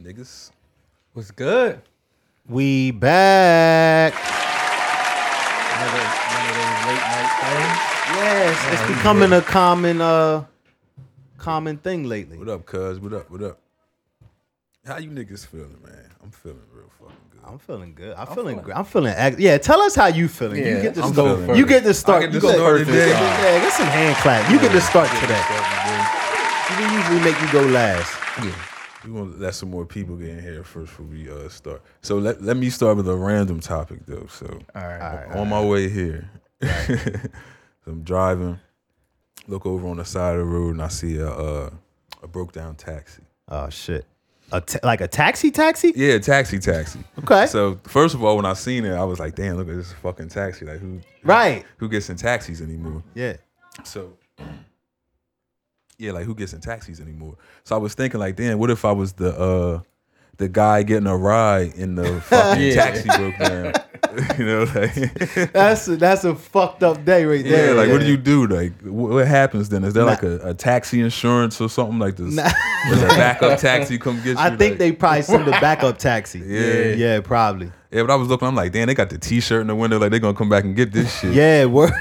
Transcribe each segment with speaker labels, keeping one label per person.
Speaker 1: niggas? What's good?
Speaker 2: We back.
Speaker 1: Another one of those late night things.
Speaker 2: Yes, it's becoming a common uh common thing lately.
Speaker 1: What up, cuz? What up? What up? How you niggas feeling, man? I'm feeling real fucking good.
Speaker 2: I'm feeling good. I'm, feeling, good. I'm feeling act- yeah, tell us how you feeling. you
Speaker 3: Yeah,
Speaker 2: get to
Speaker 3: I'm
Speaker 2: start.
Speaker 3: feeling
Speaker 2: You
Speaker 3: first.
Speaker 2: get to start.
Speaker 1: get
Speaker 2: you
Speaker 1: to start
Speaker 2: first.
Speaker 1: today.
Speaker 2: Yeah, get some hand clap. You get to start today.
Speaker 1: Fucking
Speaker 2: We usually make you go last.
Speaker 1: good. We gonna let some more people get in here first before we uh, start. So let let me start with a random topic though. So
Speaker 3: All right.
Speaker 1: on my way here, I'm driving. Look over on the side of the road and I see a uh, a broke down taxi.
Speaker 2: Oh shit. A ta- like a taxi taxi?
Speaker 1: Yeah, taxi, taxi.
Speaker 2: Okay.
Speaker 1: So first of all, when I seen it, I was like, "Damn, look at this fucking taxi! Like who,
Speaker 2: Right.
Speaker 1: who gets in taxis anymore?"
Speaker 2: Yeah.
Speaker 1: So yeah, like who gets in taxis anymore? So I was thinking, like, damn, what if I was the uh the guy getting a ride in the fucking
Speaker 3: Yeah.
Speaker 1: taxi broke down? you know, like
Speaker 2: That's a, that's a fucked up day right
Speaker 1: yeah,
Speaker 2: there.
Speaker 1: like what do you do? Like wh- what happens then? Is there
Speaker 2: Nah.
Speaker 1: like a, a taxi insurance or something like this? Does a backup taxi come get you?
Speaker 2: I think
Speaker 1: Like-
Speaker 2: they probably send a backup taxi.
Speaker 1: Yeah.
Speaker 2: Yeah, probably.
Speaker 1: Yeah, but I was looking. I'm like, damn, they got the T-shirt in the window. Like they're gonna come back and get this shit.
Speaker 2: Yeah, work.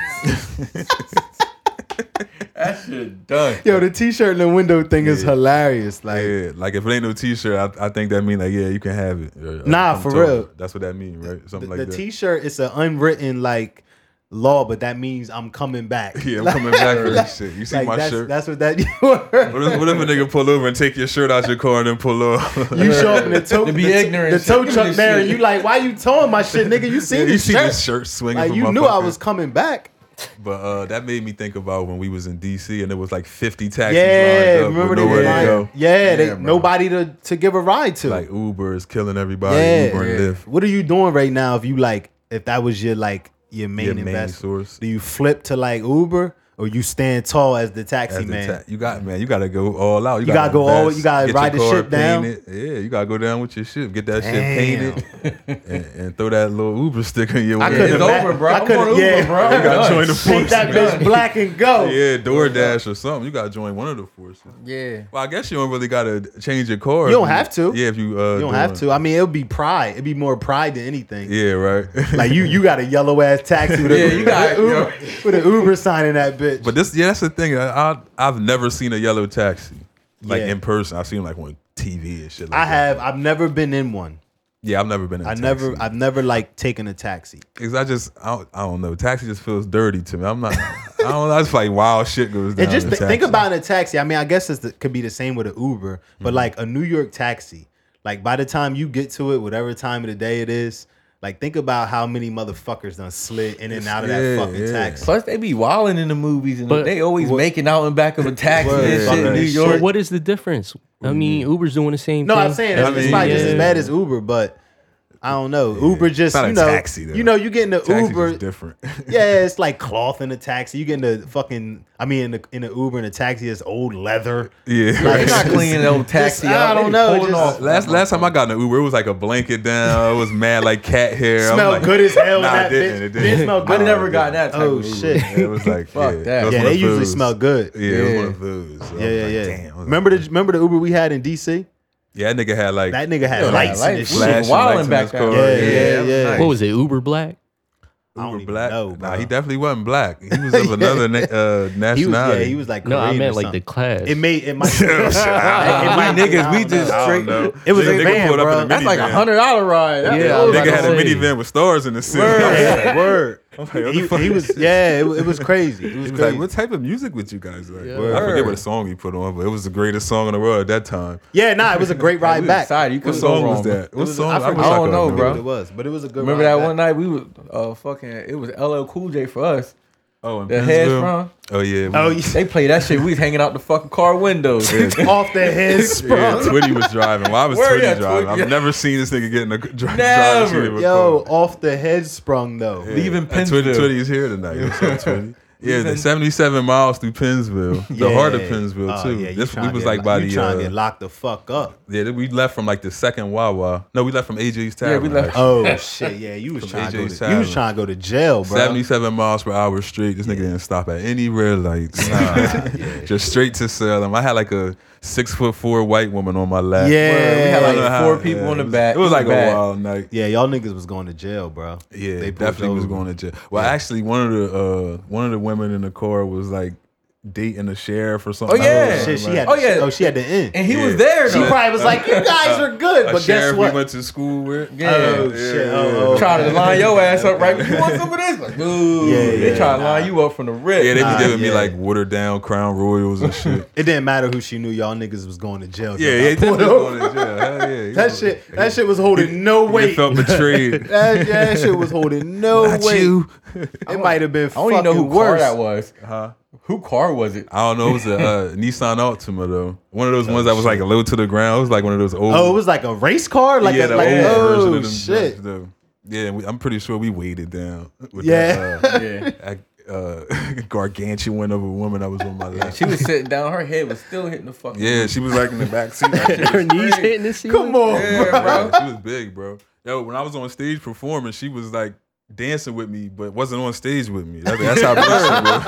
Speaker 3: That shit done.
Speaker 2: Yo, the t-shirt in the window thing is hilarious. Like,
Speaker 1: Yeah, like if it ain't no T-shirt, I, I think that mean like yeah, you can have it. or- or
Speaker 2: Nah,
Speaker 1: come
Speaker 2: for
Speaker 1: talk.
Speaker 2: real.
Speaker 1: That's what that mean, right? Something
Speaker 2: the,
Speaker 1: like
Speaker 2: the
Speaker 1: that.
Speaker 2: t-shirt is an unwritten like law, but that means I'm coming back.
Speaker 1: yeah, I'm
Speaker 2: Like-
Speaker 1: coming back for this shit. You see
Speaker 2: like,
Speaker 1: my
Speaker 2: that's,
Speaker 1: shirt?
Speaker 2: That's what that. You,
Speaker 1: what, if, what if a nigga pull over and take your shirt out your car and then pull off?
Speaker 2: you show up in the tow,
Speaker 3: To be
Speaker 2: the, t-
Speaker 3: ignorant,
Speaker 2: the
Speaker 3: shit.
Speaker 2: tow
Speaker 3: Give me
Speaker 2: truck
Speaker 3: this
Speaker 2: there,
Speaker 3: shit.
Speaker 2: and you like, why you towing my shit, nigga? You see
Speaker 1: Yeah, you
Speaker 2: this
Speaker 1: see
Speaker 2: shirt?
Speaker 1: this shirt swinging?
Speaker 2: Like,
Speaker 1: from
Speaker 2: you
Speaker 1: my
Speaker 2: knew I
Speaker 1: fucking-
Speaker 2: was coming back.
Speaker 1: But uh, that made me think about when we was in D.C. and it was like 50 taxis
Speaker 2: Yeah,
Speaker 1: lined up
Speaker 2: remember
Speaker 1: with
Speaker 2: they were
Speaker 1: nowhere to
Speaker 2: lying.
Speaker 1: go.
Speaker 2: Yeah, they,
Speaker 3: Yeah, bro.
Speaker 2: nobody to to give a ride to.
Speaker 1: Like Uber is killing everybody.
Speaker 2: yeah.
Speaker 1: Uber and Lyft.
Speaker 2: What are you doing right now? If you like, if that was your like your main
Speaker 1: Your main
Speaker 2: investment,
Speaker 1: source.
Speaker 2: do you flip to like Uber or you stand tall as the taxi
Speaker 1: As the
Speaker 2: man?
Speaker 1: ta- you got man, you gotta go all out. You,
Speaker 2: gotta go all-
Speaker 1: invest,
Speaker 2: you gotta
Speaker 1: get your
Speaker 2: ride the
Speaker 1: car
Speaker 2: shit down.
Speaker 1: painted. Yeah, you gotta go down with your shit, get that
Speaker 2: Damn.
Speaker 1: shit painted, and, and throw that little Uber sticker in your
Speaker 3: I
Speaker 1: window.
Speaker 3: couldn't
Speaker 2: It's
Speaker 3: go
Speaker 2: ima-
Speaker 3: over, bro.
Speaker 2: I
Speaker 3: I am
Speaker 2: couldn't-
Speaker 3: on Uber,
Speaker 2: yeah.
Speaker 3: bro.
Speaker 1: You gotta join the
Speaker 2: Paint
Speaker 1: force.
Speaker 2: that bitch black and go.
Speaker 1: yeah, DoorDash or something. You gotta join one of the forces.
Speaker 3: Yeah.
Speaker 1: Well, I guess you don't really gotta change your car.
Speaker 2: You don't
Speaker 1: if
Speaker 2: have to.
Speaker 1: Yeah, if you uh,
Speaker 2: You don't have to. I mean, it'll be pride. It'd be more pride than anything.
Speaker 1: Yeah, right.
Speaker 2: Like you, you got a yellow ass taxi with a
Speaker 3: Yeah, you got-
Speaker 2: with, Uber, with an Uber sign in that bitch.
Speaker 1: But this, yeah, that's the thing. I, I I've never seen a yellow taxi like
Speaker 2: Yeah.
Speaker 1: in person. I've seen like on TV and shit. Like
Speaker 2: I
Speaker 1: that.
Speaker 2: have. I've never been in one.
Speaker 1: Yeah, I've never been. In a
Speaker 2: I
Speaker 1: taxi.
Speaker 2: never. I've never like taken a taxi.
Speaker 1: Cause I just I don't, I don't know. Taxi just feels dirty to me. I'm not. I don't. know. It's like wild shit goes down.
Speaker 2: And just
Speaker 1: in
Speaker 2: th- think
Speaker 1: Um, taxi.
Speaker 2: about in a taxi. I mean, I guess it could be the same with an Uber, but
Speaker 1: Mm-hmm.
Speaker 2: like a New York taxi. Like by the time you get to it, whatever time of the day it is, like think about how many motherfuckers done slid in and out of that
Speaker 1: Yeah,
Speaker 2: fucking
Speaker 1: yeah.
Speaker 2: taxi.
Speaker 3: Plus, they be wilding in the movies, and
Speaker 4: But-
Speaker 3: they always making out in back of a taxi
Speaker 1: Word.
Speaker 3: and shit
Speaker 1: Fucking
Speaker 3: in New
Speaker 1: shit.
Speaker 3: York.
Speaker 4: But what is the difference? I mean, Uber's doing the same
Speaker 2: No,
Speaker 4: thing.
Speaker 2: I'm saying
Speaker 1: I
Speaker 2: it's, it's
Speaker 1: mean,
Speaker 2: probably just
Speaker 1: yeah.
Speaker 2: as bad as Uber, but I don't know. Uber
Speaker 1: It's
Speaker 2: just
Speaker 1: not
Speaker 2: you
Speaker 1: a
Speaker 2: know,
Speaker 1: taxi, though.
Speaker 2: you know, you get in the
Speaker 1: Taxi's
Speaker 2: Uber.
Speaker 1: just different.
Speaker 2: Yeah, it's like cloth in a taxi. You get in the fucking, I mean, in the in the Uber in a taxi, it's old leather.
Speaker 1: yeah.
Speaker 3: They not cleaning the old
Speaker 2: Just-
Speaker 3: taxi.
Speaker 2: I
Speaker 3: out. They
Speaker 2: don't
Speaker 3: be
Speaker 2: know,
Speaker 3: pulling
Speaker 2: just-
Speaker 3: off.
Speaker 1: Last last time I got in an Uber, it was like a blanket down. It was mad like cat hair. I'm
Speaker 2: Smelled
Speaker 1: like,
Speaker 2: good as hell in
Speaker 1: Nah,
Speaker 2: that
Speaker 1: it didn't.
Speaker 2: bitch.
Speaker 1: It didn't.
Speaker 2: Bitch smelled
Speaker 1: Nah,
Speaker 3: I
Speaker 2: good.
Speaker 1: it
Speaker 3: never
Speaker 1: didn't.
Speaker 3: got that. Type
Speaker 2: Oh
Speaker 3: of Uber.
Speaker 2: shit.
Speaker 1: It was like
Speaker 3: Fuck
Speaker 1: yeah,
Speaker 3: that.
Speaker 1: it was
Speaker 2: Yeah,
Speaker 1: one
Speaker 2: they
Speaker 1: of
Speaker 2: usually
Speaker 1: those.
Speaker 2: smell good.
Speaker 1: Yeah, it was
Speaker 3: Yeah.
Speaker 1: one of those. So I
Speaker 2: Yeah,
Speaker 1: was
Speaker 2: yeah,
Speaker 1: like,
Speaker 2: yeah.
Speaker 1: Damn. I was
Speaker 2: remember
Speaker 1: like,
Speaker 2: the remember the Uber we had in DC?
Speaker 1: Yeah, that nigga had like
Speaker 2: That nigga had
Speaker 3: Yeah,
Speaker 2: lights
Speaker 3: like
Speaker 2: and this
Speaker 3: lights.
Speaker 2: shit.
Speaker 3: Flash.
Speaker 1: flashing
Speaker 3: wilding
Speaker 1: lights in
Speaker 3: back
Speaker 1: his
Speaker 3: then.
Speaker 1: car.
Speaker 2: Yeah, yeah,
Speaker 1: that was
Speaker 2: yeah.
Speaker 1: nice.
Speaker 4: What was it? Uber Black?
Speaker 2: I don't
Speaker 1: Uber
Speaker 2: even
Speaker 1: black?
Speaker 2: know,
Speaker 1: nah,
Speaker 2: bro.
Speaker 1: he definitely wasn't black. He was of another na- uh, nationality.
Speaker 2: He was yeah, he was like
Speaker 4: No, I
Speaker 2: Korean
Speaker 4: meant
Speaker 2: or
Speaker 4: like the
Speaker 2: something.
Speaker 4: class.
Speaker 2: it made it might it
Speaker 1: Shit, I
Speaker 2: might
Speaker 3: We
Speaker 2: be-
Speaker 3: niggas,
Speaker 2: I
Speaker 3: we
Speaker 2: don't
Speaker 3: just
Speaker 2: know.
Speaker 1: don't- I don't
Speaker 3: straight.
Speaker 1: know.
Speaker 2: It was
Speaker 1: Nigga-
Speaker 2: a
Speaker 1: nigga
Speaker 2: van,
Speaker 1: pulled up
Speaker 2: bro.
Speaker 1: in a
Speaker 3: That's like a
Speaker 1: minivan.
Speaker 3: hundred dollar ride. That's
Speaker 4: Yeah,
Speaker 3: yeah,
Speaker 4: I was
Speaker 1: Nigga
Speaker 4: about
Speaker 1: had
Speaker 4: to
Speaker 1: a
Speaker 4: say.
Speaker 1: minivan with stars in the ceiling.
Speaker 2: Yeah, word.
Speaker 1: I'm like, what the
Speaker 2: He,
Speaker 1: fuck?
Speaker 2: he was yeah, it, wa- it was crazy. It was
Speaker 1: He was
Speaker 2: crazy.
Speaker 1: like, what type of music would you guys like?
Speaker 3: Yeah.
Speaker 1: I forget
Speaker 3: Word.
Speaker 1: what song he put on, but it was the greatest song in the world at that time.
Speaker 2: yeah, nah, it was a great ride
Speaker 3: we
Speaker 2: back.
Speaker 3: excited. You
Speaker 2: It
Speaker 1: What
Speaker 3: couldn't
Speaker 2: was-
Speaker 3: go
Speaker 1: song was
Speaker 3: wrong.
Speaker 1: that? What
Speaker 2: It was-
Speaker 1: song?
Speaker 2: I forget-
Speaker 1: wish
Speaker 3: I don't
Speaker 1: could
Speaker 3: know,
Speaker 1: remember.
Speaker 3: bro.
Speaker 2: It was, but it was a good
Speaker 3: Remember
Speaker 2: ride
Speaker 3: that
Speaker 2: back.
Speaker 3: one night we was uh fucking. It was LL Cool J for us.
Speaker 1: Oh, in
Speaker 3: The heads
Speaker 1: Pennsville?
Speaker 3: from.
Speaker 1: Oh yeah.
Speaker 2: Oh,
Speaker 1: we-
Speaker 2: yeah.
Speaker 3: They played that shit. We was hanging out the fucking car windows.
Speaker 2: off the head sprung.
Speaker 1: yeah, Twitty was driving. Well, I was
Speaker 3: Word,
Speaker 1: Twitty
Speaker 3: yeah,
Speaker 1: driving.
Speaker 3: Twitty,
Speaker 1: I've
Speaker 3: yeah.
Speaker 1: never seen this nigga getting a drive.
Speaker 3: Never.
Speaker 1: Driving
Speaker 2: Yo, off the head sprung though.
Speaker 3: Leaving
Speaker 1: Twitty,
Speaker 3: Pennsville.
Speaker 1: Twitty is here tonight. What's up, Twitty? Yeah, the
Speaker 3: reason-
Speaker 1: 77 miles through Pennsville, the heart of
Speaker 2: Yeah.
Speaker 1: Pennsville
Speaker 2: Oh,
Speaker 1: too.
Speaker 2: yeah, you
Speaker 1: this we
Speaker 2: tryna
Speaker 1: was
Speaker 2: get
Speaker 1: like
Speaker 2: lo-
Speaker 1: by
Speaker 2: you
Speaker 1: the
Speaker 2: trying
Speaker 1: uh,
Speaker 2: to get locked the fuck up.
Speaker 1: yeah. We left from like the second Wawa. No, we left from AJ's Tavern.
Speaker 3: we left-
Speaker 1: actually.
Speaker 2: Oh shit, yeah, you was
Speaker 1: From
Speaker 2: trying to
Speaker 1: AJ
Speaker 2: go to, you was
Speaker 1: Savage.
Speaker 2: trying to go to jail, bro.
Speaker 1: 77 miles per hour straight. This nigga didn't stop at any red lights. Nah. Just straight to Salem. I had like a six foot four white woman on my lap.
Speaker 2: Yeah.
Speaker 3: we had
Speaker 1: I
Speaker 3: like
Speaker 1: don't know
Speaker 3: four
Speaker 1: how-
Speaker 3: people
Speaker 1: yeah,
Speaker 3: on the
Speaker 1: it was-
Speaker 3: back.
Speaker 1: It was like
Speaker 3: Back.
Speaker 1: a wild night.
Speaker 2: Yeah, y'all niggas was going to jail, bro.
Speaker 1: Yeah,
Speaker 2: pulled
Speaker 1: definitely was
Speaker 2: over.
Speaker 1: going to jail. Well, actually, one of the uh, one of the women in the car was like dating the sheriff or something.
Speaker 3: Oh, yeah.
Speaker 2: Shit, she had.
Speaker 3: Oh, yeah.
Speaker 2: Oh, she had the end.
Speaker 3: And he
Speaker 1: Yeah.
Speaker 3: was there.
Speaker 2: she
Speaker 3: Though.
Speaker 2: probably was like, "You guys are good,"
Speaker 1: uh, A
Speaker 2: but guess
Speaker 1: sheriff
Speaker 2: what?
Speaker 1: we went to school with.
Speaker 3: Yeah.
Speaker 2: Oh, shit. Oh, oh.
Speaker 3: trying to line your ass up right. You want some of this? Like, dude,
Speaker 2: Yeah, yeah,
Speaker 3: they trying to
Speaker 2: nah.
Speaker 3: line you up from the rip.
Speaker 1: Yeah, they
Speaker 2: Nah,
Speaker 1: be giving me
Speaker 2: yeah.
Speaker 1: like watered down Crown Royals and shit.
Speaker 2: it didn't matter who she knew. Y'all niggas was going to jail.
Speaker 1: yeah,
Speaker 2: Y'all
Speaker 1: yeah,
Speaker 2: pulled
Speaker 1: definitely
Speaker 2: over.
Speaker 1: going to jail. Hell yeah,
Speaker 2: That shit. That shit was holding no
Speaker 1: They
Speaker 2: weight.
Speaker 1: felt betrayed.
Speaker 2: That, that shit was holding no
Speaker 1: Not
Speaker 2: weight.
Speaker 1: you.
Speaker 2: It might have been.
Speaker 3: I don't even know who car
Speaker 2: worse.
Speaker 3: that was.
Speaker 1: Huh?
Speaker 3: Who car was it?
Speaker 1: I don't know. It was a uh, Nissan Altima though. One of those ones that was like low to the ground. It was like one of those old.
Speaker 2: Oh, it was like a race car. Like,
Speaker 1: yeah,
Speaker 2: a,
Speaker 1: the
Speaker 2: like
Speaker 1: old version
Speaker 2: oh
Speaker 1: of them.
Speaker 2: shit.
Speaker 1: jets, though. Yeah, we, I'm pretty sure we weighted down. With
Speaker 2: Yeah.
Speaker 1: That, uh,
Speaker 3: Yeah.
Speaker 1: that, uh, gargantuan of a woman that was on my lap.
Speaker 3: She was sitting down. Her head was still hitting the fucking.
Speaker 1: yeah, she was like in the back seat. Like, she was
Speaker 4: Her knees hitting the ceiling.
Speaker 2: Come on,
Speaker 3: Yeah,
Speaker 2: bro.
Speaker 3: bro.
Speaker 1: She was big, bro. Yo, when I was on stage performing, she was like dancing with me, but wasn't on stage with me. That- that's how big she was.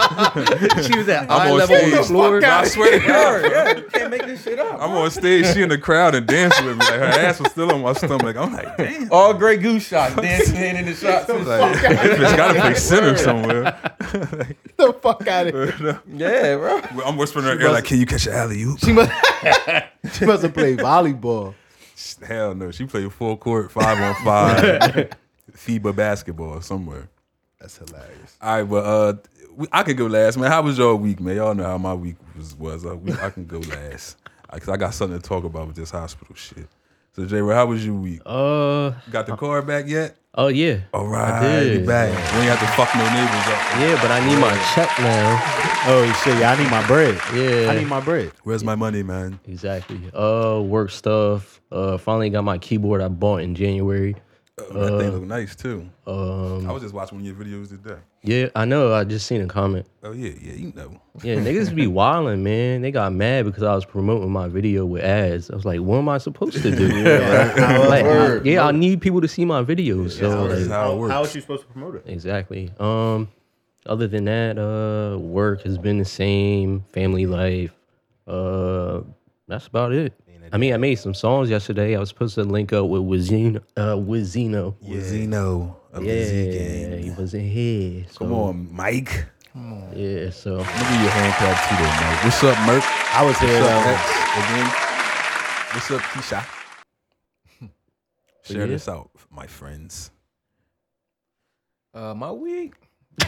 Speaker 4: She was at
Speaker 1: I'm
Speaker 4: eye
Speaker 1: on
Speaker 4: level on
Speaker 1: stage.
Speaker 4: the floor.
Speaker 1: I swear to God, bro.
Speaker 3: Yeah, you can't make this shit up.
Speaker 1: I'm on stage, she in the crowd and dancing with me. Like her ass was still on my stomach. I'm like, damn.
Speaker 3: All Grey Goose shot, dancing in the shots. and
Speaker 1: Like,
Speaker 3: shit.
Speaker 1: it's got to pick center somewhere.
Speaker 2: the fuck out of here.
Speaker 3: Yeah, bro.
Speaker 1: I'm whispering in her ear like, "Can you catch an alley oop?"
Speaker 2: She must, she must have played volleyball.
Speaker 1: Hell no, she played full court, five on five, FIBA basketball somewhere.
Speaker 2: That's hilarious.
Speaker 1: All right, but uh, we- I could go last, man. How was your week, man? Y'all know how my week was. was. Uh, we, I can go last because I got something to talk about with this hospital shit. So, J. Ray, how was your week?
Speaker 4: Uh,
Speaker 1: Got the car back yet?
Speaker 4: oh yeah,
Speaker 1: All right, you
Speaker 4: did.
Speaker 1: back. We ain't have to fuck no neighbors up.
Speaker 4: yeah, but I need my check now.
Speaker 2: Oh shit, yeah, I need my bread.
Speaker 4: Yeah.
Speaker 2: I need my bread.
Speaker 1: Where's my money, man?
Speaker 4: Exactly. Uh, work stuff. Uh, finally got my keyboard I bought in January.
Speaker 1: that
Speaker 4: Uh,
Speaker 1: thing look nice too.
Speaker 4: um,
Speaker 1: I was just watching one of your videos today.
Speaker 4: Yeah, I know. I just seen a comment.
Speaker 1: Oh yeah, yeah, you know.
Speaker 4: Yeah, niggas be wilding, man. They got mad because I was promoting my video with ads. I was like, what am I supposed to do? Like,
Speaker 3: Word.
Speaker 4: yeah, I need people to see my videos. So
Speaker 1: That's
Speaker 4: like,
Speaker 1: how it works.
Speaker 2: How is she supposed to promote it?
Speaker 4: exactly. Um, other than that, uh, work has been the same. Family life. Uh, that's about it. I mean, I made some songs yesterday. I was supposed to link up with Wizino. Uh, Wizino.
Speaker 1: Wazino of
Speaker 4: Yeah,
Speaker 1: the Z gang.
Speaker 4: he wasn't here. So,
Speaker 1: Come on, Mike.
Speaker 4: Yeah, so
Speaker 1: Let me give you a hand clap too, though, Mike. What's up, Merc?
Speaker 2: I was here.
Speaker 1: What's up,
Speaker 2: uh,
Speaker 1: X? Again. What's up, Keisha? Share
Speaker 4: yeah.
Speaker 1: this out, my friends.
Speaker 3: Uh, my week.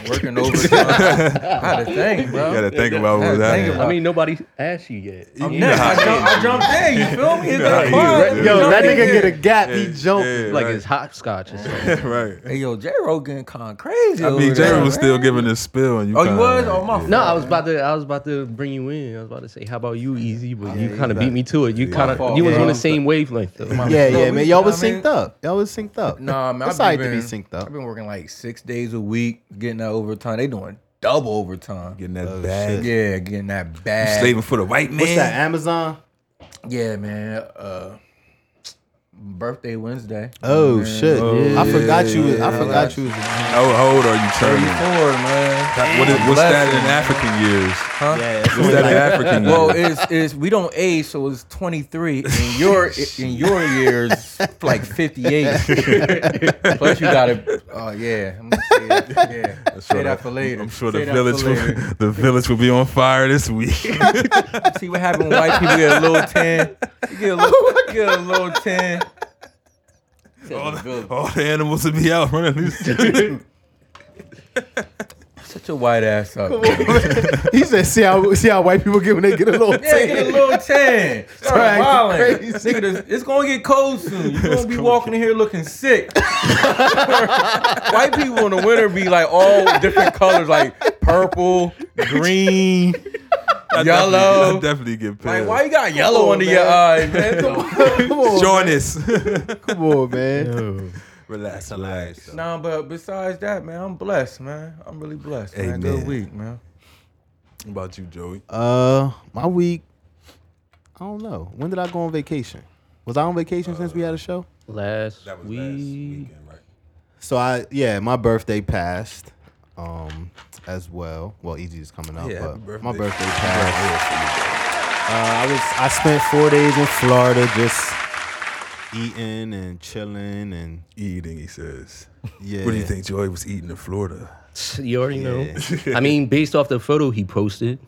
Speaker 3: Working overtime. I had a thing, bro.
Speaker 1: You gotta think about
Speaker 3: what
Speaker 1: what was
Speaker 3: was gotta think happening.
Speaker 1: happening.
Speaker 3: about-
Speaker 4: I mean, nobody asked you yet.
Speaker 3: I'm next. I, jump, I jumped in. You feel me? It's been
Speaker 1: Yeah.
Speaker 3: quiet.
Speaker 1: Yeah.
Speaker 3: You
Speaker 2: Yo,
Speaker 3: jumped
Speaker 2: that
Speaker 3: in
Speaker 2: nigga
Speaker 3: there.
Speaker 2: get a gap. He jumped.
Speaker 4: like it's hopscotch or something.
Speaker 1: it's right.
Speaker 3: Hey, yo, J. Ro getting kind of crazy.
Speaker 1: I mean,
Speaker 3: over there,
Speaker 1: Jerry was
Speaker 3: man.
Speaker 1: still giving his spill, and you.
Speaker 3: Oh, you
Speaker 1: kinda
Speaker 3: was?
Speaker 1: like,
Speaker 3: Oh, my
Speaker 4: No, I was about to I was about to bring you in. I was about to say, how about you, Easy? But you kind of beat me to it. You kind
Speaker 3: fault,
Speaker 4: of you was
Speaker 3: bro.
Speaker 4: on the same wavelength. Though.
Speaker 2: Yeah,
Speaker 3: No,
Speaker 2: yeah,
Speaker 3: we-
Speaker 2: man. Y'all was
Speaker 3: I mean-
Speaker 2: synced up. Y'all was synced up.
Speaker 3: Nah, man.
Speaker 2: It's
Speaker 3: I've
Speaker 2: alright
Speaker 3: been,
Speaker 2: to be synced up.
Speaker 3: I've been working like six days a week, getting that overtime. They doing double overtime.
Speaker 1: Getting that bag.
Speaker 3: Yeah, getting that bag.
Speaker 1: Slaving for the white man.
Speaker 2: What's that? Amazon.
Speaker 3: Yeah, man. Uh, birthday Wednesday.
Speaker 2: Oh shit! I forgot you. Was, I
Speaker 1: yeah.
Speaker 2: forgot you. Was a,
Speaker 1: How, how old are you turning?
Speaker 3: Forward, man.
Speaker 1: What is, what's that
Speaker 3: Blessing,
Speaker 1: in African years?
Speaker 3: Huh?
Speaker 2: yeah, it's
Speaker 1: What's
Speaker 2: only
Speaker 1: that in
Speaker 2: like,
Speaker 1: African years?
Speaker 3: Well, it's, it's we don't age, so it's 23. In your in your years, like 58. Plus, you gotta. Oh yeah, I'm gonna say it. yeah. Say that for later.
Speaker 1: I'm sure
Speaker 3: Say
Speaker 1: the
Speaker 3: that for
Speaker 1: village,
Speaker 3: later.
Speaker 1: will, the village will be on fire this week.
Speaker 3: See what happened when white people get a little tan. You get a little, get a little tan.
Speaker 1: all, the, all the animals will be out running loose.
Speaker 3: Shut your white ass up. man.
Speaker 2: he said, "See how see how white people get when they get a little."
Speaker 3: Yeah,
Speaker 2: tan."
Speaker 3: get a little tan. Start
Speaker 2: Right,
Speaker 3: wilding.
Speaker 2: crazy.
Speaker 3: Nigga, this- it's gonna get cold soon. You're gonna be walking in here looking sick. White people in the winter be like all different colors, like purple, green,
Speaker 1: I
Speaker 3: yellow.
Speaker 1: Definitely, I definitely get
Speaker 3: Like
Speaker 1: paid.
Speaker 3: why you got yellow
Speaker 2: on,
Speaker 3: under your
Speaker 2: man.
Speaker 3: eyes, man? Come on.
Speaker 2: come on,
Speaker 1: Join us.
Speaker 4: Oh.
Speaker 2: come on, man.
Speaker 1: Relax,
Speaker 2: That's hilarious,
Speaker 1: relax.
Speaker 2: though.
Speaker 3: Nah, but besides that, man, I'm blessed, man. I'm really blessed. Man.
Speaker 1: Amen.
Speaker 3: Good week, man.
Speaker 1: What about you, Joey?
Speaker 2: Uh, my week. I don't know. When did I go on vacation? Was I on vacation since we had a show?
Speaker 4: Last
Speaker 1: That was
Speaker 4: week,
Speaker 1: last weekend, right?
Speaker 2: So I yeah, my birthday passed. Um, as well. Well, Easy is coming up,
Speaker 1: Yeah,
Speaker 2: but
Speaker 1: happy birthday.
Speaker 2: my birthday passed. Uh, I was I spent four days in Florida just eating and chilling and
Speaker 1: Eating, he says.
Speaker 2: yeah.
Speaker 1: What do you think Joey was eating in Florida?
Speaker 4: you already know. I mean, based off the photo he posted,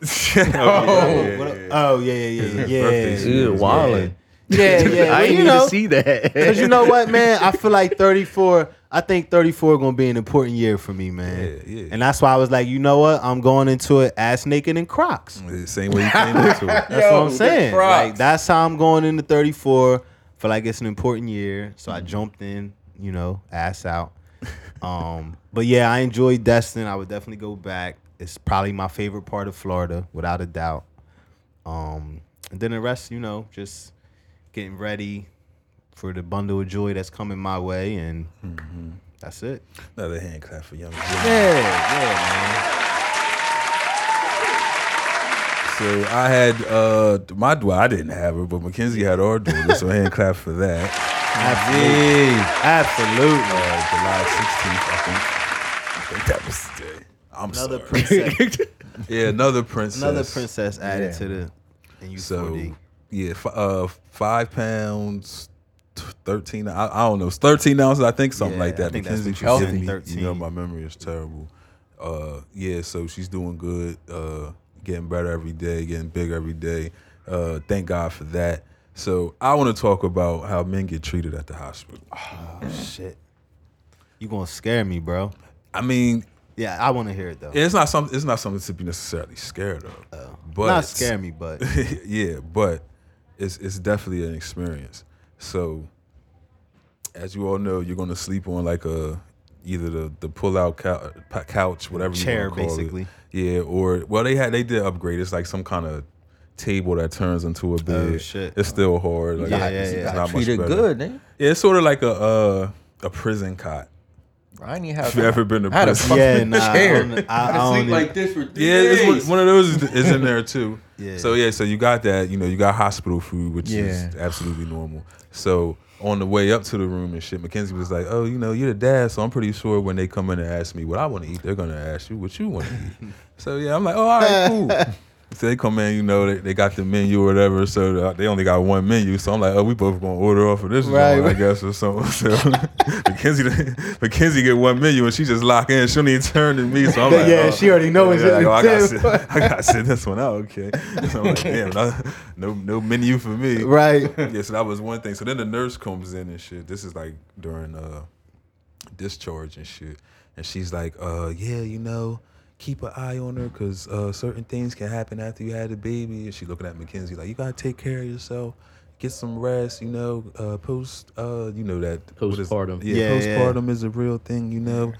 Speaker 2: Oh, what- oh, yeah, yeah, yeah, yeah.
Speaker 1: birthday
Speaker 2: yeah.
Speaker 1: suit.
Speaker 4: dude, wildin'.
Speaker 2: Yeah, yeah.
Speaker 4: I
Speaker 2: Well,
Speaker 4: didn't
Speaker 2: you
Speaker 4: even
Speaker 2: know,
Speaker 4: see that.
Speaker 2: because you know what, man, I feel like 34. I think 34 gonna be an important year for me, man.
Speaker 1: Yeah, yeah.
Speaker 2: And that's why I was like, you know what, I'm going into it ass naked in Crocs.
Speaker 1: The same way you came into it.
Speaker 2: That's
Speaker 3: Yo,
Speaker 2: what I'm
Speaker 3: the
Speaker 2: saying.
Speaker 3: Crocs.
Speaker 2: Like that's how I'm going into 34. Feel like it's an important year, so I jumped in. You know, ass out. Um, but yeah, I enjoyed Destin. I would definitely go back. It's probably my favorite part of Florida, without a doubt. Um, and then the rest, you know, just getting ready for the bundle of joy that's coming my way, and that's it.
Speaker 1: Another hand clap for young Joey.
Speaker 2: Mm-hmm. Yeah, yeah,
Speaker 1: So I had uh my daughter. I didn't have her, but Mackenzie had our daughter. so hand clap for that.
Speaker 2: man. Absolutely,
Speaker 1: Uh,
Speaker 2: absolutely.
Speaker 1: July 16th, I think. I think that was the day. I'm
Speaker 2: Another
Speaker 1: sorry.
Speaker 2: princess,
Speaker 1: Yeah, another princess.
Speaker 2: another princess added to the. And you
Speaker 1: So
Speaker 2: 4D.
Speaker 1: yeah, f- uh, five pounds, t- thirteen. I, I don't know. It's thirteen ounces. I think something
Speaker 2: Yeah,
Speaker 1: like that.
Speaker 2: I think
Speaker 1: Mackenzie
Speaker 2: that's what you
Speaker 1: forgive
Speaker 2: said,
Speaker 1: me.
Speaker 2: 13.
Speaker 1: You know, my memory is terrible. Uh, yeah. So she's doing good. Uh, getting better every day. Getting bigger every day. Uh, thank God for that. So I want to talk about how men get treated at the hospital.
Speaker 2: Shit. You gonna scare me, bro.
Speaker 1: I mean,
Speaker 2: Yeah, I wanna hear it though.
Speaker 1: it's not something. It's not something to be necessarily scared of. but
Speaker 2: Not scare me, but
Speaker 1: yeah, but it's it's definitely an experience. So, as you all know, you're gonna sleep on like a either the the pull out cou- pa- couch, whatever you
Speaker 2: Chair,
Speaker 1: wanna call it.
Speaker 2: basically.
Speaker 1: Yeah, or well, they had they did upgrade. It's like some kind of table that turns into a bed.
Speaker 2: Oh, shit.
Speaker 1: It's still hard. Like,
Speaker 2: Yeah,
Speaker 1: it's-
Speaker 2: yeah,
Speaker 1: it's
Speaker 2: yeah.
Speaker 1: not much
Speaker 3: Treated
Speaker 1: better.
Speaker 3: good, nigga.
Speaker 1: Yeah, it's sort of like a uh, a prison cot.
Speaker 3: I ain't even have.
Speaker 1: If you ever been to
Speaker 3: I had a
Speaker 1: prison.
Speaker 3: fucking
Speaker 2: Yeah, nah, I
Speaker 3: chair.
Speaker 2: don't- I-
Speaker 3: I, had
Speaker 2: I
Speaker 3: to
Speaker 2: don't
Speaker 3: sleep
Speaker 2: even-
Speaker 3: like this for three
Speaker 1: Yeah, it's
Speaker 3: days.
Speaker 1: one, one of those is, is in there too.
Speaker 2: Yeah.
Speaker 1: So yeah, so you got that. You know, you got hospital food, which is
Speaker 3: Yeah.
Speaker 1: absolutely normal. So on the way up to the room and shit, Mackenzie was like, "Oh, you know, you're the dad, so I'm pretty sure when they come in and ask me what I want to eat, they're gonna ask you what you want to eat." so yeah, I'm like, "Oh, all right, cool." So they come in, you know, they, they got the menu or whatever. So uh, they only got one menu. So I'm like, oh, we both gonna order off of this
Speaker 2: Right.
Speaker 1: joint, I guess, or something. So Mackenzie, Mackenzie get one menu and she just lock in. She don't even turn to me. So I'm like,
Speaker 2: Yeah,
Speaker 1: oh.
Speaker 2: she already know it's
Speaker 1: Yeah,
Speaker 2: in
Speaker 1: like, oh, I,
Speaker 2: the
Speaker 1: gotta
Speaker 2: tip.
Speaker 1: sit, I gotta sit this one out. Okay. So I'm like, damn, no, no, no menu for me.
Speaker 2: right.
Speaker 1: Yeah, so that was one thing. So then the nurse comes in and shit. This is like during uh discharge and shit. And she's like, uh, yeah, you know, keep an eye on her because uh, certain things can happen after you had a baby. And she looking at Mackenzie like, you gotta take care of yourself. Get some rest, you know. Uh, post, uh, you know that what is-
Speaker 4: Postpartum.
Speaker 1: Yeah,
Speaker 2: Yeah, yeah.
Speaker 1: postpartum is a real thing, you know. Th-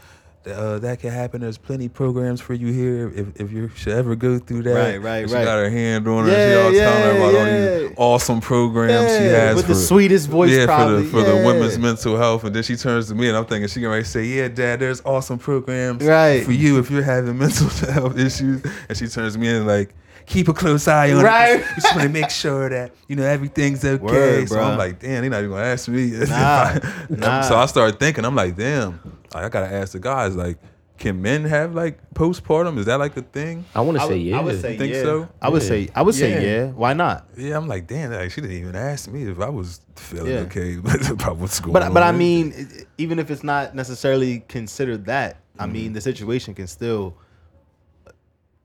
Speaker 1: Uh, that can happen. There's plenty programs for you here if, if you should ever go through that.
Speaker 2: Right, right,
Speaker 1: And she
Speaker 2: right.
Speaker 1: got her hand on her.
Speaker 2: Yeah,
Speaker 1: and she all telling her about all
Speaker 2: yeah,
Speaker 1: these
Speaker 2: yeah.
Speaker 1: awesome programs she
Speaker 2: Yeah,
Speaker 1: has
Speaker 2: with the
Speaker 1: for-
Speaker 2: sweetest voice
Speaker 1: yeah,
Speaker 2: probably.
Speaker 1: for the for the
Speaker 2: Yeah.
Speaker 1: women's mental health, and then she turns to me, and I'm thinking she gonna say, "Yeah, Dad, there's awesome programs
Speaker 2: Right.
Speaker 1: for you if you're having mental health issues." And she turns to me and like, "Keep a close eye on
Speaker 2: Right.
Speaker 1: it. 'cause You just want to make sure that you know everything's okay."
Speaker 2: Word,
Speaker 1: so
Speaker 2: bruh.
Speaker 1: I'm like, "Damn, they're not even gonna ask me."
Speaker 2: Nah, nah.
Speaker 1: So I started thinking, I'm like, "Damn, like, I gotta ask the guys like." Can men have like postpartum? Is that like a thing?
Speaker 4: I want to
Speaker 2: I
Speaker 4: say
Speaker 2: would,
Speaker 4: yeah.
Speaker 2: I would say
Speaker 1: Think
Speaker 2: yeah.
Speaker 1: so?
Speaker 2: I would
Speaker 4: Yeah.
Speaker 2: say I would
Speaker 3: Yeah.
Speaker 2: say yeah. Why not?
Speaker 1: Yeah, I'm like, damn, like, she didn't even ask me if I was feeling
Speaker 2: Yeah.
Speaker 1: okay about what's going on.
Speaker 2: But but I
Speaker 1: here.
Speaker 2: mean, i- i- even if it's not necessarily considered that, I mean,
Speaker 1: Mm-hmm.
Speaker 2: the situation can still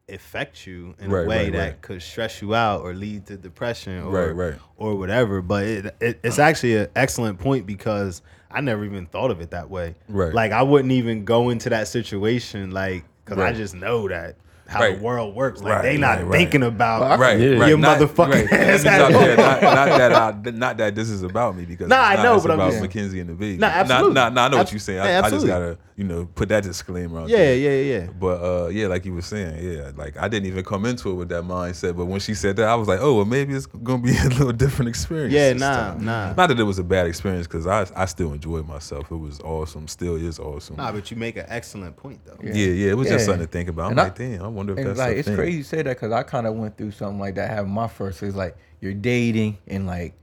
Speaker 2: affect you in
Speaker 1: Right,
Speaker 2: a way
Speaker 1: right,
Speaker 2: that
Speaker 1: right.
Speaker 2: could stress you out or lead to depression or
Speaker 1: Right, right. Uh-huh.
Speaker 2: or whatever. But it, it, it's actually an excellent point because I never even thought of it that way.
Speaker 1: Right.
Speaker 2: Like I wouldn't even go into that situation like because I
Speaker 1: Right.
Speaker 2: just know that how
Speaker 1: Right.
Speaker 2: the world works. Like
Speaker 1: Right,
Speaker 2: they not
Speaker 1: right, right.
Speaker 2: thinking about
Speaker 1: Right,
Speaker 4: Yeah.
Speaker 1: right.
Speaker 2: your
Speaker 1: Not-
Speaker 2: motherfucking
Speaker 1: right.
Speaker 2: ass.
Speaker 1: Let me stop there. Not, not that I, not that this is about me because
Speaker 2: Nah,
Speaker 1: it's
Speaker 2: I
Speaker 1: not.
Speaker 2: know,
Speaker 1: It's
Speaker 2: but I'm
Speaker 1: about
Speaker 2: just-
Speaker 1: Mackenzie and the baby.
Speaker 2: Nah, absolutely.
Speaker 1: Nah, nah, nah, I know what
Speaker 2: Abs-
Speaker 1: you're saying.
Speaker 2: yeah,
Speaker 1: I, I just
Speaker 2: absolutely.
Speaker 1: gotta, you know, put that disclaimer out
Speaker 2: yeah,
Speaker 1: there.
Speaker 2: yeah, yeah.
Speaker 1: But uh, yeah, like you were saying, yeah, like I didn't even come into it with that mindset. But when she said that, I was like, oh, well, maybe it's gonna be a little different experience.
Speaker 2: Yeah,
Speaker 1: this
Speaker 2: nah,
Speaker 1: time.
Speaker 2: nah.
Speaker 1: Not that it was a bad experience because I, I still enjoyed myself. It was awesome. Still is awesome.
Speaker 2: Nah, but you make an excellent point though.
Speaker 1: yeah, yeah, it was just
Speaker 3: Yeah.
Speaker 1: something to think about. I'm
Speaker 3: And I-
Speaker 1: like, damn, I wonder if
Speaker 3: And
Speaker 1: that's
Speaker 3: like
Speaker 1: a
Speaker 3: it's
Speaker 1: thing.
Speaker 3: crazy you say that because I kind of went through something like that. Having my first, it's like you're dating and like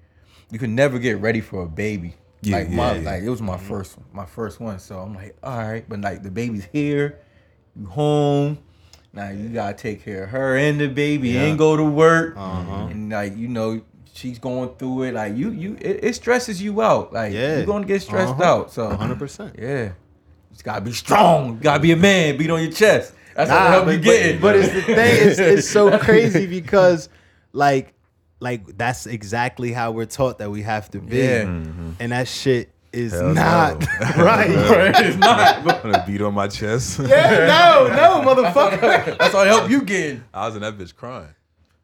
Speaker 3: you can never get ready for a baby.
Speaker 1: Yeah,
Speaker 3: like
Speaker 1: yeah,
Speaker 3: my,
Speaker 1: yeah.
Speaker 3: like it was my
Speaker 2: Mm-hmm.
Speaker 3: first, my first one. So I'm like, all right, but like the baby's here, you home. Now you gotta take care of her and the baby and go to work,
Speaker 2: Uh-huh.
Speaker 3: and like you know she's going through it. Like you, you it, it stresses you out. Like
Speaker 2: Yeah.
Speaker 3: you're gonna get stressed
Speaker 2: Uh-huh.
Speaker 3: out. So
Speaker 2: 100%.
Speaker 3: yeah, you just gotta be strong. You gotta be a man. Beat on your chest. That's how the help
Speaker 2: but,
Speaker 3: you
Speaker 2: but-
Speaker 3: getting.
Speaker 2: But, it's the thing. It's, it's so crazy because, like, like that's exactly how we're taught that we have to be,
Speaker 3: Yeah.
Speaker 2: and that shit is
Speaker 1: Hell
Speaker 2: not
Speaker 1: no.
Speaker 2: right.
Speaker 3: it's not. But
Speaker 1: I'm gonna beat on my chest.
Speaker 2: no, no, motherfucker.
Speaker 3: that's all the help you getting.
Speaker 1: I was in that bitch crying.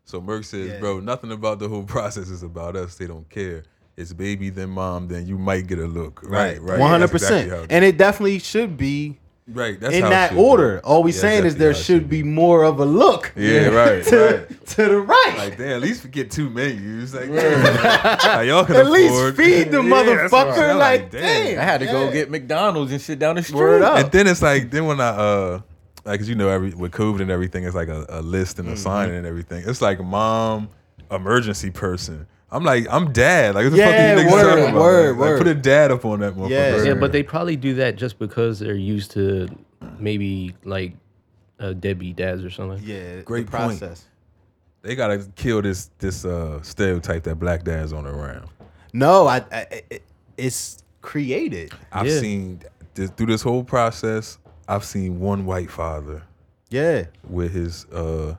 Speaker 1: So Merck says,
Speaker 2: Yeah.
Speaker 1: bro, nothing about the whole process is about us. They don't care. It's baby, then mom, then you might get a look. Right, right.
Speaker 2: One hundred
Speaker 1: That's exactly
Speaker 2: percent.
Speaker 1: how it-
Speaker 2: And it definitely should be
Speaker 1: right, that's
Speaker 2: in
Speaker 1: how it
Speaker 2: that
Speaker 1: should be.
Speaker 2: order. All we
Speaker 1: Yeah,
Speaker 2: saying is
Speaker 1: exactly
Speaker 2: there
Speaker 1: how it
Speaker 2: should be more of a look.
Speaker 1: Yeah, right,
Speaker 2: To, to the right.
Speaker 1: Like, damn, at least we get two menus. Like, like, y'all can
Speaker 2: At least
Speaker 1: afford-
Speaker 2: feed the
Speaker 1: that's what I'm
Speaker 2: motherfucker.
Speaker 1: saying.
Speaker 2: Like, damn.
Speaker 3: I had to
Speaker 2: Yeah.
Speaker 3: go get McDonald's and shit down the street.
Speaker 2: Word up.
Speaker 1: And then it's like, then when I, uh, like, 'cause you know, every with COVID and everything, it's like a, a list and a
Speaker 2: Mm-hmm.
Speaker 1: sign and everything. It's like mom, emergency person. I'm like, I'm dad. Like, what the
Speaker 2: Yeah,
Speaker 1: fuck are you niggas
Speaker 2: word,
Speaker 1: talking about?
Speaker 2: word,
Speaker 1: Like,
Speaker 2: word.
Speaker 1: put a dad up on that motherfucker.
Speaker 2: Yeah.
Speaker 4: Yeah,
Speaker 2: Sure.
Speaker 4: but they probably do that just because they're used to maybe like uh, deadbeat dads or something.
Speaker 2: Yeah, the
Speaker 1: Great point.
Speaker 2: process.
Speaker 1: They gotta kill this this uh stereotype that black dads on around.
Speaker 2: No, I, I it, it's created.
Speaker 1: I've
Speaker 4: Yeah.
Speaker 1: seen this, through this whole process. I've seen one white father
Speaker 2: Yeah.
Speaker 1: with his uh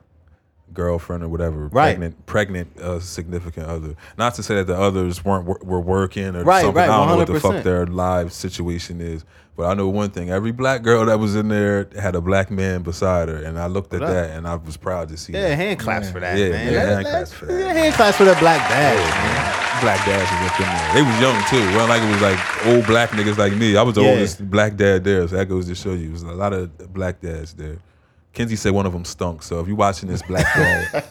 Speaker 1: girlfriend or whatever,
Speaker 2: Right.
Speaker 1: pregnant, pregnant uh, significant other. Not to say that the others weren't wor- were working or
Speaker 2: Right,
Speaker 1: something.
Speaker 2: right,
Speaker 1: I don't know what the fuck
Speaker 2: 100%.
Speaker 1: their live situation is, but I know one thing: every black girl that was in there had a black man beside her, and I looked at
Speaker 2: What up?
Speaker 1: that and I was proud to see.
Speaker 2: Yeah,
Speaker 1: that.
Speaker 2: hand claps for that,
Speaker 1: Yeah,
Speaker 2: man.
Speaker 1: yeah,
Speaker 2: That-
Speaker 1: hand
Speaker 2: that-
Speaker 1: claps for that.
Speaker 2: Yeah, hand claps for that black dad. man.
Speaker 1: black dads was up in there. They was young too. It wasn't like it was like old black niggas like me. I was the
Speaker 2: Yeah.
Speaker 1: oldest black dad there, so that goes to show you. There was a lot of black dads there. Kenzie said one of them stunk. So if you watching this black dad,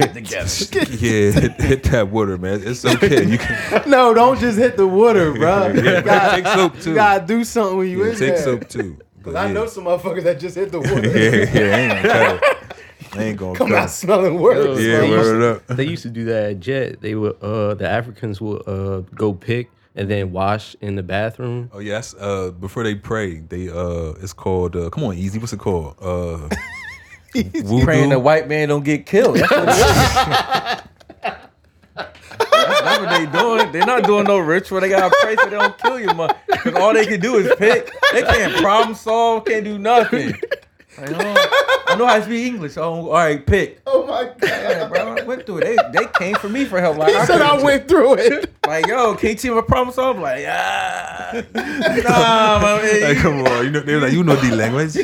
Speaker 1: yeah, hit, hit that water, man. It's okay. You can
Speaker 2: No, don't just hit the water, bro. You
Speaker 1: yeah, take
Speaker 2: gotta,
Speaker 1: soap
Speaker 2: you
Speaker 1: too.
Speaker 2: gotta do something when you
Speaker 1: Yeah,
Speaker 2: in
Speaker 1: take
Speaker 2: there.
Speaker 1: soap too. But
Speaker 2: I
Speaker 1: yeah.
Speaker 2: know some motherfuckers that just hit the water.
Speaker 1: yeah, yeah, I ain't gonna cut it. I ain't gonna
Speaker 2: Come out
Speaker 1: cut it.
Speaker 2: smelling worse.
Speaker 1: Yeah,
Speaker 4: They used-
Speaker 1: word up.
Speaker 4: They used to do that at Jet. They would uh, the Africans would uh, go pick and then wash in the bathroom.
Speaker 1: Oh yes, uh, before they pray, they uh, it's called uh, come on, easy. What's it called? Uh, voodoo?
Speaker 3: Praying a white man don't get killed. That's what, it is. That's- that's what they doing. They're not doing no ritual. They gotta pray so they don't kill you, man. Because all they can do is pick. They can't problem solve. Can't do nothing. Like, oh, I know how to speak English. Oh, all right, pick.
Speaker 2: Oh my
Speaker 3: Yeah,
Speaker 2: god.
Speaker 3: bro, I went through it. They, they came for me for help. Like,
Speaker 2: He said I
Speaker 3: couldn't-
Speaker 2: went through it.
Speaker 3: Like, yo, can you teach me a problem solve? I'm like, ah, nah, my man.
Speaker 1: Like, come on, you know they were like, you know the language.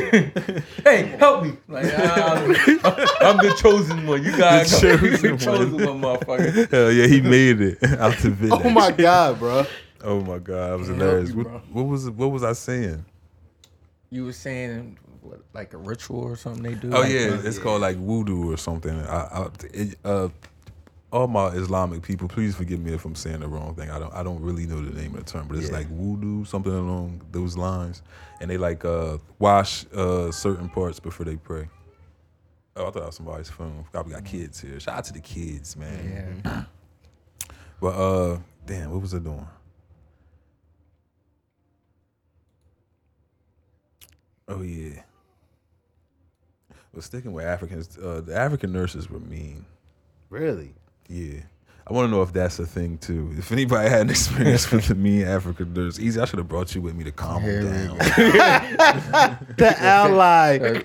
Speaker 3: hey, help me. Like, ah, I'm, I'm the chosen one. You guys,
Speaker 1: The
Speaker 3: the chosen,
Speaker 1: chosen
Speaker 3: one. motherfucker.
Speaker 1: Hell yeah, he made it out the village.
Speaker 2: Oh my god, bro.
Speaker 1: Oh my god, that was hilarious.
Speaker 3: you,
Speaker 1: what,
Speaker 3: bro.
Speaker 1: what was what was I saying?
Speaker 3: You were saying what, like a ritual or something they do.
Speaker 1: Oh
Speaker 3: like,
Speaker 1: yeah,
Speaker 3: uh,
Speaker 1: it's called like voodoo or something. I, I it, uh, all my Islamic people, please forgive me if I'm saying the wrong thing. I don't I don't really know the name of the term, but it's like voodoo, something along those lines. And they like uh, wash uh, certain parts before they pray. Oh, I thought that was somebody's phone. Probably got kids here. Shout out to the kids, man.
Speaker 3: Mm. yeah.
Speaker 1: But uh, damn, what was I doing? Oh yeah. But sticking with Africans, uh, the African nurses were mean.
Speaker 2: Really?
Speaker 1: Yeah. I want to know if that's a thing too. If anybody had an experience with the mean African nurse, easy. I should have brought you with me to calm
Speaker 3: Here we
Speaker 1: them down.
Speaker 2: The ally.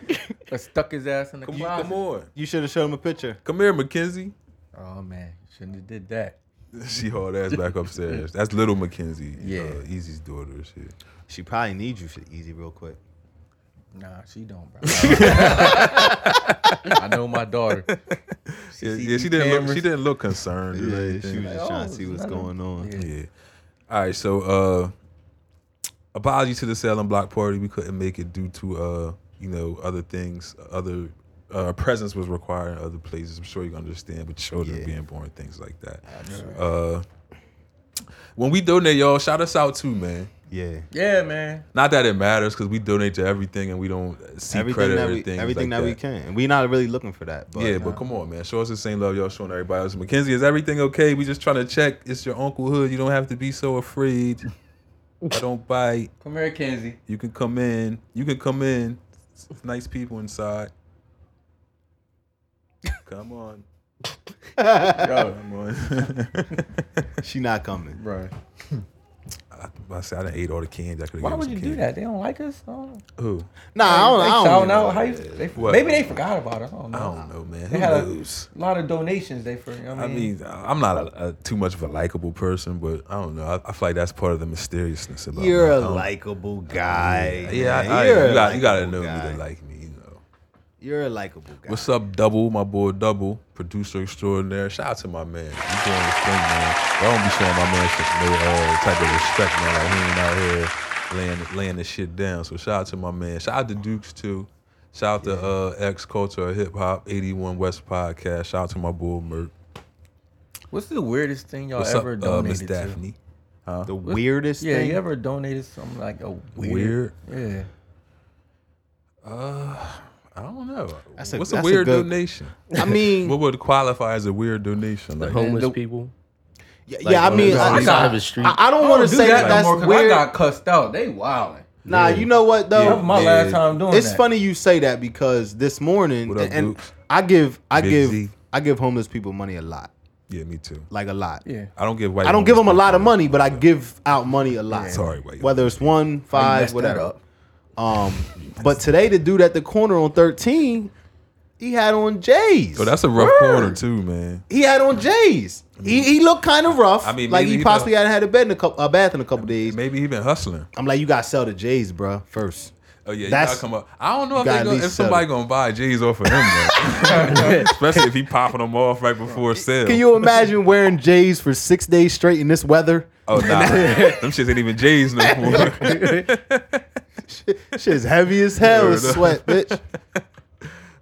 Speaker 3: Uh, stuck his ass in the
Speaker 1: Come on,
Speaker 3: closet.
Speaker 1: come on,
Speaker 2: You should have showed him a picture.
Speaker 1: come here, Mackenzie.
Speaker 3: Oh man, shouldn't have did that.
Speaker 1: She hauled ass back upstairs. That's little Mackenzie.
Speaker 3: Yeah.
Speaker 1: uh, Easy's daughter. and Shit.
Speaker 2: She probably needs you for easy real quick.
Speaker 3: Nah, she don't, bro. I know my daughter.
Speaker 1: Yeah,
Speaker 3: see
Speaker 1: yeah, she
Speaker 3: these
Speaker 1: didn't. Look,
Speaker 3: cameras?
Speaker 1: she didn't look concerned. or
Speaker 2: Yeah,
Speaker 1: anything.
Speaker 2: she was just
Speaker 3: oh,
Speaker 2: trying to see
Speaker 3: it's
Speaker 2: what's
Speaker 3: not a-
Speaker 2: going on.
Speaker 1: Yeah. All right. So, uh, apology to the Salem Block Party. We couldn't make it due to, uh, you know, other things. Other uh, presence was required in other places. I'm sure you understand with children
Speaker 2: Yeah.
Speaker 1: being born, things like that. Uh, when we donate, y'all, shout us out too, man.
Speaker 2: Yeah.
Speaker 3: Yeah, man.
Speaker 1: Not that it matters because we donate to everything and we don't see
Speaker 2: Everything
Speaker 1: credit
Speaker 2: that
Speaker 1: or
Speaker 2: we
Speaker 1: things
Speaker 2: everything
Speaker 1: like
Speaker 2: that we can. And we not really looking for that. But
Speaker 1: yeah, but come on, man. Show us the same love y'all showing everybody else. Mackenzie, is everything okay? We just trying to check. It's your Uncle Hood. You don't have to be so afraid. I don't bite.
Speaker 3: Come here, Kenzie.
Speaker 1: You can come in. You can come in. It's nice people inside. Come on.
Speaker 3: Yo,
Speaker 1: Come on.
Speaker 2: she not coming.
Speaker 3: bro.
Speaker 1: I, I said I done ate all the candy. I could
Speaker 3: Why would you do that? They don't like us. I don't-
Speaker 1: Who?
Speaker 2: Nah, I don't,
Speaker 3: they
Speaker 2: I don't
Speaker 3: shouting
Speaker 2: know.
Speaker 3: out. How you, they,
Speaker 1: What?
Speaker 3: maybe they forgot about us. I don't know.
Speaker 1: I don't know, man. Who
Speaker 3: They had a-
Speaker 1: knows?
Speaker 3: A lot of donations they for. I mean,
Speaker 1: I mean, I'm not a, a, too much of a likable person, but I don't know. I, I feel like that's part of the mysteriousness about
Speaker 2: You're
Speaker 1: me. I
Speaker 2: a
Speaker 1: don't-
Speaker 2: likable guy.
Speaker 1: Yeah, I,
Speaker 2: man.
Speaker 1: I,
Speaker 2: You're a
Speaker 1: you, got, you gotta
Speaker 2: likable
Speaker 1: know
Speaker 2: guy.
Speaker 1: me to like me, you know.
Speaker 2: You're a likable guy.
Speaker 1: What's up, Double? My boy Double, producer extraordinaire. Shout out to my man. You doing this thing, man. Y'all don't be showing my man shit, no uh, type of respect, man. Like he ain't out here laying laying this shit down. So shout out to my man. Shout out to Dukes too. Shout out to uh, X Culture of Hip Hop 81 West Podcast. Shout out to my boy Merk.
Speaker 3: what's the weirdest thing y'all
Speaker 1: What's up,
Speaker 3: ever
Speaker 1: uh, Miss
Speaker 3: donated to?
Speaker 1: Daphne?
Speaker 2: the weirdest
Speaker 3: Yeah,
Speaker 2: thing?
Speaker 3: you ever donated something like a weird?
Speaker 1: Weird.
Speaker 3: Yeah.
Speaker 1: I don't know.
Speaker 2: That's a-
Speaker 1: What's
Speaker 2: that's
Speaker 1: a
Speaker 2: a
Speaker 1: weird
Speaker 2: good- Mm.
Speaker 1: donation?
Speaker 2: I mean,
Speaker 1: What would qualify as a weird donation?
Speaker 4: The
Speaker 1: Like,
Speaker 4: homeless
Speaker 3: the-
Speaker 4: people.
Speaker 2: yeah,
Speaker 4: Like,
Speaker 2: Uh, yeah, I
Speaker 4: on
Speaker 2: mean,
Speaker 4: the
Speaker 2: I,
Speaker 3: I
Speaker 4: side
Speaker 3: got-
Speaker 4: of the street.
Speaker 2: I, I don't want to
Speaker 3: do
Speaker 2: say
Speaker 3: that
Speaker 2: that
Speaker 3: no
Speaker 2: that's
Speaker 3: more 'cause I
Speaker 2: weird.
Speaker 3: got cussed out. They wilding.
Speaker 2: nah, you know what though?
Speaker 3: That was my
Speaker 1: Yeah.
Speaker 3: last time doing
Speaker 2: it's
Speaker 3: that.
Speaker 2: funny you say that because this morning,
Speaker 1: What up,
Speaker 2: and
Speaker 1: Dukes?
Speaker 2: I give, I
Speaker 1: Big
Speaker 2: give,
Speaker 1: Z.
Speaker 2: I give homeless people money a lot,
Speaker 1: yeah, me too.
Speaker 2: like a lot.
Speaker 3: Yeah.
Speaker 1: I don't give white.
Speaker 2: I don't give them a
Speaker 1: homeless
Speaker 2: lot of money, but I give out money a lot.
Speaker 1: Sorry, white
Speaker 2: Whether it's one,
Speaker 3: I
Speaker 2: five,
Speaker 3: messed that
Speaker 2: whatever.
Speaker 3: up.
Speaker 2: Um, but today the dude at the corner on 13, he had on J's.
Speaker 1: people. Oh, that's a rough corner too, man.
Speaker 2: he had on J's. He, he looked kind of rough.
Speaker 1: I mean,
Speaker 2: like
Speaker 1: maybe
Speaker 2: he
Speaker 1: he
Speaker 2: possibly hadn't had a bed in a, couple, a bath in a couple days.
Speaker 1: Maybe he been hustling.
Speaker 2: I'm like, you gotta sell the J's, bruh, first.
Speaker 1: Oh yeah,
Speaker 2: That's-
Speaker 1: you gotta come up. I don't know if,
Speaker 2: gotta
Speaker 1: they
Speaker 2: at
Speaker 1: gonna,
Speaker 2: least
Speaker 1: if somebody gonna buy J's off of him, though. especially if he popping them off right before sale.
Speaker 2: Can you imagine wearing J's for six days straight in this weather?
Speaker 1: oh nah, them shits ain't even J's no more.
Speaker 2: Shit's heavy as hell. It's
Speaker 1: Word up.
Speaker 2: sweat, bitch.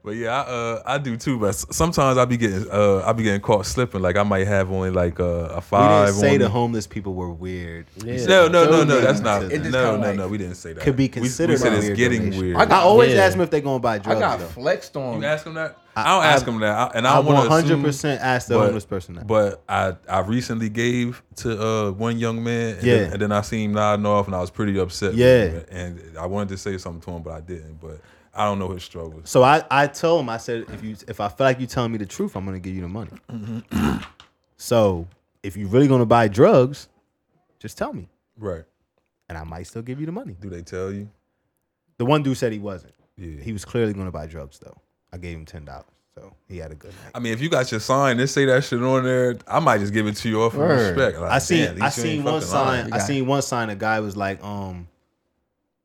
Speaker 1: But yeah, I, uh, I do too. But s- sometimes I be getting uh, I be getting caught slipping. Like I might have only like uh, a
Speaker 2: We
Speaker 1: five.
Speaker 2: didn't say
Speaker 1: on
Speaker 2: the
Speaker 1: me.
Speaker 2: homeless people were weird.
Speaker 4: Yeah.
Speaker 1: No, no, no, no.
Speaker 2: Donated
Speaker 1: That's not.
Speaker 2: to
Speaker 1: No,
Speaker 3: It just
Speaker 1: no,
Speaker 3: kinda like
Speaker 1: no. We didn't say that.
Speaker 2: Could be
Speaker 1: We-
Speaker 2: considered
Speaker 1: We, said
Speaker 2: a
Speaker 1: it's
Speaker 2: weird
Speaker 1: getting
Speaker 2: donation.
Speaker 1: weird.
Speaker 3: I
Speaker 2: I always
Speaker 4: Yeah.
Speaker 2: ask them if they're gonna buy
Speaker 3: I
Speaker 2: drugs.
Speaker 3: got
Speaker 2: though.
Speaker 3: flexed on.
Speaker 1: You ask him that?
Speaker 2: I-
Speaker 1: I, don't
Speaker 2: I-
Speaker 1: ask him that, I, and I
Speaker 2: I
Speaker 1: don't want to
Speaker 2: 100 percent ask the homeless person that.
Speaker 1: But I, I recently gave to uh, one young man, and,
Speaker 2: Yeah.
Speaker 1: then, and then I seen him nodding off, and I was pretty upset. with
Speaker 2: Yeah.
Speaker 1: him. and I wanted to say something to him, but I didn't. But I don't know his struggles.
Speaker 2: So I, I told him I said if you if I feel like you telling me the truth, I'm gonna give you the money.
Speaker 1: Mm-hmm.
Speaker 2: so if you're really gonna buy drugs, just tell me,
Speaker 1: Right?
Speaker 2: and I might still give you the money.
Speaker 1: Do they tell you?
Speaker 2: The one dude said he wasn't.
Speaker 1: Yeah.
Speaker 2: He was clearly gonna buy drugs though. I gave him ten dollars, so he had a good night.
Speaker 1: I mean, if you got your sign and say that shit on there, I might just give it to you off of
Speaker 3: Word.
Speaker 1: respect. Like,
Speaker 2: I seen
Speaker 1: damn, at
Speaker 2: I
Speaker 1: least you ain't
Speaker 2: seen one
Speaker 1: fucking lying.
Speaker 2: sign.
Speaker 3: You
Speaker 2: I
Speaker 3: got
Speaker 2: seen one sign. A guy was like, um,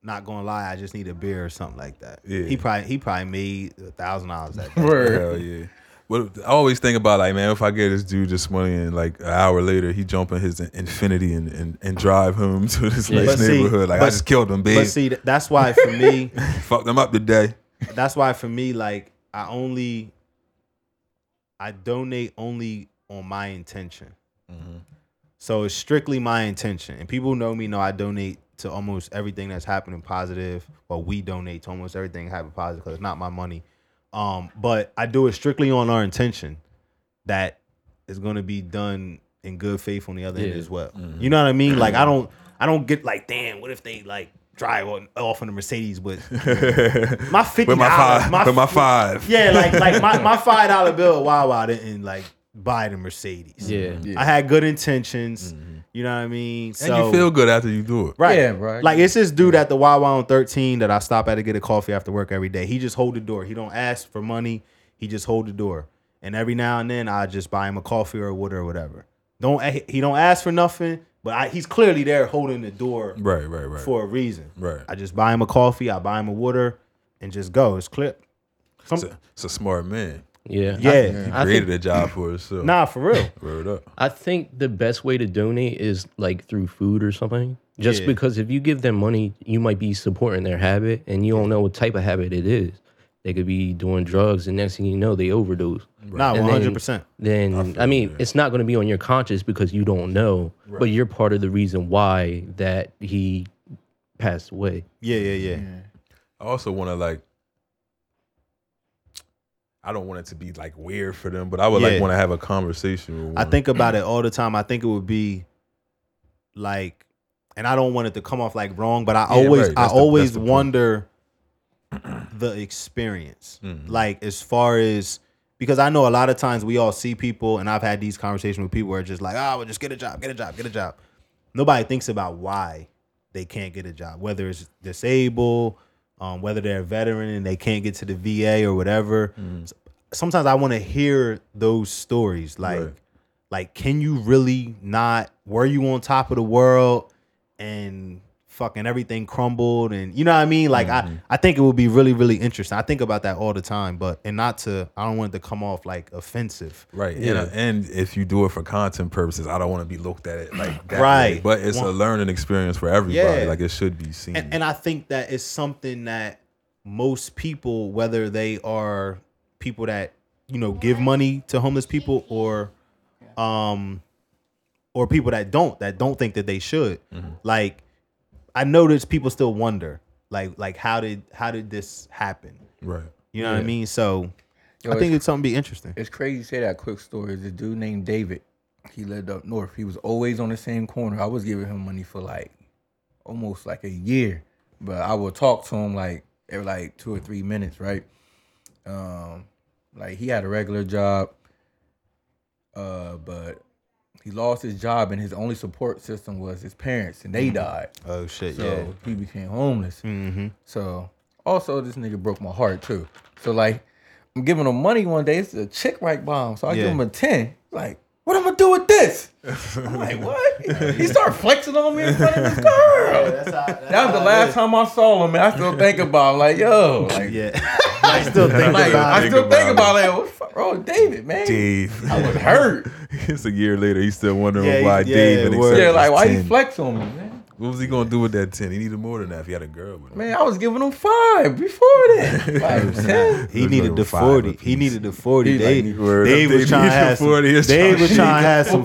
Speaker 2: not gonna lie, I just need a beer or something like that.
Speaker 1: Yeah.
Speaker 2: He probably he probably made a thousand dollars that day.
Speaker 3: Word.
Speaker 1: Hell yeah. But I always think about like, man, if I get this dude this money and like an hour later he jump in his infinity and, and, and drive home to this
Speaker 2: But
Speaker 1: next
Speaker 2: see-
Speaker 1: neighborhood. Like I
Speaker 2: but-
Speaker 1: just killed him,
Speaker 2: But
Speaker 1: babe.
Speaker 2: see, th- that's why for me,
Speaker 1: Fucked him up today.
Speaker 2: that's why for me, like I only, I donate only on my intention. So it's strictly my intention, and people who know me know I donate to almost everything that's happening positive, or we donate to almost everything happening positive because it's not my money. Um, but I do it strictly on our intention that is going to be done in good faith on the other end
Speaker 4: Yeah.
Speaker 2: as well. You know what I mean? Like I don't, I don't get like, damn, what if they like drive on, off in a Mercedes with my fifty
Speaker 1: With my
Speaker 2: dollars,
Speaker 1: five. with my five.
Speaker 2: yeah, like like my, my five dollar bill at Wawa didn't like buy the Mercedes.
Speaker 4: Yeah.
Speaker 3: Yeah.
Speaker 2: I had good intentions. You know what I mean?
Speaker 1: And you feel good after you do it.
Speaker 2: right,
Speaker 3: Yeah, bro.
Speaker 2: Like it's this dude at the Wawa on 13 that I stop at to get a coffee after work every day. He just hold the door. He don't ask for money. He just hold the door. And every now and then I just buy him a coffee or water or whatever. Don't a- he don't ask for nothing, but I, he's clearly there holding the door
Speaker 1: Right, right, right.
Speaker 2: for a reason.
Speaker 1: Right.
Speaker 2: I just buy him a coffee. I buy him a water, and just go. It's clip. Some-
Speaker 1: It's a, it's a smart man.
Speaker 4: Yeah.
Speaker 2: yeah,
Speaker 1: He
Speaker 4: I
Speaker 1: created a job for himself.
Speaker 2: nah, for real.
Speaker 1: Word up.
Speaker 4: I think the best way to donate is like through food or something. Just
Speaker 2: Yeah.
Speaker 4: because if you give them money, you might be supporting their habit and you don't know what type of habit it is. They could be doing drugs and next thing you know, they overdose.
Speaker 2: Nah,
Speaker 4: And
Speaker 2: one
Speaker 4: then-
Speaker 2: hundred percent.
Speaker 4: Then, I, mean, it's not going to be on your conscience because you don't know, but you're part of the reason why that he passed away.
Speaker 2: Yeah, yeah, yeah.
Speaker 1: I also want to like. I don't want it to be like weird for them, but I would
Speaker 2: Yeah.
Speaker 1: like want to have a conversation. With
Speaker 2: I
Speaker 1: one.
Speaker 2: think about it all the time. I think it would be like, and I don't want it to come off like wrong, but I
Speaker 1: Yeah,
Speaker 2: always,
Speaker 1: right.
Speaker 2: I
Speaker 1: That's the-
Speaker 2: always
Speaker 1: that's the point.
Speaker 2: wonder the experience.
Speaker 1: Mhm.
Speaker 2: Like as far as because I know a lot of times we all see people, and I've had these conversations with people where it's just like, oh, well, just get a job, get a job, get a job. Nobody thinks about why they can't get a job, whether it's disabled, um, whether they're a veteran and they can't get to the VA or whatever.
Speaker 1: Mm-hmm.
Speaker 2: S- Sometimes I want to hear those stories, like,
Speaker 1: Right.
Speaker 2: like, can you really not? Were you on top of the world and fucking everything crumbled? And you know what I mean? Like, I I think it would be really really interesting. I think about that all the time, but and not to I don't want it to come off like offensive.
Speaker 1: Right.
Speaker 2: Yeah.
Speaker 1: And, and if you do it for content purposes, I don't want to be looked at it like that.
Speaker 2: Right.
Speaker 1: Way. But it's a
Speaker 2: One-
Speaker 1: learning experience for everybody.
Speaker 2: Yeah.
Speaker 1: Like it should be seen.
Speaker 2: and, and I think that is something that most people, whether they are people that you know give money to homeless people or, um, or people that don't that don't think that they should, like I notice people still wonder, like like how did how did this happen?
Speaker 1: right.
Speaker 2: You know what I mean? So
Speaker 3: Yo,
Speaker 2: I think it's something to be interesting.
Speaker 3: It's crazy to say that quick story. There's a dude named David. He lived up north. He was always on the same corner. I was giving him money for like almost like a year. But I would talk to him like every like two or three minutes, right? Um, like he had a regular job. Uh, but he lost his job and his only support system was his parents and they died.
Speaker 2: Oh shit!
Speaker 3: So he became homeless. So also this nigga broke my heart too. So like I'm giving him money one day. It's a chick right bomb. So I
Speaker 2: Yeah.
Speaker 3: give him a 10. Like, what am I gonna do with this? I'm like, what? he started flexing on me in front of this girl. that was the last time I saw him, man. I still think about him. Like, yo, like,
Speaker 2: Yeah, I still think
Speaker 3: like,
Speaker 2: about
Speaker 3: I
Speaker 2: it.
Speaker 1: Think
Speaker 3: still think
Speaker 1: about
Speaker 3: about it. Like, what the fuck wrong with David, man?
Speaker 1: Dave.
Speaker 3: I was hurt.
Speaker 1: it's a year later. He's still wondering
Speaker 2: Yeah, he-
Speaker 1: why
Speaker 2: yeah,
Speaker 1: Dave and
Speaker 2: word.
Speaker 1: accepted
Speaker 3: Yeah, like,
Speaker 1: his
Speaker 3: why he
Speaker 1: 10.
Speaker 3: flex on me, man?
Speaker 1: What was he gonna do with that ten? He needed more than that. If he had a girl with him.
Speaker 3: Man, I was giving him five before that. Like, 10.
Speaker 2: He
Speaker 1: Looks
Speaker 2: needed
Speaker 1: like
Speaker 2: the
Speaker 1: five
Speaker 2: forty. He
Speaker 1: apiece.
Speaker 2: needed the forty.
Speaker 3: He's like,
Speaker 2: Dave,
Speaker 1: word
Speaker 2: Dave
Speaker 1: up,
Speaker 2: was
Speaker 1: Dave
Speaker 2: trying to
Speaker 1: needs your
Speaker 2: have some.
Speaker 1: 40, it's
Speaker 2: Dave
Speaker 1: time
Speaker 2: was
Speaker 1: to
Speaker 2: trying to have some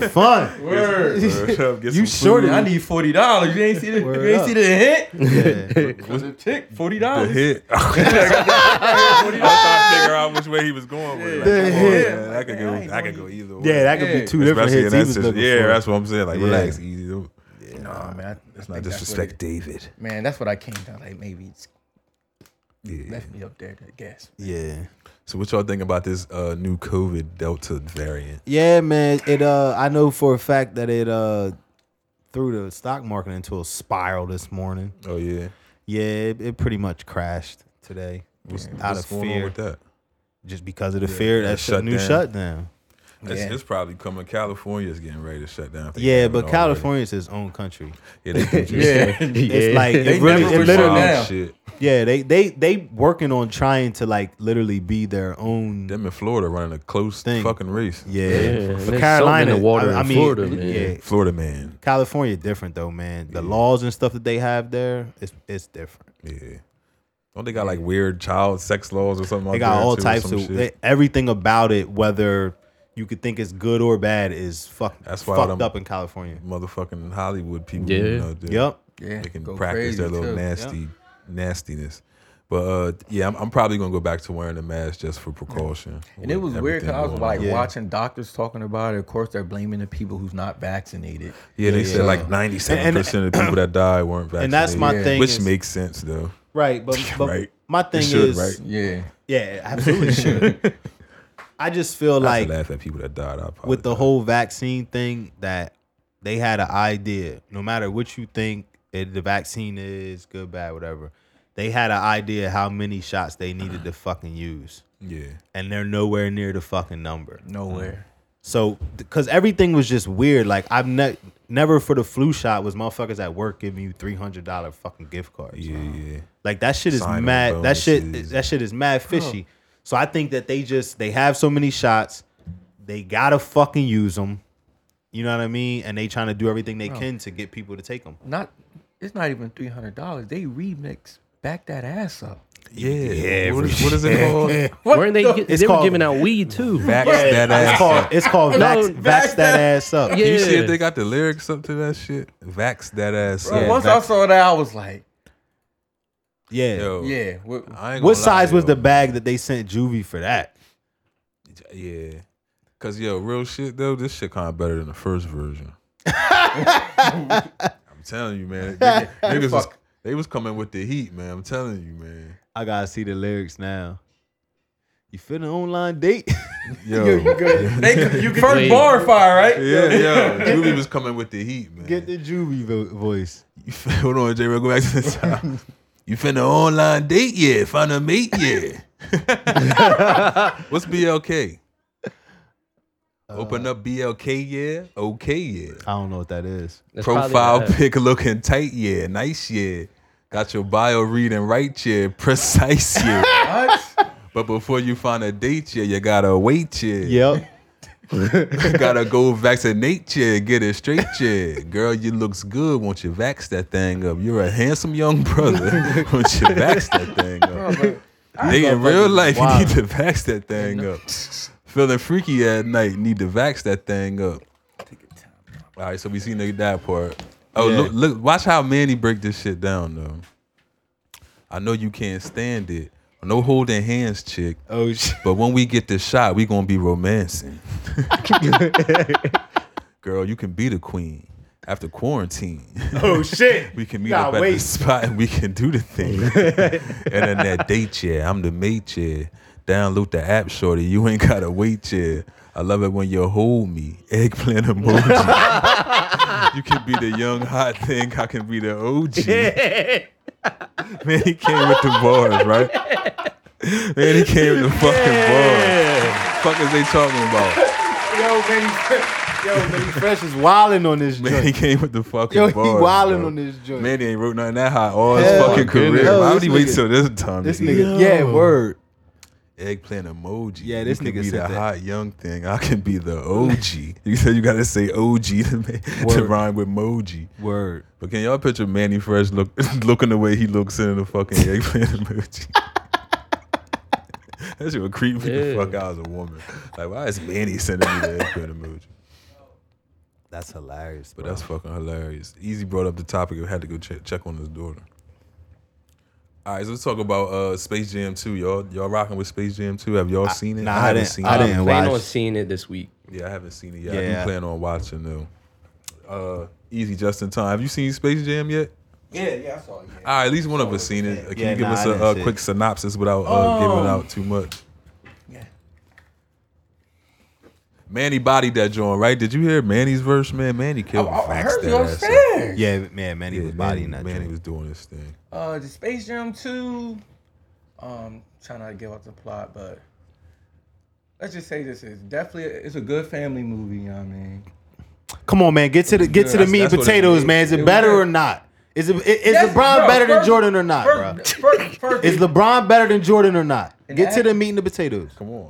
Speaker 2: fun.
Speaker 3: Word.
Speaker 1: Word up, get
Speaker 2: You
Speaker 1: some
Speaker 2: shorted
Speaker 1: food.
Speaker 3: I need forty dollars. You ain't see the
Speaker 2: Word
Speaker 3: you ain't
Speaker 2: up.
Speaker 3: see the hint.
Speaker 2: Yeah.
Speaker 3: Was a tick forty
Speaker 1: the
Speaker 3: dollars.
Speaker 1: hit. I was trying to figure out which way he was going with it. Like,
Speaker 2: The
Speaker 1: come on,
Speaker 2: hit.
Speaker 1: man, that could
Speaker 3: Yeah, I
Speaker 1: go.
Speaker 3: ain't
Speaker 1: That could
Speaker 3: know
Speaker 1: go either way.
Speaker 2: Yeah, that could be
Speaker 3: Yeah.
Speaker 2: two different
Speaker 1: Especially in
Speaker 2: hits he
Speaker 1: that
Speaker 2: was
Speaker 1: situation.
Speaker 2: looking
Speaker 1: Yeah,
Speaker 2: for.
Speaker 1: that's what I'm saying. Like,
Speaker 2: Yeah.
Speaker 1: relax, easy. Don't-
Speaker 3: Nah, man,
Speaker 1: Let's
Speaker 3: I- I
Speaker 1: not
Speaker 3: think that's
Speaker 1: disrespect
Speaker 3: what it-
Speaker 1: David.
Speaker 3: Man, that's what I came down. Like maybe it's
Speaker 1: Yeah.
Speaker 3: left me up there to guess.
Speaker 2: yeah.
Speaker 1: So what y'all think about this uh, new COVID Delta variant?
Speaker 2: Yeah, man. It uh I know for a fact that it uh threw the stock market into a spiral this morning.
Speaker 1: Oh yeah,
Speaker 2: Yeah, it, it pretty much crashed today.
Speaker 1: what's,
Speaker 2: Out
Speaker 1: what's
Speaker 2: of
Speaker 1: going
Speaker 2: fear.
Speaker 1: on with that?
Speaker 2: Just because of the fear
Speaker 1: that
Speaker 2: that shut new
Speaker 1: shutdown.
Speaker 2: shutdown.
Speaker 1: It's,
Speaker 3: Yeah.
Speaker 1: it's probably coming. California's getting ready to shut down. They
Speaker 2: Yeah,
Speaker 1: haven't
Speaker 2: but
Speaker 1: already.
Speaker 2: California is its own country.
Speaker 1: Yeah, they do just
Speaker 2: It's like
Speaker 3: They
Speaker 2: it really
Speaker 3: never
Speaker 2: it
Speaker 3: was
Speaker 2: literally
Speaker 3: shut down.
Speaker 1: wild shit.
Speaker 2: Yeah, they they they working on trying to like literally be their own
Speaker 1: Them in Florida running a close
Speaker 2: Thing.
Speaker 1: fucking race.
Speaker 2: Yeah.
Speaker 4: Yeah,
Speaker 2: For
Speaker 4: there's
Speaker 2: Carolina,
Speaker 4: something in the water
Speaker 2: I, I
Speaker 4: in
Speaker 2: mean,
Speaker 4: Florida, man.
Speaker 2: yeah,
Speaker 1: Florida man.
Speaker 2: California different though, man. The laws and stuff that they have there, it's it's different.
Speaker 1: Yeah. Don't they got like weird child sex laws or something?
Speaker 2: They
Speaker 1: out
Speaker 2: got
Speaker 1: there,
Speaker 2: all
Speaker 1: too, or
Speaker 2: types
Speaker 1: some
Speaker 2: of
Speaker 1: shit?
Speaker 2: they, everything about it, whether you could think it's good or bad, is fuck,
Speaker 1: That's why
Speaker 2: fucked
Speaker 1: them-
Speaker 2: up in California.
Speaker 1: motherfucking Hollywood people.
Speaker 4: Yeah.
Speaker 1: you know, they-
Speaker 2: Yep.
Speaker 3: Yeah,
Speaker 1: They can
Speaker 3: go
Speaker 1: practice their
Speaker 3: crazy,
Speaker 1: little
Speaker 3: too.
Speaker 1: nasty nastiness. But uh, yeah, I'm, I'm probably gonna go back to wearing a mask just for precaution.
Speaker 3: And it was weird because I was like
Speaker 2: Yeah.
Speaker 3: watching doctors talking about it. Of course, they're blaming the people who's not vaccinated.
Speaker 1: yeah, they said
Speaker 2: yeah.
Speaker 1: like 97 percent of the people that died weren't vaccinated.
Speaker 2: And that's my
Speaker 3: Yeah.
Speaker 2: thing.
Speaker 1: which
Speaker 2: is-
Speaker 1: makes sense though.
Speaker 2: right, but, but
Speaker 1: Right.
Speaker 2: my thing
Speaker 1: should,
Speaker 2: is
Speaker 1: right?
Speaker 3: Yeah,
Speaker 2: yeah, absolutely should. I just feel
Speaker 1: I
Speaker 2: like
Speaker 1: should laugh at people that died. I apologize.
Speaker 2: with the whole vaccine thing that they had an idea. No matter what you think it, the vaccine is, good, bad, whatever, they had an idea how many shots they needed to fucking use,
Speaker 1: yeah,
Speaker 2: and they're nowhere near the fucking number.
Speaker 3: nowhere.
Speaker 1: Mm.
Speaker 2: So, because everything was just weird. Like I've ne- never for the flu shot was motherfuckers at work giving you three hundred dollar fucking gift cards.
Speaker 1: yeah, yeah.
Speaker 2: Like that shit is
Speaker 1: Sign-on
Speaker 2: mad. That shit.
Speaker 1: bonuses.
Speaker 2: That shit is mad fishy. So I think that they just they have so many shots, they gotta fucking use them. You know what I mean? And they trying to do everything they can to get people to take them.
Speaker 3: Not it's not even three hundred dollars. They remix back that ass up.
Speaker 1: Yeah.
Speaker 2: Yeah,
Speaker 1: what,
Speaker 2: for
Speaker 1: is, what is it called?
Speaker 4: Weren't they? gi-
Speaker 2: It's
Speaker 4: they were
Speaker 2: called-
Speaker 4: giving out weed too.
Speaker 1: Vax that
Speaker 2: It's
Speaker 1: ass.
Speaker 2: called it's called
Speaker 4: No,
Speaker 2: vax, vax that ass up.
Speaker 4: Yeah.
Speaker 1: Can you see if they got the lyrics up to that shit? Vax that ass.
Speaker 3: Bro,
Speaker 1: up.
Speaker 3: once I
Speaker 2: back-
Speaker 3: saw that, I was like,
Speaker 2: Yeah.
Speaker 1: Yo,
Speaker 3: yeah. What,
Speaker 1: I ain't
Speaker 2: What
Speaker 1: gonna
Speaker 2: size
Speaker 1: lie,
Speaker 2: was
Speaker 1: yo.
Speaker 2: the bag that they sent Juvie for that?
Speaker 1: Yeah. Cause yo, real shit though, this shit kinda better than the first version. I'm telling you, man. Niggas, niggas was, they was coming with the heat, man. I'm telling you, man.
Speaker 2: I gotta see the lyrics now. You fit an online date?
Speaker 1: Yo,
Speaker 3: they, you first
Speaker 4: Wait.
Speaker 3: bar fire, right?
Speaker 1: yeah, yo. Juvie was coming with the heat, man.
Speaker 2: Get the Juvie vo- voice.
Speaker 1: You fin- Hold on, J. Real, go back to the top. You finna online date, yeah. Find a mate, yeah. What's BLK? Open up BLK, yeah. Okay, yeah.
Speaker 2: I don't know what that is.
Speaker 4: That's probably
Speaker 1: Profile
Speaker 4: that.
Speaker 1: pic looking tight, yeah. Nice, yeah. Got your bio reading right, yeah. Precise, yeah.
Speaker 3: What?
Speaker 1: but before you find a date, yeah, you gotta wait, yeah.
Speaker 2: Yep.
Speaker 1: You gotta go vaccinate you, get it straight you. Girl, you looks good. Won't you vax that thing up? You're a handsome young brother. Won't you vax that thing up? Nigga, in real life, you need to vax that thing up. Feeling freaky at night, need to vax that thing up. All right, so we seen the- that part. Oh,
Speaker 2: Yeah.
Speaker 1: look, look, watch how Manny break this shit down though. I know you can't stand it. No holding hands, chick.
Speaker 2: Oh shit.
Speaker 1: But when we get this shot, we gonna be romancing. Girl, you can be the queen after quarantine.
Speaker 2: Oh shit.
Speaker 1: We can meet
Speaker 2: Nah,
Speaker 1: up at
Speaker 2: wait.
Speaker 1: the spot and we can do the thing. and then that date, yeah, I'm the mate, yeah. Download the app, shorty. You ain't gotta wait, yeah. I love it when you hold me. Eggplant emoji. you can be the young hot thing. I can be the OG. Man, he came with the bars, right? Man, he came with the fucking bars. Fuck is they talking about?
Speaker 2: Yo, Manny Fresh. Yo, Manny Fresh is wilding on this
Speaker 1: Man, he
Speaker 2: joint.
Speaker 1: came with the fucking
Speaker 2: Yo, he
Speaker 1: bars.
Speaker 2: wilding
Speaker 1: bro.
Speaker 2: on this joint.
Speaker 1: Man, he ain't wrote nothing that high all his
Speaker 2: Hell
Speaker 1: fucking
Speaker 2: Oh, my
Speaker 1: career.
Speaker 2: goodness. Yo,
Speaker 1: Why would
Speaker 2: this
Speaker 1: he wait
Speaker 2: nigga-
Speaker 1: till this time?
Speaker 2: This
Speaker 1: to
Speaker 2: nigga.
Speaker 1: eat?
Speaker 2: Yeah, word.
Speaker 1: Eggplant emoji.
Speaker 2: Yeah, this
Speaker 1: you can
Speaker 2: nigga
Speaker 1: be
Speaker 2: said
Speaker 1: the
Speaker 2: that.
Speaker 1: hot young thing. I can be the OG. you said you gotta say OG to, ma- to
Speaker 2: Word.
Speaker 1: rhyme with moji.
Speaker 2: Word.
Speaker 1: But can y'all picture Manny Fresh look looking the way he looks in the fucking eggplant emoji? that shit would creep me the
Speaker 4: Yeah.
Speaker 1: fuck out as a woman. Like, why is Manny sending me the eggplant emoji?
Speaker 2: That's hilarious.
Speaker 1: But that's fucking hilarious. Easy brought up the topic of had to go check, check on his daughter. All right, so let's talk about uh, Space Jam 2. Y'all y'all rocking with Space Jam 2? Have y'all seen it?
Speaker 2: nah, I didn't- I
Speaker 1: it.
Speaker 2: didn't
Speaker 4: I'm planning
Speaker 2: watch.
Speaker 4: on seeing it this week.
Speaker 1: Yeah, I haven't seen it yet. I do
Speaker 2: Yeah.
Speaker 1: plan on watching though. Uh, easy, just in time. Have you seen Space Jam yet?
Speaker 3: yeah, yeah, I saw it. Yeah.
Speaker 1: All right, at least one of us seen it. Can
Speaker 2: Yeah,
Speaker 1: you give
Speaker 2: nah,
Speaker 1: us
Speaker 2: I
Speaker 1: a
Speaker 2: didn't
Speaker 1: uh,
Speaker 2: see it. Oh.
Speaker 1: quick synopsis without uh, giving out too much?
Speaker 3: Yeah.
Speaker 1: Manny bodied that joint, right? Did you hear Manny's verse, man? Manny killed
Speaker 3: Oh, I,
Speaker 1: him.
Speaker 3: I
Speaker 1: Faxed
Speaker 3: heard you
Speaker 1: Oh, that ass up.
Speaker 3: upstairs.
Speaker 2: Yeah, man, Manny
Speaker 1: Yeah,
Speaker 2: was
Speaker 1: Manny,
Speaker 2: bodying that
Speaker 1: Manny
Speaker 2: joint.
Speaker 1: was doing his thing.
Speaker 3: Uh, the Space Jam 2. Um, trying not to give out the plot, but let's just say this is definitely it's a good family movie. You know what I mean,
Speaker 2: Come on, man, get to the get to the
Speaker 1: That's-
Speaker 2: meat and
Speaker 1: that's what it
Speaker 2: potatoes,
Speaker 1: is.
Speaker 2: man. Is
Speaker 3: It
Speaker 2: it
Speaker 3: was
Speaker 2: better
Speaker 3: good.
Speaker 2: or not? Is it is, is
Speaker 3: That's-
Speaker 2: LeBron
Speaker 3: bro,
Speaker 2: better than
Speaker 3: first-
Speaker 2: Jordan or not, bro?
Speaker 3: first, first, first,
Speaker 2: Is LeBron better than Jordan or not? Get
Speaker 3: that-
Speaker 2: to the meat and the potatoes.
Speaker 1: Come on,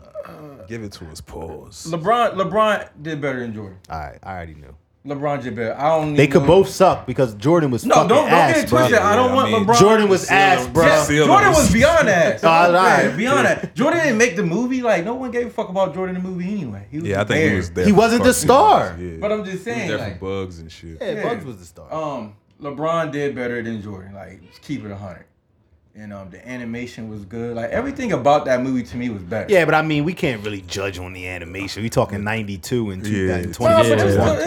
Speaker 1: give it to us. Pause.
Speaker 3: LeBron LeBron did better than Jordan.
Speaker 2: All right, I already knew.
Speaker 3: LeBron did better. I don't.
Speaker 2: They
Speaker 3: need
Speaker 2: could
Speaker 3: no-
Speaker 2: both suck because Jordan was
Speaker 3: No,
Speaker 2: fucking
Speaker 3: don't don't
Speaker 2: ass,
Speaker 3: get it
Speaker 2: bro.
Speaker 3: twisted. I don't
Speaker 1: Yeah, I
Speaker 3: want
Speaker 1: mean,
Speaker 3: LeBron.
Speaker 2: Jordan was ass, bro.
Speaker 3: Yeah,
Speaker 1: Seal
Speaker 3: Jordan
Speaker 1: him.
Speaker 3: was beyond that.
Speaker 2: All right.
Speaker 3: Yeah, Beyond that. Jordan didn't make the movie. Like no one gave a fuck about Jordan in the movie anyway. He was
Speaker 1: Yeah, I think
Speaker 3: there.
Speaker 1: he was there.
Speaker 2: He
Speaker 1: for
Speaker 2: wasn't the
Speaker 1: fucking-
Speaker 2: star.
Speaker 1: Yeah.
Speaker 3: But I'm just
Speaker 1: he was
Speaker 3: saying,
Speaker 1: there for
Speaker 3: like,
Speaker 1: bugs and shit.
Speaker 2: Yeah,
Speaker 3: Yeah.
Speaker 2: Bugs was the star.
Speaker 3: um, LeBron did better than Jordan. Like just keep it hundred. And um, the animation was good. Like everything about that movie to me was better.
Speaker 2: yeah, but I mean, we can't really judge on the animation. We talking '92 and
Speaker 1: Yeah,
Speaker 2: 2020.
Speaker 3: Well,
Speaker 4: Yeah.
Speaker 3: but it's still,
Speaker 2: Yeah.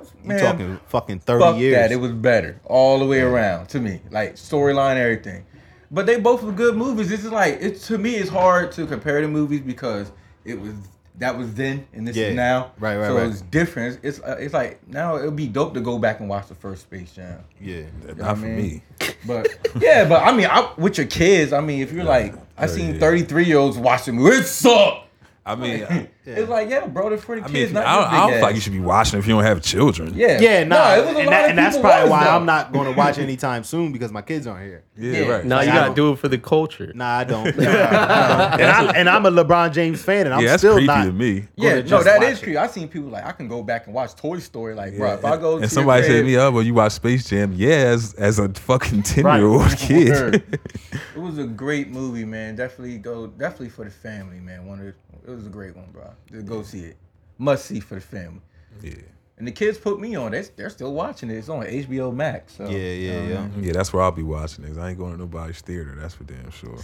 Speaker 3: it's still
Speaker 2: You
Speaker 3: man,
Speaker 2: talking fucking 30
Speaker 3: fuck
Speaker 2: years.
Speaker 3: that. It was better all the way around to me. Like storyline, everything. But they both were good movies. This is like it to me. It's hard to compare the movies because it was that was then and this
Speaker 2: Yeah.
Speaker 3: is now.
Speaker 2: Right, right,
Speaker 3: So
Speaker 2: right.
Speaker 3: it's different. It's uh, it's like now it would be dope to go back and watch the first Space Jam.
Speaker 2: yeah.
Speaker 1: Not for
Speaker 3: man.
Speaker 1: me.
Speaker 3: But yeah, but I mean, I, with your kids, I mean, if you're like, I seen
Speaker 1: yeah.
Speaker 3: 33 year olds watching me. It sucked.
Speaker 1: I mean, I,
Speaker 3: It's like, yeah, bro, they're for the
Speaker 1: I
Speaker 3: kids.
Speaker 1: mean, if you-
Speaker 3: not
Speaker 1: I
Speaker 3: your
Speaker 1: don't, I don't
Speaker 3: big
Speaker 1: feel like
Speaker 3: ass.
Speaker 1: you should be watching if you don't have children.
Speaker 3: Yeah,
Speaker 2: Yeah, nah,
Speaker 3: No, it was a
Speaker 2: and,
Speaker 3: lot
Speaker 2: that-
Speaker 3: of
Speaker 2: and that's
Speaker 3: people
Speaker 2: probably
Speaker 3: was,
Speaker 2: why
Speaker 3: though.
Speaker 2: I'm not going to watch anytime soon because my kids aren't here.
Speaker 1: yeah,
Speaker 3: Yeah.
Speaker 1: right.
Speaker 4: No, you
Speaker 2: I
Speaker 4: gotta
Speaker 2: don't-
Speaker 4: do it for the culture.
Speaker 2: Nah, I don't. Nah, I don't. and, I'm, and I'm a LeBron James fan, and I'm
Speaker 1: yeah, that's
Speaker 2: still
Speaker 1: creepy
Speaker 2: not.
Speaker 1: to me.
Speaker 2: gonna
Speaker 3: Yeah, no,
Speaker 2: just
Speaker 3: that
Speaker 2: watch
Speaker 3: is
Speaker 2: it.
Speaker 3: creepy. I seen people like I can go back and watch Toy Story. Like, bro,
Speaker 1: Yeah,
Speaker 3: if I go
Speaker 1: and,
Speaker 3: to
Speaker 1: and somebody
Speaker 3: your
Speaker 1: hit me
Speaker 3: crib,
Speaker 1: up, well, you watch Space Jam? Yeah, as, as a fucking ten year old kid.
Speaker 3: Word. it was a great movie, man. Definitely go, definitely for the family, man. One of the, it was a great one, bro. Just go see it. Must see for the family.
Speaker 1: yeah,
Speaker 3: And the kids put me on. They they're still watching it. It's on HBO Max. So,
Speaker 2: Yeah, yeah,
Speaker 3: um,
Speaker 2: yeah.
Speaker 1: yeah, that's where I'll be watching it. 'cause I ain't going to nobody's theater. That's for damn sure.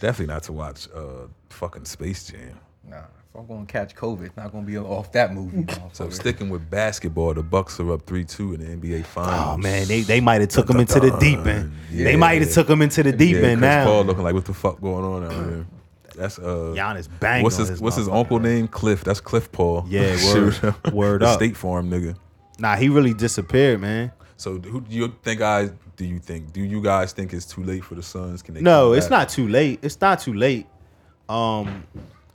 Speaker 1: Definitely not to watch uh fucking Space Jam.
Speaker 3: Nah, if I'm gonna catch COVID, it's not gonna be off that movie. motherfucker.
Speaker 1: So sticking with basketball, the Bucks are up three two in the NBA Finals.
Speaker 2: Oh man, they they might have took him into the deep end. They might have took him into the deep
Speaker 1: yeah,
Speaker 2: end
Speaker 1: Chris Paul
Speaker 2: now.
Speaker 1: looking like what the fuck going on out here. That's uh.
Speaker 2: Giannis banged
Speaker 1: What's
Speaker 2: on
Speaker 1: his,
Speaker 2: his
Speaker 1: What's his
Speaker 2: motherfucking
Speaker 1: uncle
Speaker 2: ass.
Speaker 1: name? Cliff. That's Cliff Paul.
Speaker 2: Yeah,
Speaker 1: Shoot.
Speaker 2: word- word
Speaker 1: The
Speaker 2: up.
Speaker 1: State Farm nigga.
Speaker 2: Nah, he really disappeared, man.
Speaker 1: So who do you think I do you think do you guys think it's too late for the Suns? Can they
Speaker 2: No,
Speaker 1: come
Speaker 2: it's
Speaker 1: back?
Speaker 2: not too late. It's not too late. Um,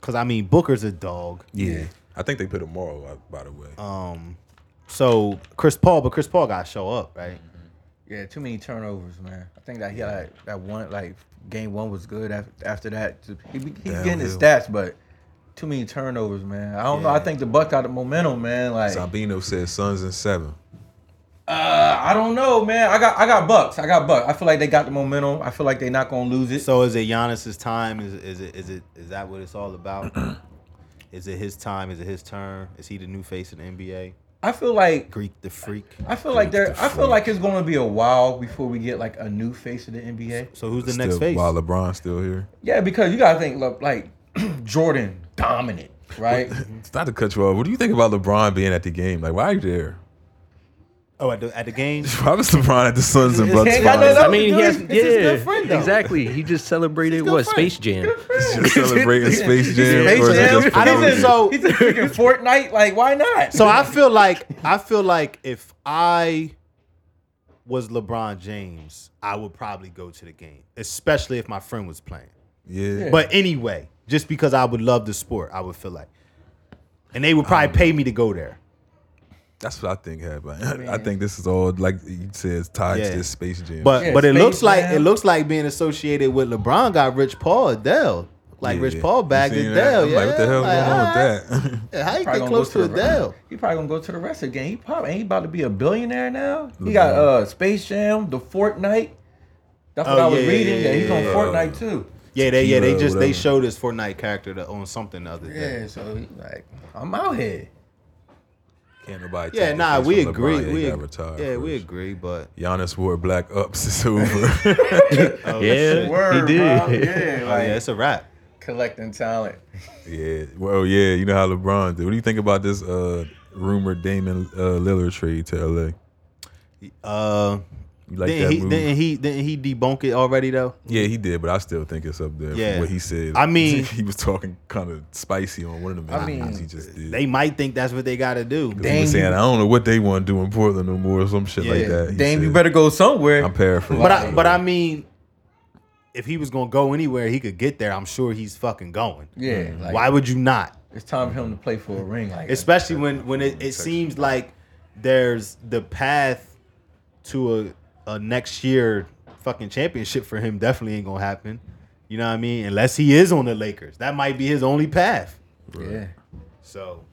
Speaker 2: cause I mean Booker's a dog.
Speaker 1: Yeah, I think they put tomorrow. uh, By the way,
Speaker 2: Um, so Chris Paul, but Chris Paul got to show up, right?
Speaker 3: Yeah, too many turnovers, man. I think that he had like, that one like game one was good. After, after that, he be- he's getting his
Speaker 1: Downhill.
Speaker 3: stats, but too many turnovers, man. I don't know. I think the Buck got the momentum, man. Like
Speaker 1: Zambino says Suns in seven.
Speaker 3: uh, I don't know, man. I got I got Bucks. I got Bucks. I feel like they got the momentum. I feel like they're not gonna lose it.
Speaker 2: So is it Giannis's time? Is is it is it is that what it's all about? is it his time? Is it his turn? Is he the new face of the NBA?
Speaker 3: I feel like
Speaker 2: Greek the freak.
Speaker 3: I feel like they're I feel like it's gonna be a while before we get like a new face of the NBA.
Speaker 2: So who's the
Speaker 1: Still-
Speaker 2: next face?
Speaker 1: While LeBron's still here.
Speaker 3: Yeah, because you gotta think look, like Jordan dominant, right?
Speaker 1: It's not to cut you off. What do you think about LeBron being at the game? Like, why are you there?
Speaker 2: Oh, at the, at the game.
Speaker 1: Why was LeBron at the Suns and
Speaker 3: His
Speaker 1: Bucks?
Speaker 3: hand got
Speaker 1: finals?
Speaker 3: that
Speaker 4: I
Speaker 3: up.
Speaker 4: mean, he
Speaker 3: Dude,
Speaker 4: has,
Speaker 3: it's- it's his
Speaker 4: yeah,
Speaker 3: good friend, though.
Speaker 4: exactly. He just celebrated what Space Jam.
Speaker 1: Just celebrating Space Jam.
Speaker 3: Space
Speaker 1: or is it
Speaker 3: Jam?
Speaker 1: just
Speaker 2: I don't
Speaker 1: Philadelphia?
Speaker 2: think so.
Speaker 3: He's a freaking Fortnite. Like, why not?
Speaker 2: So I feel like I feel like if I was LeBron James, I would probably go to the game, especially if my friend was playing.
Speaker 1: Yeah.
Speaker 2: But anyway, just because I would love the sport, I would feel like, and they would probably pay me to go there.
Speaker 1: That's what I think happened. I think this is all like you said, it's tied
Speaker 2: Yeah.
Speaker 1: to this Space Jam.
Speaker 2: But
Speaker 3: Yeah,
Speaker 2: but it
Speaker 3: Space
Speaker 2: looks like it
Speaker 3: Jam.
Speaker 2: looks like being associated with LeBron got Rich Paul Adele. Like
Speaker 1: Yeah.
Speaker 2: Rich Paul
Speaker 1: You
Speaker 2: bagged
Speaker 1: seen that?
Speaker 2: Adele.
Speaker 1: I'm
Speaker 2: Yeah.
Speaker 1: like, what the hell
Speaker 2: Like,
Speaker 1: going
Speaker 2: all right.
Speaker 1: on with that?
Speaker 2: Yeah, How you
Speaker 3: Probably
Speaker 2: get
Speaker 3: gonna
Speaker 2: close
Speaker 3: go
Speaker 2: to
Speaker 3: the-
Speaker 2: Adele?
Speaker 3: He probably gonna go to the rest of the game. He probably ain't about to be a billionaire now. He got uh Space Jam, the Fortnite. That's what
Speaker 2: Oh,
Speaker 3: I was
Speaker 2: yeah,
Speaker 3: reading.
Speaker 2: yeah,
Speaker 3: that he's
Speaker 2: yeah,
Speaker 3: on
Speaker 2: yeah.
Speaker 3: Fortnite too.
Speaker 2: Yeah, they yeah they
Speaker 1: Tequila,
Speaker 2: just they
Speaker 1: whatever.
Speaker 2: showed his Fortnite character to, on something the other day.
Speaker 3: Yeah, so he like, I'm out here.
Speaker 1: Can't nobody. take
Speaker 2: Yeah,
Speaker 1: the
Speaker 2: nah,
Speaker 1: face
Speaker 2: we
Speaker 1: from
Speaker 2: agree.
Speaker 1: LeBron. He
Speaker 2: we
Speaker 1: got
Speaker 2: ag-
Speaker 1: retired
Speaker 2: yeah, we
Speaker 1: first.
Speaker 2: agree, but
Speaker 1: Giannis wore black ups. It's over.
Speaker 2: oh,
Speaker 4: Yeah,
Speaker 2: shit.
Speaker 4: he
Speaker 3: Word, bro.
Speaker 4: did.
Speaker 3: Yeah,
Speaker 2: Oh,
Speaker 3: like
Speaker 2: yeah, it's a wrap.
Speaker 3: collecting talent.
Speaker 1: yeah. Well, yeah. You know how LeBron did. What do you think about this uh, rumored Damon uh, Lillard trade to LA?
Speaker 2: Uh,
Speaker 1: You like
Speaker 2: didn't
Speaker 1: that
Speaker 2: he
Speaker 1: move?
Speaker 2: didn't he didn't he debunk it already though?
Speaker 1: yeah, he did, but I still think it's up there. from
Speaker 2: Yeah.
Speaker 1: what he said.
Speaker 2: I mean-
Speaker 1: he was talking kind of spicy on one of the
Speaker 3: I mean,
Speaker 1: interviews he just did.
Speaker 2: They might think that's what they got to do.
Speaker 1: he was
Speaker 3: Dame,
Speaker 1: saying, I don't know what they want to do in Portland no more, or some shit
Speaker 2: Yeah.
Speaker 1: like that. He
Speaker 3: Dame, you
Speaker 1: said-
Speaker 3: better go somewhere.
Speaker 1: I'm paraphrasing.
Speaker 2: But I but I mean, if he was gonna go anywhere, he could get there. I'm sure he's fucking going.
Speaker 3: yeah, like,
Speaker 2: Mm, Why would you not?
Speaker 3: it's time for him to play for a ring. Like, that.
Speaker 2: Especially when when it, it seems like there's the path to a, a next year fucking championship for him definitely ain't gonna happen. You know what I mean? Unless he is on the Lakers, that might be his only path.
Speaker 3: yeah.
Speaker 2: So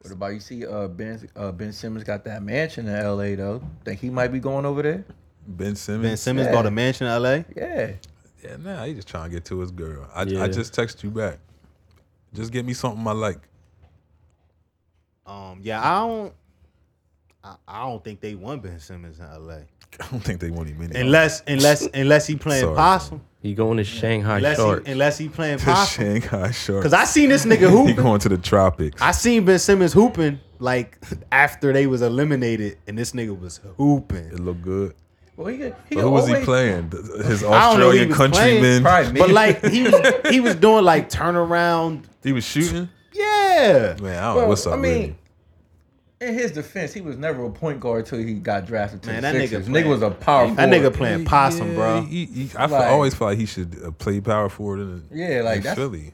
Speaker 3: What about you? See, uh, Ben uh, Ben Simmons got that mansion in L.A. Though. Think he might be going over there?
Speaker 1: Ben Simmons.
Speaker 2: Ben Simmons
Speaker 3: Yeah.
Speaker 2: bought a mansion in LA.
Speaker 3: Yeah.
Speaker 1: Yeah, nah, he just trying to get to his girl. I,
Speaker 4: Yeah.
Speaker 1: I just text you back. Just get me something I like.
Speaker 2: Um, yeah, I don't. I, I don't think they want Ben Simmons in LA
Speaker 1: I don't think they want him anymore.
Speaker 2: unless unless unless he playing
Speaker 1: Sorry,
Speaker 2: possum.
Speaker 4: He going to Shanghai
Speaker 2: Unless
Speaker 4: Sharks.
Speaker 2: he, unless he playing
Speaker 1: the
Speaker 2: possum.
Speaker 1: Shanghai Sharks.
Speaker 2: Cause I seen this nigga
Speaker 1: he
Speaker 2: hooping.
Speaker 1: going to the tropics.
Speaker 2: I seen Ben Simmons hooping like after they was eliminated, and this nigga was
Speaker 1: it
Speaker 2: hooping.
Speaker 1: looked good.
Speaker 3: Well, he could. He
Speaker 1: But
Speaker 3: could
Speaker 1: who was he
Speaker 3: always-
Speaker 1: playing? Th- His
Speaker 2: I don't know who he
Speaker 1: Australian
Speaker 2: was
Speaker 1: countrymen.
Speaker 2: playing.
Speaker 3: Probably me.
Speaker 2: But like he was he was doing like turnaround.
Speaker 1: He was shooting.
Speaker 2: Yeah,
Speaker 1: Man, I don't know
Speaker 3: Well,
Speaker 1: what's up
Speaker 3: I
Speaker 1: with
Speaker 3: mean,
Speaker 1: him.
Speaker 3: In his defense, he was never a point guard till he got drafted to
Speaker 2: Man,
Speaker 3: the
Speaker 2: that nigga
Speaker 3: Sixers. Nigga,
Speaker 2: playing-
Speaker 3: was a power
Speaker 2: That
Speaker 3: forward.
Speaker 2: nigga playing possum, bro.
Speaker 1: He, he- I f-
Speaker 3: Like-
Speaker 1: always felt like he should uh, play power forward in,
Speaker 3: Yeah, like,
Speaker 1: in
Speaker 3: that's-
Speaker 1: Philly.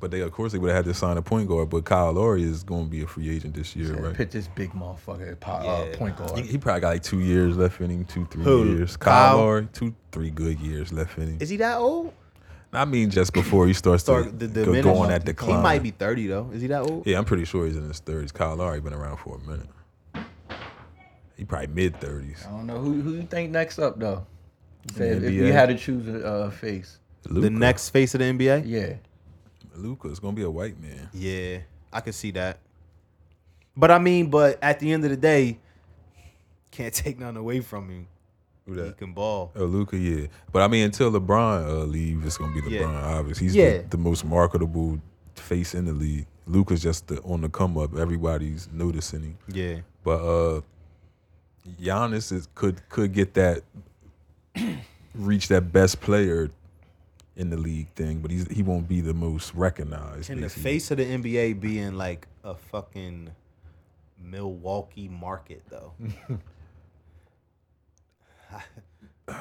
Speaker 1: But they, of course, they would have had to sign a point guard. But Kyle Lowry is going to be a free agent this year,
Speaker 3: Yeah,
Speaker 1: right?
Speaker 3: Pick this big motherfucker power, uh, point
Speaker 1: He,
Speaker 3: guard.
Speaker 1: he probably got like two years left in him, two, three
Speaker 2: Who?
Speaker 1: years. Kyle,
Speaker 2: Kyle?
Speaker 1: Lowry, two, three good years left in him.
Speaker 2: Is he that old?
Speaker 1: I mean, just before he starts
Speaker 2: Start
Speaker 1: to
Speaker 2: the,
Speaker 1: go-
Speaker 2: the
Speaker 1: go,
Speaker 2: minute-
Speaker 1: on that decline.
Speaker 2: He might be thirty though. Is he that old?
Speaker 1: Yeah, I'm pretty sure he's in his 30s. Kyle Lowry been around for a minute. He probably mid 30s.
Speaker 3: I don't know who who you think next up though. Say if,
Speaker 1: NBA?
Speaker 3: if you had to choose a uh, face,
Speaker 2: The next face of the NBA.
Speaker 3: yeah,
Speaker 1: Luca is gonna be a white man.
Speaker 2: Yeah, I can see that. But I mean, but at the end of the day, can't take nothing away from him.
Speaker 1: Who
Speaker 2: He
Speaker 1: that?
Speaker 2: can ball.
Speaker 1: Oh, Luca, yeah. But I mean, until LeBron uh, leaves, it's gonna be LeBron.
Speaker 2: Yeah.
Speaker 1: Obviously, he's
Speaker 2: Yeah.
Speaker 1: the, the most marketable face in the league. Luca's just the, on the come up. Everybody's noticing him.
Speaker 2: Yeah,
Speaker 1: But uh Giannis is, could could get that reach that best player in the league thing, but he's he won't be the most recognized.
Speaker 2: can the
Speaker 1: basically.
Speaker 2: face of the NBA be in like a fucking Milwaukee market though?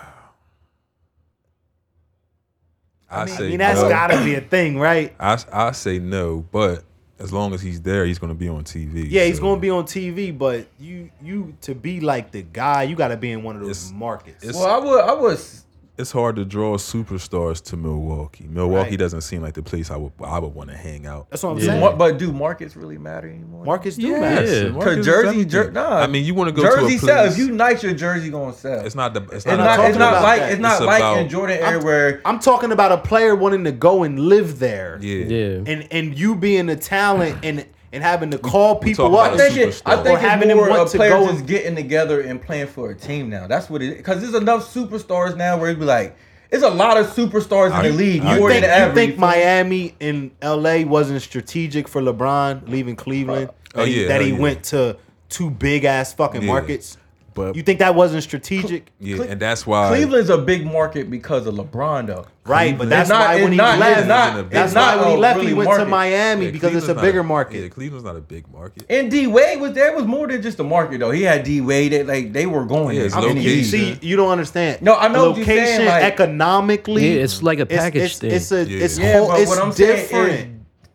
Speaker 1: I,
Speaker 2: I
Speaker 1: say
Speaker 2: mean, that's
Speaker 1: no.
Speaker 2: gotta be a thing, right?
Speaker 1: I, I say no, but as long as he's there, he's gonna be on TV.
Speaker 2: Yeah, he's
Speaker 1: so
Speaker 2: gonna be on TV, but you you to be like the guy, you gotta be in one of those
Speaker 1: It's-
Speaker 2: markets.
Speaker 1: it's-
Speaker 3: well, I would, I was,
Speaker 1: It's hard to draw superstars to Milwaukee. Milwaukee
Speaker 2: Right.
Speaker 1: doesn't seem like the place I would I would want to hang out.
Speaker 2: That's what I'm
Speaker 4: Yeah.
Speaker 2: saying.
Speaker 3: mar- but do markets really matter anymore?
Speaker 2: Markets do
Speaker 4: Yeah.
Speaker 2: matter.
Speaker 4: Yeah.
Speaker 1: Marcus is
Speaker 3: Jersey- Jer-
Speaker 1: everything.
Speaker 3: nah.
Speaker 1: I mean, you want to go
Speaker 3: jersey
Speaker 1: to a
Speaker 3: sell.
Speaker 1: place.
Speaker 3: If you nice, your jersey gonna sell.
Speaker 1: it's not the. It's
Speaker 3: It's
Speaker 1: not.
Speaker 3: not,
Speaker 2: talking
Speaker 3: it's not
Speaker 2: about
Speaker 3: like
Speaker 2: that.
Speaker 3: it's not
Speaker 1: It's
Speaker 3: like in
Speaker 1: about-
Speaker 3: Jordan area where
Speaker 2: I'm talking about a player wanting to go and live there.
Speaker 1: yeah.
Speaker 4: Yeah.
Speaker 2: And and you being the talent and and having to call people
Speaker 1: talking
Speaker 2: up.
Speaker 1: about
Speaker 3: I
Speaker 1: the
Speaker 3: think it, I
Speaker 1: superstar.
Speaker 2: Or
Speaker 3: think it's
Speaker 2: having them
Speaker 3: more
Speaker 2: want
Speaker 3: of
Speaker 2: to
Speaker 3: players
Speaker 2: go
Speaker 3: just
Speaker 2: and-
Speaker 3: getting together and playing for a team now. That's what it is. Because there's enough superstars now where it'd be like, it's a lot of superstars
Speaker 1: I-
Speaker 3: in the league
Speaker 1: I-
Speaker 2: you
Speaker 3: more
Speaker 2: think,
Speaker 3: than
Speaker 2: you
Speaker 3: ever.
Speaker 2: think
Speaker 3: feel me?
Speaker 2: Miami and LA wasn't strategic for LeBron leaving Cleveland?
Speaker 1: Oh,
Speaker 2: that he,
Speaker 1: yeah,
Speaker 2: that he
Speaker 1: hell yeah.
Speaker 2: went to two big ass fucking
Speaker 1: Yeah.
Speaker 2: markets.
Speaker 1: But
Speaker 2: You think that wasn't strategic?
Speaker 1: yeah,
Speaker 3: Cle-
Speaker 1: and that's why
Speaker 3: Cleveland's a big market because of LeBron though.
Speaker 2: Right, but
Speaker 1: Cleveland-
Speaker 2: that's
Speaker 3: It's not-
Speaker 2: why when
Speaker 3: it's
Speaker 2: he
Speaker 3: not- it's
Speaker 2: left,
Speaker 1: not- it's
Speaker 2: that's
Speaker 1: not
Speaker 2: why when he
Speaker 3: a
Speaker 2: left, he
Speaker 3: really
Speaker 2: went to
Speaker 3: market.
Speaker 2: Miami
Speaker 1: yeah,
Speaker 2: because it's
Speaker 1: Cleveland's
Speaker 2: a
Speaker 1: not
Speaker 2: bigger
Speaker 1: Yeah,
Speaker 2: market.
Speaker 1: Cleveland's not a big market.
Speaker 3: And D Wade was there was more than just a market though. He had D Wade that like they were going.
Speaker 1: Yeah,
Speaker 3: there.
Speaker 1: it's
Speaker 3: I'm
Speaker 1: low
Speaker 3: in the
Speaker 1: key.
Speaker 3: league.
Speaker 2: See, you don't understand.
Speaker 3: No, I know what you're
Speaker 2: Location,
Speaker 3: saying, like-
Speaker 2: economically,
Speaker 4: Yeah, it's like a
Speaker 2: it's-
Speaker 4: package
Speaker 2: it's,
Speaker 4: thing.
Speaker 2: It's a,
Speaker 1: Yeah.
Speaker 2: it's,
Speaker 3: Yeah,
Speaker 2: whole,
Speaker 3: but
Speaker 2: it's
Speaker 3: what I'm
Speaker 2: different.
Speaker 3: saying is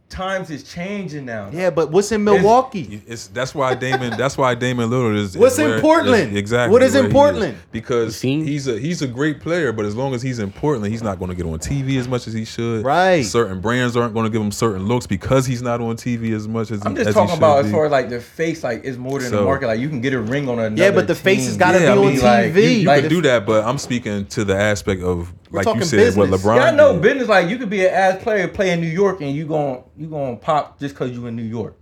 Speaker 3: times is changing now.
Speaker 2: yeah, but what's in Milwaukee?
Speaker 1: It's that's why Damon. that's why Damon Lillard is. is
Speaker 2: What's in
Speaker 1: where-
Speaker 2: Portland?
Speaker 1: is exactly.
Speaker 2: What is in
Speaker 1: where he
Speaker 2: Portland?
Speaker 1: Because
Speaker 4: See?
Speaker 1: he's a he's a great player, but as long as he's in Portland, he's not going to get on TV as much as he should.
Speaker 2: Right.
Speaker 1: Certain brands aren't going to give him certain looks because he's not on TV as much as.
Speaker 3: I'm
Speaker 1: he,
Speaker 3: just
Speaker 1: as he
Speaker 3: talking
Speaker 1: should
Speaker 3: about as
Speaker 1: be.
Speaker 3: far as like the face, like it's more than a
Speaker 1: So-
Speaker 3: market. Like you can get a ring on another.
Speaker 2: Yeah, but the face
Speaker 3: team.
Speaker 2: has gotta
Speaker 1: Yeah, be I on mean,
Speaker 2: TV.
Speaker 1: you, you
Speaker 2: Like
Speaker 1: could
Speaker 2: the-
Speaker 1: do that, but I'm speaking to the aspect of like you
Speaker 2: talking
Speaker 1: said what
Speaker 2: business.
Speaker 1: LeBron.
Speaker 3: yeah, I know
Speaker 1: did.
Speaker 3: business. Like you could be an ass player, play in New York, and you gon' you gonna pop just because you in New York.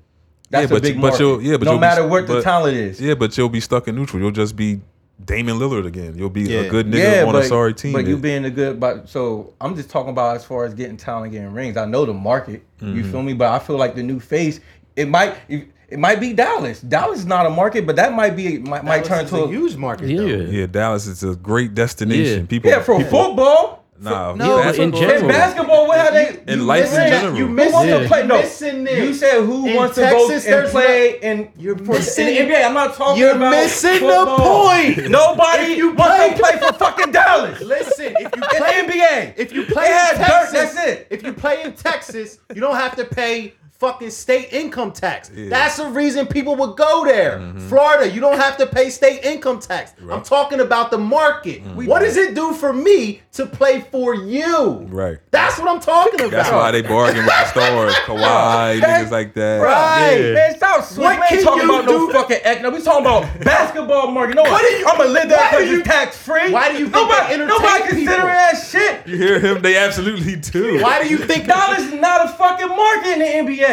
Speaker 3: That's
Speaker 1: Yeah,
Speaker 3: a
Speaker 1: but-
Speaker 3: big
Speaker 1: but
Speaker 3: market.
Speaker 1: you'll- yeah, but
Speaker 3: no
Speaker 1: you'll be-
Speaker 3: matter what the
Speaker 1: but-
Speaker 3: talent is.
Speaker 1: Yeah, but you'll be stuck in neutral. You'll just be Damon Lillard again. You'll be
Speaker 2: Yeah.
Speaker 1: a good nigga
Speaker 3: Yeah,
Speaker 1: on
Speaker 3: but,
Speaker 1: a sorry team.
Speaker 3: but you being a good, but so I'm just talking about as far as getting talent, getting rings. I know the market, you
Speaker 1: Mm-hmm.
Speaker 3: feel me? But I feel like the new face, it might, it, it might be Dallas. Dallas is not a market, but that might be might, might turn
Speaker 2: Dallas is
Speaker 3: to
Speaker 2: a huge market. though.
Speaker 4: Yeah.
Speaker 1: yeah, Dallas is a great destination.
Speaker 4: Yeah.
Speaker 1: People,
Speaker 3: yeah for
Speaker 1: people,
Speaker 3: football.
Speaker 1: Nah,
Speaker 2: No,
Speaker 1: that's-
Speaker 4: but in
Speaker 1: that's-
Speaker 3: In
Speaker 4: general.
Speaker 3: basketball, what how they
Speaker 1: In life in
Speaker 3: missing-
Speaker 1: general.
Speaker 2: You
Speaker 1: Who
Speaker 3: Who wants
Speaker 2: missing
Speaker 3: to play? No,
Speaker 2: Missing it.
Speaker 3: you said who
Speaker 2: In
Speaker 3: wants
Speaker 2: Texas,
Speaker 3: to go and
Speaker 2: there's
Speaker 3: play in,
Speaker 2: You're
Speaker 3: in
Speaker 2: missing-
Speaker 3: the NBA. I'm not talking
Speaker 2: you're
Speaker 3: about
Speaker 2: missing the
Speaker 3: football.
Speaker 2: point.
Speaker 3: Nobody
Speaker 2: If you
Speaker 3: wants to
Speaker 2: play-
Speaker 3: play for fucking Dallas.
Speaker 2: Listen, if you
Speaker 3: It's
Speaker 2: play
Speaker 3: the NBA.
Speaker 2: if you play
Speaker 3: They had
Speaker 2: in
Speaker 3: dirt,
Speaker 2: Texas,
Speaker 3: that's it.
Speaker 2: if you play in Texas, you don't have to pay fucking state income tax. That's the reason people would go there. Florida, you don't have to pay state income tax. I'm
Speaker 1: Mm-hmm. Right. Mm-hmm.
Speaker 2: talking about the market. What does it do for me to play for you?
Speaker 1: Right.
Speaker 2: That's what I'm talking about.
Speaker 1: That's why they bargain with the stars, Kawhi,
Speaker 3: That-
Speaker 1: niggas like that.
Speaker 2: Right.
Speaker 4: Yeah.
Speaker 3: Man, stop switching.
Speaker 2: What
Speaker 3: We
Speaker 2: can
Speaker 3: ain't talking
Speaker 2: you
Speaker 3: about no
Speaker 2: do-
Speaker 3: fucking act. No, we talking about basketball market. No,
Speaker 2: What do you-
Speaker 3: I'm gonna live
Speaker 2: why
Speaker 3: that
Speaker 2: do
Speaker 3: because
Speaker 2: you-
Speaker 3: it's tax free.
Speaker 2: why do you think they
Speaker 3: nobody,
Speaker 2: entertain
Speaker 3: nobody
Speaker 2: people?
Speaker 3: considering that shit?
Speaker 1: You hear him? They absolutely do.
Speaker 2: Why do you think
Speaker 3: Dallas is not a fucking market in the NBA.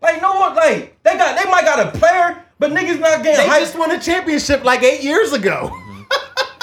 Speaker 3: Like no one, like they got, they might got a player, but niggas not getting
Speaker 2: they
Speaker 3: hyped.
Speaker 2: just won a championship like eight years ago?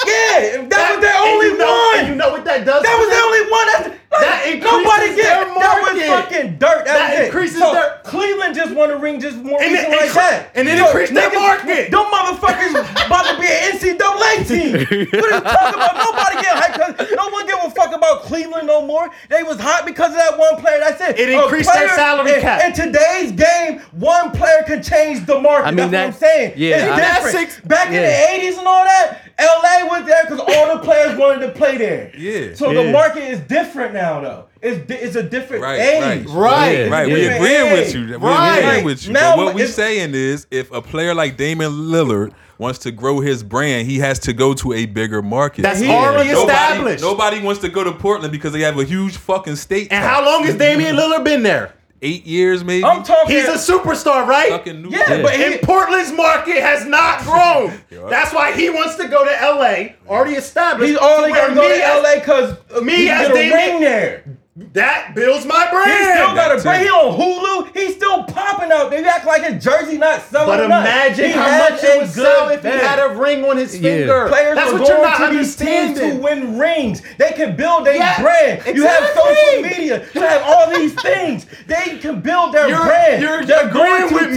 Speaker 3: yeah, if that was their
Speaker 2: And
Speaker 3: only
Speaker 2: you know, and You
Speaker 3: one.
Speaker 2: know what that does?
Speaker 3: That
Speaker 2: to
Speaker 3: was
Speaker 2: them?
Speaker 3: the only one. That's, like,
Speaker 2: That increases
Speaker 3: nobody get
Speaker 2: their market.
Speaker 3: That was fucking dirt. That,
Speaker 2: That
Speaker 3: was it.
Speaker 2: increases
Speaker 3: so,
Speaker 2: their-
Speaker 3: Cleveland just won a ring just more
Speaker 2: And it-
Speaker 3: reason
Speaker 2: and
Speaker 3: like
Speaker 2: cre-
Speaker 3: that.
Speaker 2: and it
Speaker 3: Yo,
Speaker 2: increased their
Speaker 3: niggas-
Speaker 2: market.
Speaker 3: Them motherfuckers about to be an NCAA team. What are you talking about? Nobody get hyped. 'cause No one give a fuck about Cleveland no more. They was hot because of that one player. That's it.
Speaker 2: It
Speaker 3: A
Speaker 2: increased their salary
Speaker 3: in,
Speaker 2: cap.
Speaker 3: In today's game, one player can change the market.
Speaker 4: I mean,
Speaker 3: that's,
Speaker 4: that-
Speaker 3: what I'm saying.
Speaker 4: yeah,
Speaker 3: it's
Speaker 4: I-
Speaker 3: different.
Speaker 2: That's six-
Speaker 3: Back in
Speaker 4: yeah.
Speaker 3: the '80s and all that, LA was there because all the players wanted to play there.
Speaker 1: Yeah.
Speaker 3: So
Speaker 4: Yeah.
Speaker 3: the market is different now, though. It's di- it's a different
Speaker 1: Right,
Speaker 3: age.
Speaker 1: right.
Speaker 4: Yeah.
Speaker 1: Right, we
Speaker 3: Yeah.
Speaker 1: agreeing
Speaker 3: Hey,
Speaker 1: with you. We
Speaker 2: right.
Speaker 1: agreeing with you.
Speaker 3: Now,
Speaker 1: but what we
Speaker 3: if-
Speaker 1: saying is, if a player like Damon Lillard wants to grow his brand, he has to go to a bigger market.
Speaker 2: That's already
Speaker 1: Nobody-
Speaker 2: established.
Speaker 1: Nobody wants to go to Portland because they have a huge fucking state.
Speaker 2: And
Speaker 1: tax.
Speaker 2: how long has Damian Lillard been there?
Speaker 1: Eight years, maybe.
Speaker 3: I'm talking.
Speaker 2: He's a superstar, right?
Speaker 1: fucking new.
Speaker 3: yeah, but he,
Speaker 2: And Portland's market has not grown. That's why he wants to go to LA, already established.
Speaker 3: he's only
Speaker 2: where
Speaker 3: gonna go
Speaker 2: me
Speaker 3: to
Speaker 2: as-
Speaker 3: LA because
Speaker 2: me
Speaker 3: he
Speaker 2: as
Speaker 3: get a
Speaker 2: Damian-
Speaker 3: ring there.
Speaker 2: That builds my
Speaker 3: He
Speaker 2: brand.
Speaker 3: still got
Speaker 1: that
Speaker 3: a break.
Speaker 1: too.
Speaker 3: He on Hulu. He's still popping out. They act like his jersey not selling.
Speaker 2: But
Speaker 3: nuts.
Speaker 2: imagine
Speaker 3: He
Speaker 2: how
Speaker 3: had
Speaker 2: much
Speaker 3: a
Speaker 2: it would
Speaker 3: good
Speaker 2: sell if he
Speaker 3: day.
Speaker 2: had a ring on his finger.
Speaker 3: Players
Speaker 2: That's
Speaker 3: are
Speaker 2: what you're
Speaker 3: going
Speaker 2: not
Speaker 3: to these teams to
Speaker 2: understanding.
Speaker 3: win rings. They can build their
Speaker 2: Yeah,
Speaker 3: brand. You have
Speaker 2: exactly.
Speaker 3: social media. You have all these things. They can build their
Speaker 2: You're-
Speaker 3: brand.
Speaker 2: you're
Speaker 3: They're going
Speaker 2: agreeing
Speaker 3: to
Speaker 2: with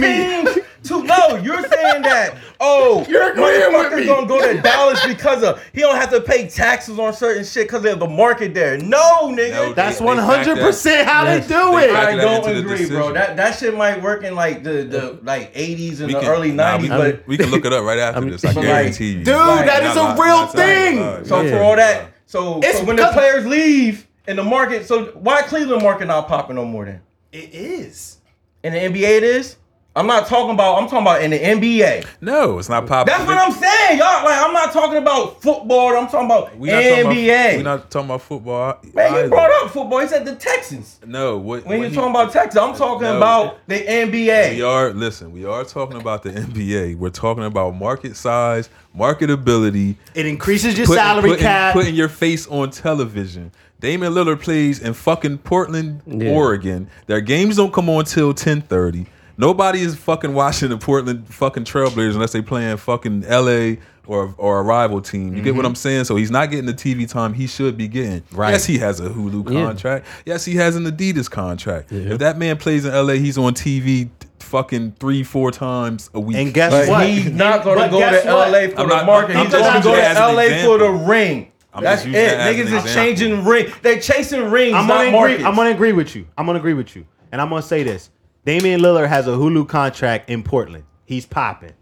Speaker 2: me.
Speaker 3: teams to no. You're saying that. Oh,
Speaker 2: You're agreeing with me.
Speaker 3: motherfuckers gonna go to Dallas because of he don't have to pay taxes on certain shit because there's a market there. No, nigga.
Speaker 1: No,
Speaker 2: That's
Speaker 1: They- they
Speaker 2: one hundred percent how they
Speaker 4: Yes.
Speaker 2: do
Speaker 1: They
Speaker 2: it.
Speaker 1: factor
Speaker 3: I
Speaker 1: that
Speaker 3: don't
Speaker 1: into the
Speaker 3: agree, bro.
Speaker 1: decision.
Speaker 3: That that shit might work in like the, the like 80s and
Speaker 1: We
Speaker 3: the
Speaker 1: can-
Speaker 3: early
Speaker 1: nah,
Speaker 3: 90s,
Speaker 1: we,
Speaker 3: but
Speaker 1: we can look it up right after
Speaker 4: I'm-
Speaker 1: this. I
Speaker 3: But like,
Speaker 1: guarantee you,
Speaker 2: dude, that is a
Speaker 1: Not-
Speaker 2: real
Speaker 1: not- not-
Speaker 2: thing.
Speaker 1: not-
Speaker 3: So
Speaker 1: yeah.
Speaker 3: for all that, so,
Speaker 2: It's
Speaker 3: so when
Speaker 2: because-
Speaker 3: the players leave and the market, so why Cleveland market not popping no more then?
Speaker 2: It is.
Speaker 3: In the NBA, it is. I'm not talking about. I'm talking about in the NBA.
Speaker 1: no, it's not popular.
Speaker 3: That's what I'm saying, y'all. Like I'm not talking about football. I'm talking about
Speaker 1: We not talking about-
Speaker 3: NBA.
Speaker 1: we not talking about football.
Speaker 3: Man,
Speaker 1: I-
Speaker 3: you brought up football. He said the Texans.
Speaker 1: No, what
Speaker 3: When
Speaker 1: what
Speaker 3: you're
Speaker 1: he-
Speaker 3: talking about Texans, I'm talking
Speaker 1: No.
Speaker 3: about the NBA.
Speaker 1: We are listen. We are talking about the NBA. We're talking about market size, marketability,
Speaker 2: It increases your
Speaker 1: putting-
Speaker 2: salary
Speaker 1: putting,
Speaker 2: cap.
Speaker 1: putting your face on television. Damon Lillard plays in fucking Portland,
Speaker 4: Yeah.
Speaker 1: Oregon. Their games don't come on till ten thirty. Nobody is fucking watching the Portland fucking Trailblazers unless they playing fucking LA or or a rival team. You get
Speaker 4: Mm-hmm.
Speaker 1: what I'm saying? So he's not getting the TV time he should be getting.
Speaker 2: Right.
Speaker 1: Yes, he has a Hulu
Speaker 4: Yeah.
Speaker 1: contract. Yes, he has an Adidas contract.
Speaker 4: Yeah.
Speaker 1: If that man plays in LA, he's on TV fucking three, four times a week.
Speaker 2: And guess
Speaker 3: But
Speaker 2: what?
Speaker 3: he's not going
Speaker 2: But
Speaker 3: to go
Speaker 2: guess
Speaker 3: to
Speaker 2: what?
Speaker 3: LA for
Speaker 1: I'm
Speaker 3: the
Speaker 1: not-
Speaker 3: market.
Speaker 1: I'm
Speaker 3: he's
Speaker 2: just
Speaker 3: going to
Speaker 2: using
Speaker 3: go
Speaker 1: it as
Speaker 3: to
Speaker 1: an
Speaker 3: LA for the
Speaker 1: example.
Speaker 3: ring.
Speaker 1: I'm
Speaker 3: That's
Speaker 1: just
Speaker 3: it.
Speaker 1: using that as an
Speaker 3: Niggas is
Speaker 1: example.
Speaker 3: chasing ring. They chasing rings,
Speaker 2: I'm
Speaker 3: not
Speaker 2: gonna
Speaker 3: markets.
Speaker 2: agree. I'm gonna agree with you. I'm gonna agree with you. And I'm gonna say this: Damian Lillard has a Hulu contract in Portland. He's popping.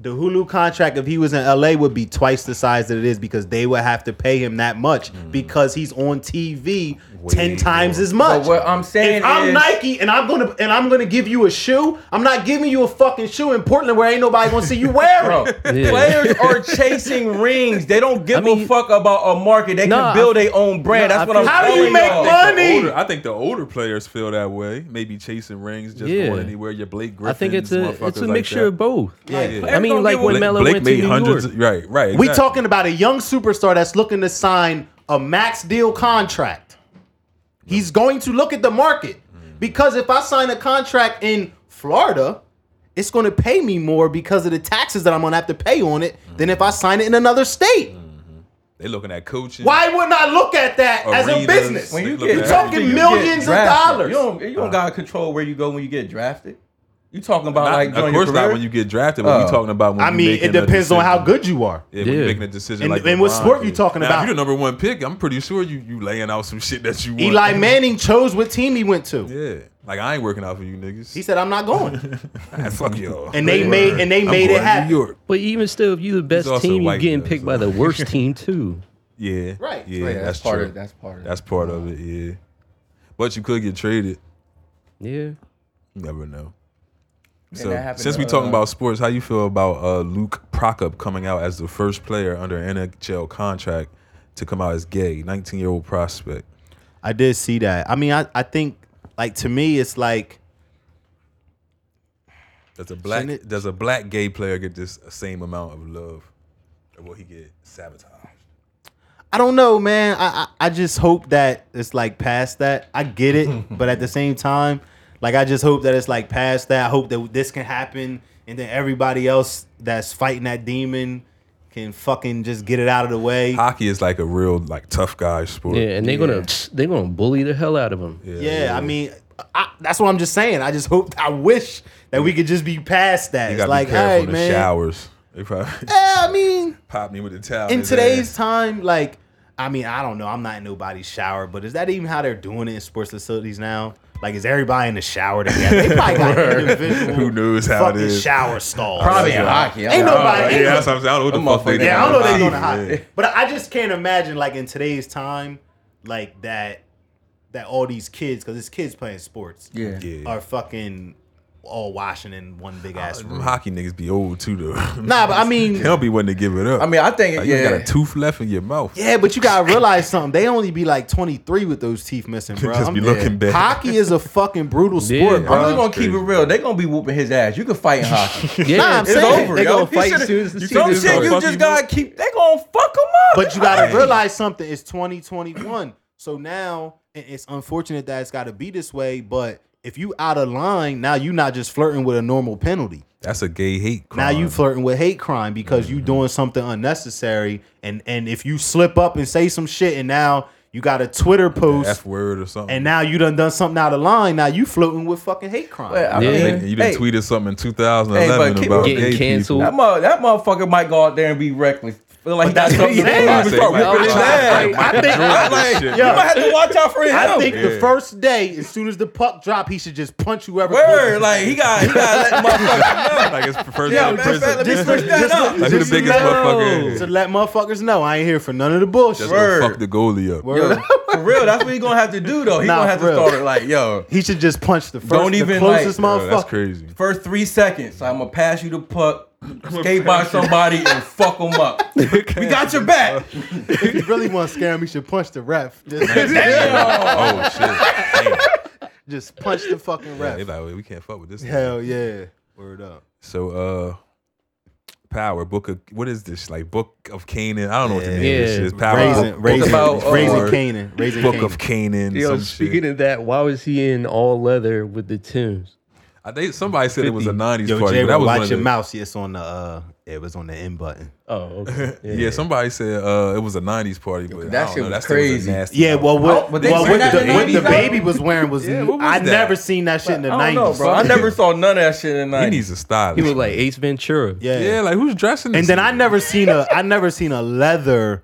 Speaker 2: The Hulu contract, if he was in LA, would be twice the size that it is because they would have to pay him that much because he's on TV ten times as much.
Speaker 3: Mm. But what I'm saying
Speaker 2: if I'm
Speaker 3: is-
Speaker 2: Nike and I'm gonna and I'm gonna give you a shoe, I'm not giving you a fucking shoe in Portland where ain't nobody gonna see you
Speaker 3: Bro,
Speaker 2: wear it.
Speaker 4: Yeah.
Speaker 3: players are chasing rings. They don't give
Speaker 4: I mean-
Speaker 3: a fuck about a market. They
Speaker 4: Nah,
Speaker 3: can build
Speaker 4: I-
Speaker 3: their own brand.
Speaker 4: nah,
Speaker 3: That's
Speaker 4: I
Speaker 3: what I'm
Speaker 4: feel-
Speaker 2: How do you
Speaker 3: telling
Speaker 2: make
Speaker 3: y'all.
Speaker 2: money?
Speaker 1: the older- I think the older players feel that way. Maybe chasing rings, just
Speaker 4: Yeah.
Speaker 1: going anywhere. Your Blake Griffin.
Speaker 4: I think it's a it's a mixture of both.
Speaker 1: Yeah.
Speaker 4: I mean, like when
Speaker 1: Blake,
Speaker 4: Melo
Speaker 1: Blake
Speaker 4: went to
Speaker 1: made
Speaker 4: New
Speaker 1: hundreds.
Speaker 4: York.
Speaker 1: of- right, right.
Speaker 2: We
Speaker 1: exactly.
Speaker 2: talking about a young superstar that's looking to sign a max deal contract. He's going to look at the market
Speaker 1: Mm.
Speaker 2: because if I sign a contract in Florida, it's going to pay me more because of the taxes that I'm going to have to pay on it
Speaker 1: Mm.
Speaker 2: than if I sign it in another state.
Speaker 1: They looking at coaching.
Speaker 2: Why wouldn't I look at that as a
Speaker 1: Arenas.
Speaker 2: business?
Speaker 1: When
Speaker 3: you
Speaker 1: They
Speaker 3: get
Speaker 1: look at
Speaker 3: drafted,
Speaker 2: everything.
Speaker 3: you
Speaker 2: Millions of
Speaker 3: get drafted.
Speaker 2: dollars.
Speaker 3: You don't, you don't gotta control where you go when you get drafted. You talking about
Speaker 1: Not,
Speaker 3: like
Speaker 1: of
Speaker 3: during
Speaker 1: course
Speaker 3: your
Speaker 1: not
Speaker 3: career?
Speaker 1: when you get drafted. But we
Speaker 3: Oh.
Speaker 1: talking about when
Speaker 2: I
Speaker 1: you
Speaker 2: mean,
Speaker 1: making
Speaker 2: it
Speaker 1: a
Speaker 2: depends on how
Speaker 1: decision.
Speaker 2: good you are.
Speaker 1: Yeah, when
Speaker 4: Yeah.
Speaker 1: you making a decision
Speaker 2: And-
Speaker 1: like
Speaker 2: and what
Speaker 1: LeBron
Speaker 2: sport you
Speaker 1: did.
Speaker 2: talking
Speaker 1: Now,
Speaker 2: about?
Speaker 1: If you're the number one pick, I'm pretty sure you you laying out some shit that you want.
Speaker 2: Eli Manning chose what team he went to.
Speaker 1: Yeah, like I ain't working out for you niggas.
Speaker 2: He said, "I'm not going,"
Speaker 1: fuck y'all.
Speaker 2: and they made and they
Speaker 1: I'm
Speaker 2: made
Speaker 1: going
Speaker 2: it
Speaker 1: to
Speaker 2: happen.
Speaker 1: New York.
Speaker 4: But even still, if you the best
Speaker 1: also
Speaker 4: team, you
Speaker 1: white,
Speaker 4: getting
Speaker 1: though,
Speaker 4: picked
Speaker 1: so-
Speaker 4: by the worst team too.
Speaker 1: Yeah,
Speaker 2: Right.
Speaker 1: Yeah,
Speaker 3: Yeah,
Speaker 1: that's,
Speaker 3: that's, part
Speaker 1: true.
Speaker 3: of that's part of
Speaker 1: That's part of it, yeah. But you could get traded.
Speaker 4: Yeah.
Speaker 1: You never know.
Speaker 3: And
Speaker 1: So
Speaker 3: that happened
Speaker 1: since
Speaker 3: to,
Speaker 1: we talking
Speaker 3: uh,
Speaker 1: about sports, how you feel about uh, Luke Prokop coming out as the first player under an NHL contract to come out as gay, 19 year old prospect?
Speaker 2: I did see that. I mean, I, I think like to me, it's like
Speaker 1: Does a black
Speaker 2: Shouldn't it-
Speaker 1: does a black gay player get this same amount of love, or will he get sabotaged?
Speaker 2: I don't know, man. I I, I just hope that it's like past that. I get it, but at the same time, like I just hope that it's like past that. I hope that this can happen, and then everybody else that's fighting that demon can fucking just get it out of the way.
Speaker 1: Hockey is like a real like tough guy sport.
Speaker 4: Yeah, and they're gonna they're gonna bully the hell out of him.
Speaker 2: yeah, I mean, I, that's what I'm just saying. I just hope. I wish that we could just be past that.
Speaker 1: you
Speaker 2: It's
Speaker 1: gotta
Speaker 2: like,
Speaker 1: be
Speaker 2: all
Speaker 1: careful
Speaker 2: right,
Speaker 1: in the
Speaker 2: man.
Speaker 1: showers. They probably
Speaker 2: Yeah, I mean.
Speaker 1: pop me with a towel
Speaker 2: in
Speaker 1: his ass.
Speaker 2: today's time, like I mean, I don't know. I'm not in nobody's shower, but is that even how they're doing it in sports facilities now? Like, is everybody in the shower together? They probably got individual
Speaker 1: Who knows how it
Speaker 2: fucking
Speaker 1: is.
Speaker 2: shower stalls.
Speaker 3: Probably in
Speaker 2: Yeah.
Speaker 3: hockey.
Speaker 2: Ain't nobody-
Speaker 1: yeah, that's what I'm saying. I don't know what the fuck
Speaker 3: Them
Speaker 1: they
Speaker 2: Yeah, I don't know they
Speaker 1: doing.
Speaker 2: going to hide, but I just can't imagine like in today's time, like that, that all these kids, because it's kids playing sports,
Speaker 3: Yeah.
Speaker 1: Yeah.
Speaker 2: are fucking all washing in one big ass
Speaker 1: Them
Speaker 2: room.
Speaker 1: hockey niggas be old too though.
Speaker 2: Nah, but I mean,
Speaker 1: they don't be wanting to give it up.
Speaker 3: I mean, I think
Speaker 1: like, you
Speaker 3: yeah.
Speaker 1: got a tooth left in your mouth.
Speaker 2: Yeah, but you gotta realize something. They only be like 23 with those teeth missing, bro.
Speaker 1: Just be
Speaker 2: I'm-
Speaker 1: looking bad.
Speaker 2: Hockey is a fucking brutal
Speaker 4: Yeah.
Speaker 2: sport,
Speaker 4: I'm
Speaker 2: bro.
Speaker 3: I'm just gonna
Speaker 1: Crazy.
Speaker 3: keep it real. They gonna be whooping his ass. You can fight in hockey.
Speaker 4: Yeah,
Speaker 2: Nah, I'm
Speaker 4: it's
Speaker 2: saying,
Speaker 4: over. They
Speaker 3: yo.
Speaker 4: gonna
Speaker 3: He
Speaker 4: fight
Speaker 3: should've-
Speaker 4: as soon as the
Speaker 1: you
Speaker 4: season
Speaker 1: told Dude,
Speaker 3: Some shit
Speaker 1: gonna
Speaker 3: you
Speaker 1: fuck
Speaker 4: starts.
Speaker 1: you,
Speaker 3: just gotta keep. They gonna fuck him up.
Speaker 2: But you gotta realize something. It's 2021. So now and it's unfortunate that it's gotta be this way, but if you out of line, now you not just flirting with a normal penalty.
Speaker 1: That's a gay hate crime.
Speaker 2: Now you flirting with hate crime because you doing something unnecessary. And and if you slip up and say some shit and now you got a Twitter post
Speaker 1: F word or something.
Speaker 2: and now you done done something out of line, now you flirting with fucking hate crime.
Speaker 3: But, I
Speaker 4: Yeah.
Speaker 1: Like,
Speaker 3: mean,
Speaker 1: you done
Speaker 3: hey,
Speaker 1: tweeted something in 2011
Speaker 3: Hey, but
Speaker 1: about
Speaker 3: keep-
Speaker 1: gay canceled.
Speaker 4: Getting canceled.
Speaker 1: people.
Speaker 3: That, mo- that motherfucker might go out there and be reckless. Feel like
Speaker 2: But
Speaker 3: he got
Speaker 2: that's what I'm saying.
Speaker 3: something to do. Start
Speaker 1: Like,
Speaker 3: whipping his
Speaker 1: I-
Speaker 3: ass.
Speaker 2: I- I think-
Speaker 1: I
Speaker 3: like,
Speaker 1: like-
Speaker 3: you
Speaker 2: yeah.
Speaker 3: might have to watch out for him.
Speaker 2: I think the
Speaker 1: Yeah.
Speaker 2: first day, as soon as the puck drop, he should just punch whoever.
Speaker 3: Word, like he got, he got let motherfucker know.
Speaker 1: like it's first
Speaker 3: Yeah,
Speaker 1: day in
Speaker 3: matter
Speaker 1: prison.
Speaker 3: of fact, let me switch that up.
Speaker 1: Like, who the biggest motherfucker
Speaker 2: to
Speaker 1: is?
Speaker 2: let motherfuckers know I ain't here for none of the bullshit.
Speaker 1: That's gonna
Speaker 3: Word.
Speaker 1: fuck the goalie up.
Speaker 2: Word.
Speaker 3: Yo, for real, that's what he gonna have to do though. He
Speaker 2: Nah,
Speaker 3: gonna have
Speaker 2: for
Speaker 3: to
Speaker 2: real.
Speaker 3: start it like, yo,
Speaker 2: He should just punch the first,
Speaker 3: Don't
Speaker 2: the
Speaker 3: even,
Speaker 2: closest
Speaker 1: Yo,
Speaker 2: motherfucker.
Speaker 1: that's crazy.
Speaker 3: first three seconds, I'm gonna pass you the puck, skate by somebody and fuck him up. We got your back.
Speaker 2: If you really want to scare him, he should punch the ref. Just,
Speaker 3: Damn.
Speaker 1: Oh shit! Damn.
Speaker 2: just punch the fucking
Speaker 1: Yeah,
Speaker 2: ref.
Speaker 1: they like, we can't fuck with this. nigga.
Speaker 2: Hell yeah. Word up.
Speaker 1: So, uh, Power Book of what is this like Book of Canaan? I don't know what the name of this
Speaker 4: Yeah.
Speaker 1: is. Power
Speaker 2: Raising,
Speaker 1: Book,
Speaker 2: raising,
Speaker 3: about, uh,
Speaker 2: raising Canaan. Raising
Speaker 1: Book
Speaker 2: Canaan.
Speaker 1: of Canaan.
Speaker 4: Yo,
Speaker 1: some
Speaker 4: speaking
Speaker 1: shit.
Speaker 4: of that, why was he in all leather with the Tims?
Speaker 1: I think somebody said it was a
Speaker 4: 50.
Speaker 1: '90s
Speaker 2: Yo,
Speaker 1: party,
Speaker 2: Jay,
Speaker 1: but that was one
Speaker 2: watch
Speaker 1: of
Speaker 2: your
Speaker 1: the-
Speaker 2: mouse. Yeah, It's on the. Uh, it was on the end button.
Speaker 4: Oh, okay.
Speaker 1: Yeah, somebody said uh, it was a '90s party, but
Speaker 3: that
Speaker 1: I don't
Speaker 3: shit
Speaker 1: know. That
Speaker 3: was
Speaker 1: shit was
Speaker 3: crazy.
Speaker 1: A nasty
Speaker 2: Yeah,
Speaker 1: album.
Speaker 2: well,
Speaker 3: I
Speaker 2: what,
Speaker 3: don't- but they
Speaker 2: well,
Speaker 3: weren't
Speaker 2: what,
Speaker 3: that in
Speaker 2: the,
Speaker 3: the
Speaker 2: what the
Speaker 3: 90s
Speaker 2: baby was wearing was,
Speaker 1: Yeah, what was
Speaker 2: I
Speaker 1: that?
Speaker 2: never seen that shit in the
Speaker 3: I don't
Speaker 2: nineties.
Speaker 3: know, bro. I never saw none of that shit in the
Speaker 1: he needs
Speaker 3: 90s.
Speaker 1: a stylist.
Speaker 4: He was like Ace Ventura.
Speaker 2: Yeah.
Speaker 1: yeah, like who's dressing?
Speaker 2: And
Speaker 1: this
Speaker 2: then I
Speaker 1: nigga?
Speaker 2: never seen a I never seen a leather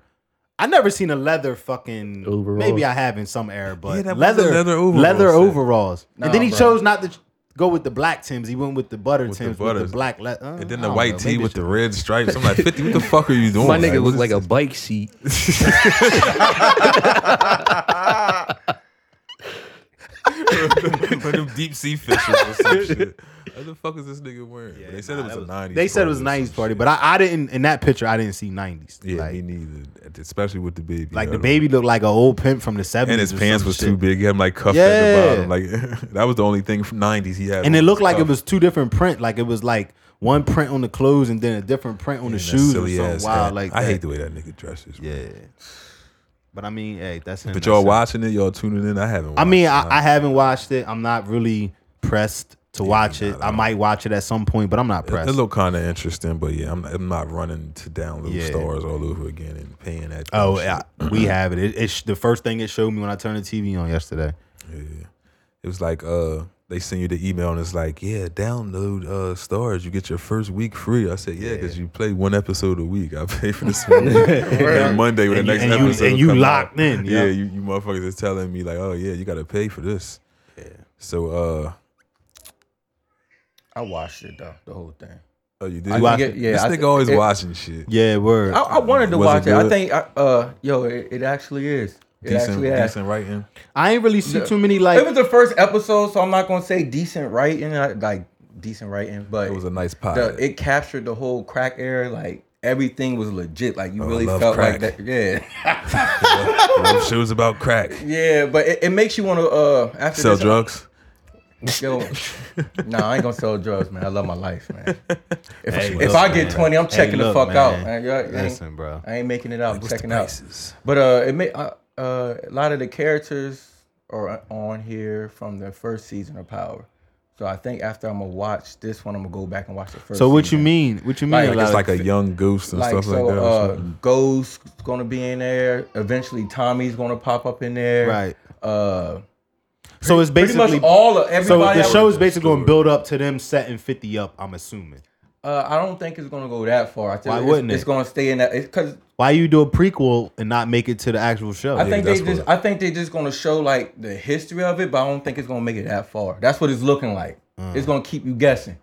Speaker 2: I never seen a leather fucking
Speaker 4: Overalls.
Speaker 2: maybe I have in some era, but
Speaker 1: Yeah, that was
Speaker 2: leather
Speaker 1: a leather overall
Speaker 2: leather
Speaker 1: set.
Speaker 2: overalls.
Speaker 3: Nah,
Speaker 2: and then he
Speaker 3: bro.
Speaker 2: chose not to ch- go with the black Tims. He went with the butter
Speaker 1: With the
Speaker 2: Tims with
Speaker 1: butters.
Speaker 2: the black uh, leather.
Speaker 1: And then the white tee with the red stripes. I'm like, 50, what the fuck are you doing?
Speaker 4: My nigga looked
Speaker 1: what
Speaker 4: like
Speaker 1: is
Speaker 4: a bike seat.
Speaker 1: this? One of them deep sea fishes or some shit. What the fuck is this nigga wearing? But they said it was a 90s.
Speaker 2: They said it was
Speaker 1: party or
Speaker 2: nineties
Speaker 1: some
Speaker 2: party,
Speaker 1: shit.
Speaker 2: but I, I didn't in that picture I didn't see nineties.
Speaker 1: Yeah,
Speaker 2: like,
Speaker 1: me neither. Especially with the baby.
Speaker 2: like
Speaker 1: I
Speaker 2: the
Speaker 1: don't-
Speaker 2: baby looked like an old pimp from the seventies.
Speaker 1: And his pants was too big. He had him like cuffed
Speaker 2: Yeah.
Speaker 1: at the bottom. Like that was the only thing from 90s he had.
Speaker 2: And
Speaker 1: on
Speaker 2: it
Speaker 1: was
Speaker 2: looked like it
Speaker 1: cuffed.
Speaker 2: was two different print. Like it was like one print on the clothes and then a different print on the
Speaker 1: And that
Speaker 2: shoes or
Speaker 1: silly
Speaker 2: something
Speaker 1: ass
Speaker 2: wild
Speaker 1: hat.
Speaker 2: like
Speaker 1: I
Speaker 2: that.
Speaker 1: hate the way that nigga dresses. bro.
Speaker 2: Yeah. But I mean, hey, that's him.
Speaker 1: But y'all
Speaker 2: That's him.
Speaker 1: watching it, y'all tuning in. I haven't.
Speaker 2: I
Speaker 1: watched
Speaker 2: mean,
Speaker 1: it.
Speaker 2: I, I haven't watched it. I'm not really pressed to watch it.
Speaker 1: not at
Speaker 2: I
Speaker 1: all.
Speaker 2: might watch it at some point, but I'm not
Speaker 1: It,
Speaker 2: pressed.
Speaker 1: look kind of interesting, but yeah, I'm, I'm not running to download
Speaker 2: Yeah.
Speaker 1: stars all over again and paying that.
Speaker 2: oh,
Speaker 1: shit.
Speaker 2: yeah, we have it. it. It's the first thing it showed me when I turned the TV on yesterday.
Speaker 1: Yeah. It was like uh they send you the email and it's like, yeah, download uh stars, you get your first week free. I said, yeah, because you play one episode a week. I pay for this one. week. and Monday when
Speaker 2: And
Speaker 1: the
Speaker 2: you-
Speaker 1: next
Speaker 2: and you-
Speaker 1: episode.
Speaker 2: and you
Speaker 1: come out,
Speaker 2: locked in, yeah.
Speaker 1: Yeah, you, you motherfuckers is telling me like, oh yeah, you gotta pay for this. Yeah. So uh
Speaker 3: I watched it though, the whole thing.
Speaker 1: oh you did
Speaker 2: I
Speaker 1: watch
Speaker 2: watched
Speaker 1: it?
Speaker 3: it, yeah,
Speaker 1: This
Speaker 3: I
Speaker 1: nigga
Speaker 3: th-
Speaker 1: always
Speaker 3: it-
Speaker 1: watching shit.
Speaker 2: Yeah, word.
Speaker 3: I, I wanted to
Speaker 1: Was it
Speaker 3: watch it. I
Speaker 1: good?
Speaker 3: think, I, uh, yo, it, it actually is. It
Speaker 1: Decent
Speaker 3: actually is.
Speaker 1: decent writing.
Speaker 2: I ain't really see
Speaker 3: Yeah.
Speaker 2: too many
Speaker 3: it was
Speaker 2: like.
Speaker 3: the first episode, so I'm not gonna say decent writing, I- like decent writing, but
Speaker 1: It was a nice
Speaker 3: the-
Speaker 1: pilot.
Speaker 3: it captured the whole crack era. Like everything was legit. Like you
Speaker 1: Oh, I
Speaker 3: really
Speaker 1: love
Speaker 3: felt
Speaker 1: crack.
Speaker 3: like that. Yeah,
Speaker 1: Love shows about crack.
Speaker 3: yeah. But it, it makes you want to uh after
Speaker 1: Sell
Speaker 3: this,
Speaker 1: drugs.
Speaker 3: Yo, no, I ain't gonna sell drugs, man. I love my life, man. If,
Speaker 2: Hey,
Speaker 3: if
Speaker 2: look,
Speaker 3: I get
Speaker 2: man.
Speaker 3: 20, I'm
Speaker 2: Hey,
Speaker 3: checking
Speaker 2: look,
Speaker 3: the fuck out.
Speaker 2: man.
Speaker 3: man. You- you ain't-
Speaker 2: Listen, bro.
Speaker 3: I ain't making it out. I'm
Speaker 1: What's the
Speaker 3: checking out.
Speaker 1: prices?
Speaker 3: But uh, it may uh, uh, a lot of the characters are on here from the first season of Power. So I think after I'm gonna watch this one, I'm gonna go back and watch the first.
Speaker 2: So what you
Speaker 3: season.
Speaker 2: mean? What you mean?
Speaker 3: Like,
Speaker 2: a
Speaker 1: Like
Speaker 2: lot
Speaker 1: it's
Speaker 2: of-
Speaker 1: like a young goose and
Speaker 3: Like
Speaker 1: stuff
Speaker 3: so,
Speaker 1: like that. or
Speaker 3: uh,
Speaker 1: something.
Speaker 3: Ghost's gonna be in there. Eventually, Tommy's gonna pop up in there.
Speaker 2: Right.
Speaker 3: Uh,
Speaker 2: so it's
Speaker 3: pretty
Speaker 2: basically
Speaker 3: much all of
Speaker 2: so
Speaker 3: everybody.
Speaker 2: the
Speaker 3: I-
Speaker 2: show is basically going to build up to them setting fifty up. I'm assuming.
Speaker 3: Uh, I don't think it's gonna go that far. I think
Speaker 2: Why
Speaker 3: it's,
Speaker 2: wouldn't
Speaker 3: It's
Speaker 2: it?
Speaker 3: gonna stay in that because
Speaker 2: Why you do a prequel and not make it to the actual show?
Speaker 3: I think they
Speaker 1: that's
Speaker 3: just
Speaker 1: what-
Speaker 3: I think they just gonna show like the history of it, but I don't think it's gonna make it that far. That's what it's looking like.
Speaker 1: Mm.
Speaker 3: It's gonna keep you guessing.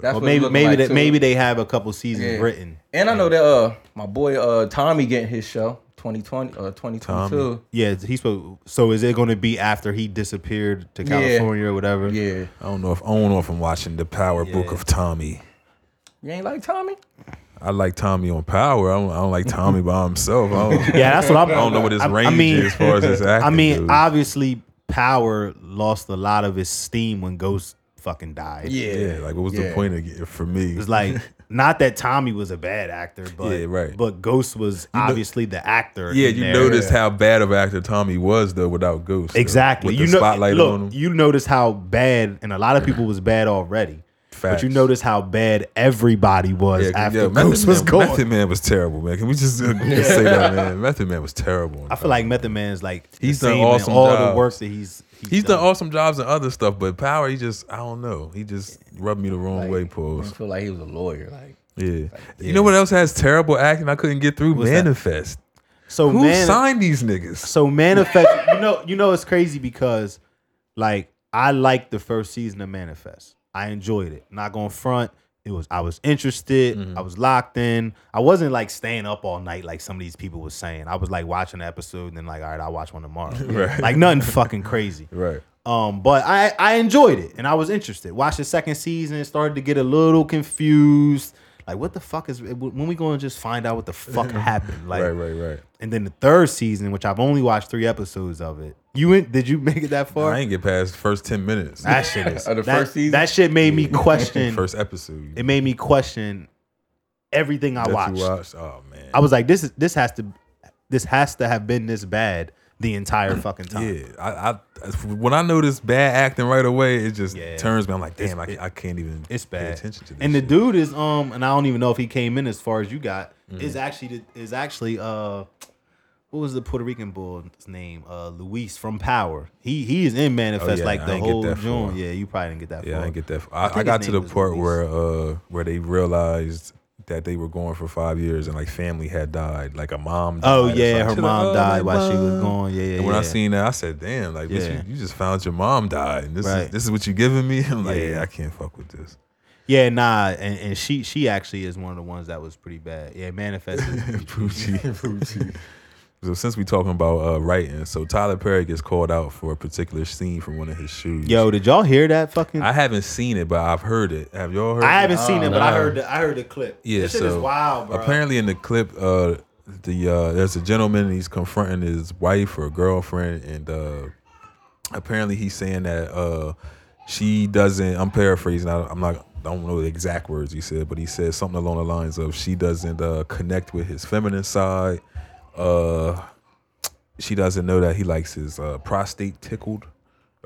Speaker 3: That's
Speaker 2: Or
Speaker 3: what
Speaker 2: maybe maybe
Speaker 3: like
Speaker 2: that
Speaker 3: too.
Speaker 2: maybe they have a couple seasons
Speaker 3: Yeah.
Speaker 2: written.
Speaker 3: And I
Speaker 1: Mm.
Speaker 3: know that uh my boy uh Tommy getting his show 2020 uh 2022.
Speaker 2: Yeah, he's supposed. So is it going to be after he disappeared to
Speaker 3: Yeah.
Speaker 2: California or whatever?
Speaker 3: Yeah.
Speaker 1: I don't know if I don't know if I'm watching the Power Book of Tommy.
Speaker 3: You ain't like Tommy?
Speaker 1: I like Tommy on Power. I don't, I don't like Tommy by himself. I don't,
Speaker 2: Yeah, that's what I'm.
Speaker 1: I don't know what his
Speaker 2: I- I
Speaker 1: range
Speaker 2: mean-
Speaker 1: is as far as his acting.
Speaker 2: I mean,
Speaker 1: goes.
Speaker 2: obviously, Power lost a lot of his steam when Ghost fucking died.
Speaker 3: Yeah.
Speaker 1: yeah, like what was the
Speaker 3: Yeah.
Speaker 1: point of it for me?
Speaker 2: It's like not that Tommy was a bad actor, but
Speaker 1: Yeah, right.
Speaker 2: but Ghost was obviously the actor.
Speaker 1: yeah,
Speaker 2: in
Speaker 1: you
Speaker 2: there.
Speaker 1: noticed how bad of an actor Tommy was though without Ghost. though,
Speaker 2: exactly.
Speaker 1: with
Speaker 2: you
Speaker 1: the
Speaker 2: know,
Speaker 1: spotlight
Speaker 2: look,
Speaker 1: on him.
Speaker 2: you notice how bad, and a lot of people was bad already. But you
Speaker 1: Facts.
Speaker 2: notice how bad everybody was
Speaker 1: Yeah,
Speaker 2: after
Speaker 1: yeah,
Speaker 2: Ghost was
Speaker 1: Man,
Speaker 2: gone.
Speaker 1: Method Man was terrible, man. Can we just, uh, just say that, man? Method Man was terrible. on
Speaker 2: I feel like Method Man is like the
Speaker 1: He's done
Speaker 2: same in
Speaker 1: awesome
Speaker 2: all the
Speaker 1: jobs.
Speaker 2: work that he's
Speaker 1: He's done awesome jobs and other stuff, but Power, he just I don't know. He just rubbed me the wrong way,
Speaker 3: I
Speaker 1: pause.
Speaker 3: feel like he was a lawyer. Like
Speaker 1: Yeah. You know what else has terrible acting I couldn't get through?
Speaker 2: that?
Speaker 1: Manifest.
Speaker 2: So
Speaker 1: Who
Speaker 2: man,
Speaker 1: signed these niggas?
Speaker 2: so manifest. you know, you know, it's crazy because like I liked the first season of Manifest. I enjoyed it. Not going front. It was I was interested.
Speaker 1: Mm-hmm.
Speaker 2: I was locked in. I wasn't like staying up all night like some of these people was saying. I was like watching the episode and then like, all right, I'll watch one tomorrow.
Speaker 1: Right.
Speaker 2: Like nothing fucking crazy.
Speaker 1: Right.
Speaker 2: Um, but I I enjoyed it and I was interested. Watched the second season, started to get a little confused. Like, what the fuck is when we going to just find out what the fuck happened? Like,
Speaker 1: right, right, right.
Speaker 2: and then the third season, which I've only watched three episodes of it. You went? Did you make it that far?
Speaker 1: I ain't get past the first ten minutes.
Speaker 2: that shit is.
Speaker 3: Of Oh, the
Speaker 2: that,
Speaker 3: first season?
Speaker 2: that shit made me question.
Speaker 1: First episode.
Speaker 2: it made me question everything I
Speaker 1: that you
Speaker 2: watched.
Speaker 1: watched. Oh man.
Speaker 2: I was like, this is this has to this has to have been this bad the entire fucking time.
Speaker 1: yeah, I, I when I notice bad acting right away, it just
Speaker 2: Yeah.
Speaker 1: turns me. I'm like, damn, I, I can't even
Speaker 2: It's
Speaker 1: pay
Speaker 2: bad.
Speaker 1: attention to this.
Speaker 2: and the
Speaker 1: shit.
Speaker 2: dude is um, and I don't even know if he came in as far as you got.
Speaker 1: Mm-hmm.
Speaker 2: Is actually the- is actually uh, what was the Puerto Rican boy's name? Uh, Luis from Power. He he is in Manifest
Speaker 1: Oh, yeah,
Speaker 2: like
Speaker 1: I
Speaker 2: the
Speaker 1: ain't get
Speaker 2: whole
Speaker 1: that far.
Speaker 2: June. Yeah, you probably didn't get that.
Speaker 1: Yeah,
Speaker 2: far.
Speaker 1: I didn't get that. I, I,
Speaker 2: think
Speaker 1: got
Speaker 2: his
Speaker 1: to the
Speaker 2: name was
Speaker 1: part
Speaker 2: Luis.
Speaker 1: where uh where they realized that they were going for five years and like family had died, like a mom. Died
Speaker 2: Oh
Speaker 1: or
Speaker 2: yeah,
Speaker 1: something.
Speaker 2: her
Speaker 1: She's like,
Speaker 2: mom
Speaker 1: "Oh,
Speaker 2: died
Speaker 1: my
Speaker 2: while she was
Speaker 1: mom."
Speaker 2: gone. Yeah, yeah.
Speaker 1: And when
Speaker 2: yeah.
Speaker 1: I seen that, I said, "Damn! Like, bitch,
Speaker 2: Yeah.
Speaker 1: you, you just found your mom died, and this is
Speaker 2: Right.
Speaker 1: this is what you giving me." I'm like,
Speaker 2: Yeah.
Speaker 1: "Yeah, I can't fuck with this."
Speaker 2: yeah, nah, and, and she she actually is one of the ones that was pretty bad. Yeah, manifested.
Speaker 1: Poochie. so since we talking about uh, writing, so Tyler Perry gets called out for a particular scene from one of his shoes.
Speaker 2: Yo, did y'all hear that fucking?
Speaker 1: I
Speaker 2: I,
Speaker 1: haven't seen it, but I've heard it. Have y'all heard? it?
Speaker 2: haven't seen it, but I
Speaker 4: nah.
Speaker 2: heard the I heard the clip.
Speaker 1: Yeah,
Speaker 2: this shit
Speaker 1: so
Speaker 2: is wild, bro.
Speaker 1: apparently in the clip, uh, the uh, there's a gentleman and he's confronting his wife or girlfriend, and uh, apparently he's saying that uh, she doesn't. I'm paraphrasing. I, I'm not. I don't know the exact words he said, but he said something along the lines of she doesn't uh, connect with his feminine side. Uh, she doesn't know that he likes his uh, prostate tickled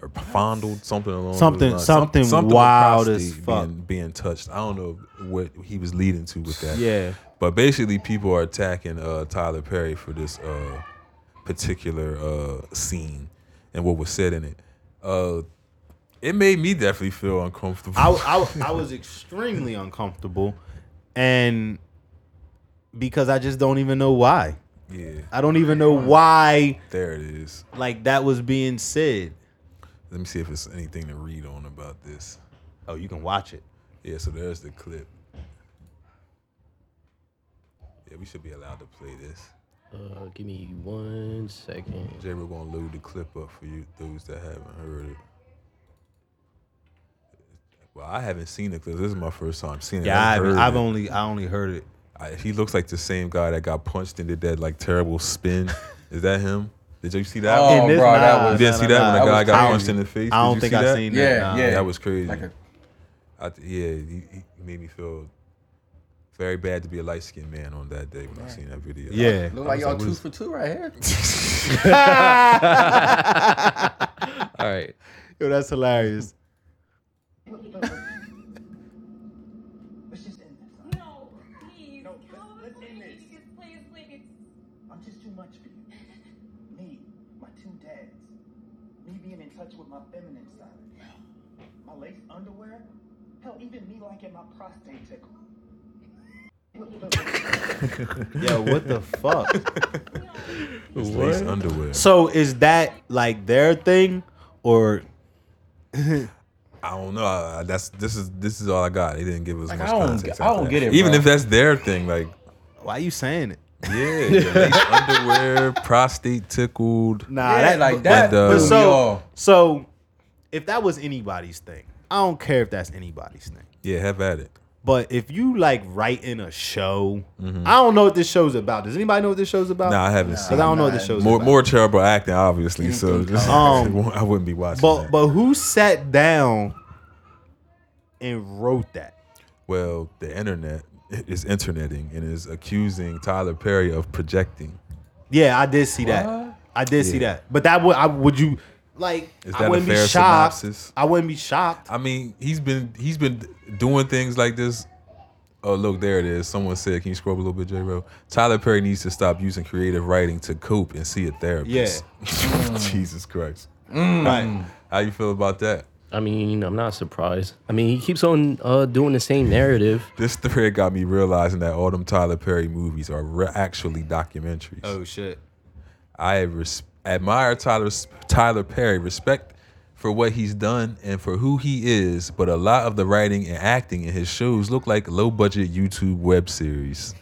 Speaker 1: or fondled, something along those
Speaker 2: Something-
Speaker 1: lines.
Speaker 2: something
Speaker 1: with
Speaker 2: wild
Speaker 1: prostate
Speaker 2: as fuck.
Speaker 1: Being, being touched. I don't know what he was leading to with that.
Speaker 2: Yeah.
Speaker 1: But basically, people are attacking uh, Tyler Perry for this uh, particular uh, scene and what was said in it. Uh, it made me definitely feel uncomfortable.
Speaker 2: I, I, I was extremely uncomfortable, and because I just don't even know why.
Speaker 1: yeah,
Speaker 2: I don't even know why
Speaker 1: there it is.
Speaker 2: like that was being said.
Speaker 1: Let me see if it's anything to read on about this.
Speaker 2: Oh, you can watch it.
Speaker 1: Yeah, so there's the clip. Yeah, we should be allowed to play this.
Speaker 4: Uh, give me one second.
Speaker 1: Jay, we're gonna load the clip up for you those that haven't heard it. Well, I haven't seen the clip. This is my first time seeing it.
Speaker 2: Yeah, I've,
Speaker 1: heard
Speaker 2: I've
Speaker 1: it.
Speaker 2: only I only heard it.
Speaker 1: I- he looks like the same guy that got punched and did that like terrible spin. Is that him? Did you see that?
Speaker 3: Oh,
Speaker 1: one?
Speaker 2: In this-
Speaker 3: bro, that
Speaker 1: you
Speaker 2: nah,
Speaker 3: was-
Speaker 1: didn't
Speaker 2: nah,
Speaker 1: see
Speaker 2: nah,
Speaker 1: that
Speaker 2: nah.
Speaker 1: when
Speaker 3: that
Speaker 1: the guy
Speaker 3: was
Speaker 1: got
Speaker 3: crazy.
Speaker 1: punched in the face?
Speaker 2: I
Speaker 1: Did
Speaker 2: don't
Speaker 1: you
Speaker 2: think
Speaker 1: see
Speaker 2: I
Speaker 1: that?
Speaker 2: seen
Speaker 3: Yeah,
Speaker 2: that. nah.
Speaker 3: yeah.
Speaker 1: That was crazy.
Speaker 3: like a
Speaker 1: I th- yeah, he, he made me feel very bad to be a light skinned man on that day when I seen that video.
Speaker 2: Yeah.
Speaker 3: look like y'all two for two right here.
Speaker 4: All right.
Speaker 2: Yo, that's hilarious.
Speaker 5: Let's just end this.
Speaker 6: No, please.
Speaker 5: No,
Speaker 6: Tell
Speaker 5: let-
Speaker 6: us
Speaker 5: let me
Speaker 6: what you
Speaker 5: miss.
Speaker 6: think is please, please.
Speaker 5: I'm just too much for you. Me, my two dads, me being in touch with my feminine side, my lace underwear, Hell, even me liking my prostate tickle.
Speaker 2: Yo, what the fuck?
Speaker 1: It's lace underwear.
Speaker 2: So is that like their thing, or
Speaker 1: I don't know. I, that's this is this is all I got. They didn't give us much
Speaker 3: I don't
Speaker 1: context.
Speaker 3: get- I
Speaker 1: after
Speaker 3: don't
Speaker 1: that.
Speaker 3: get it,
Speaker 1: Even
Speaker 3: bro.
Speaker 1: if that's their thing, like
Speaker 2: why you saying it?
Speaker 1: yeah, lace underwear, prostate tickled.
Speaker 2: Nah,
Speaker 3: Yeah,
Speaker 2: that
Speaker 3: like
Speaker 2: like that.
Speaker 1: that uh,
Speaker 2: But, but
Speaker 1: threw me
Speaker 2: so
Speaker 3: off.
Speaker 2: so, if that was anybody's thing, I don't care if that's anybody's thing.
Speaker 1: Yeah, have at it.
Speaker 2: But if you like writing a show, I don't know what this show's about. Does anybody know what this show's
Speaker 1: Mm-hmm.
Speaker 2: about?
Speaker 1: Nah, I haven't
Speaker 2: Cause I
Speaker 1: seen
Speaker 2: don't
Speaker 1: it.
Speaker 2: know what this show's
Speaker 1: more
Speaker 2: about.
Speaker 1: more terrible acting, obviously. So
Speaker 3: Mm-hmm.
Speaker 1: just-
Speaker 2: Um,
Speaker 1: I wouldn't be watching.
Speaker 2: But
Speaker 1: that.
Speaker 2: but who sat down and wrote that?
Speaker 1: well, the internet is interneting and is accusing Tyler Perry of projecting.
Speaker 2: Yeah, I did see that.
Speaker 3: What?
Speaker 2: I did see that. But that would I would you like?
Speaker 1: Is that
Speaker 2: I
Speaker 1: a
Speaker 2: wouldn't be
Speaker 1: fair
Speaker 2: shocked.
Speaker 1: synopsis?
Speaker 2: I wouldn't be shocked.
Speaker 1: I mean, he's been he's been doing things like this. Oh, look, there it is. Someone said, "Can you scroll up a little bit, J. Ro?" Tyler Perry needs to stop using creative writing to cope and see a therapist. Yeah. Jesus Christ. Hmm.
Speaker 2: Right.
Speaker 1: How you feel about that?
Speaker 4: I mean, I'm not surprised. I mean, he keeps on uh, doing the same narrative.
Speaker 1: This thread got me realizing that all them Tyler Perry movies are re- actually documentaries.
Speaker 2: Oh, shit.
Speaker 1: I res- admire Tyler Tyler Perry, respect for what he's done and for who he is, but a lot of the writing and acting in his shows look like low budget YouTube web series.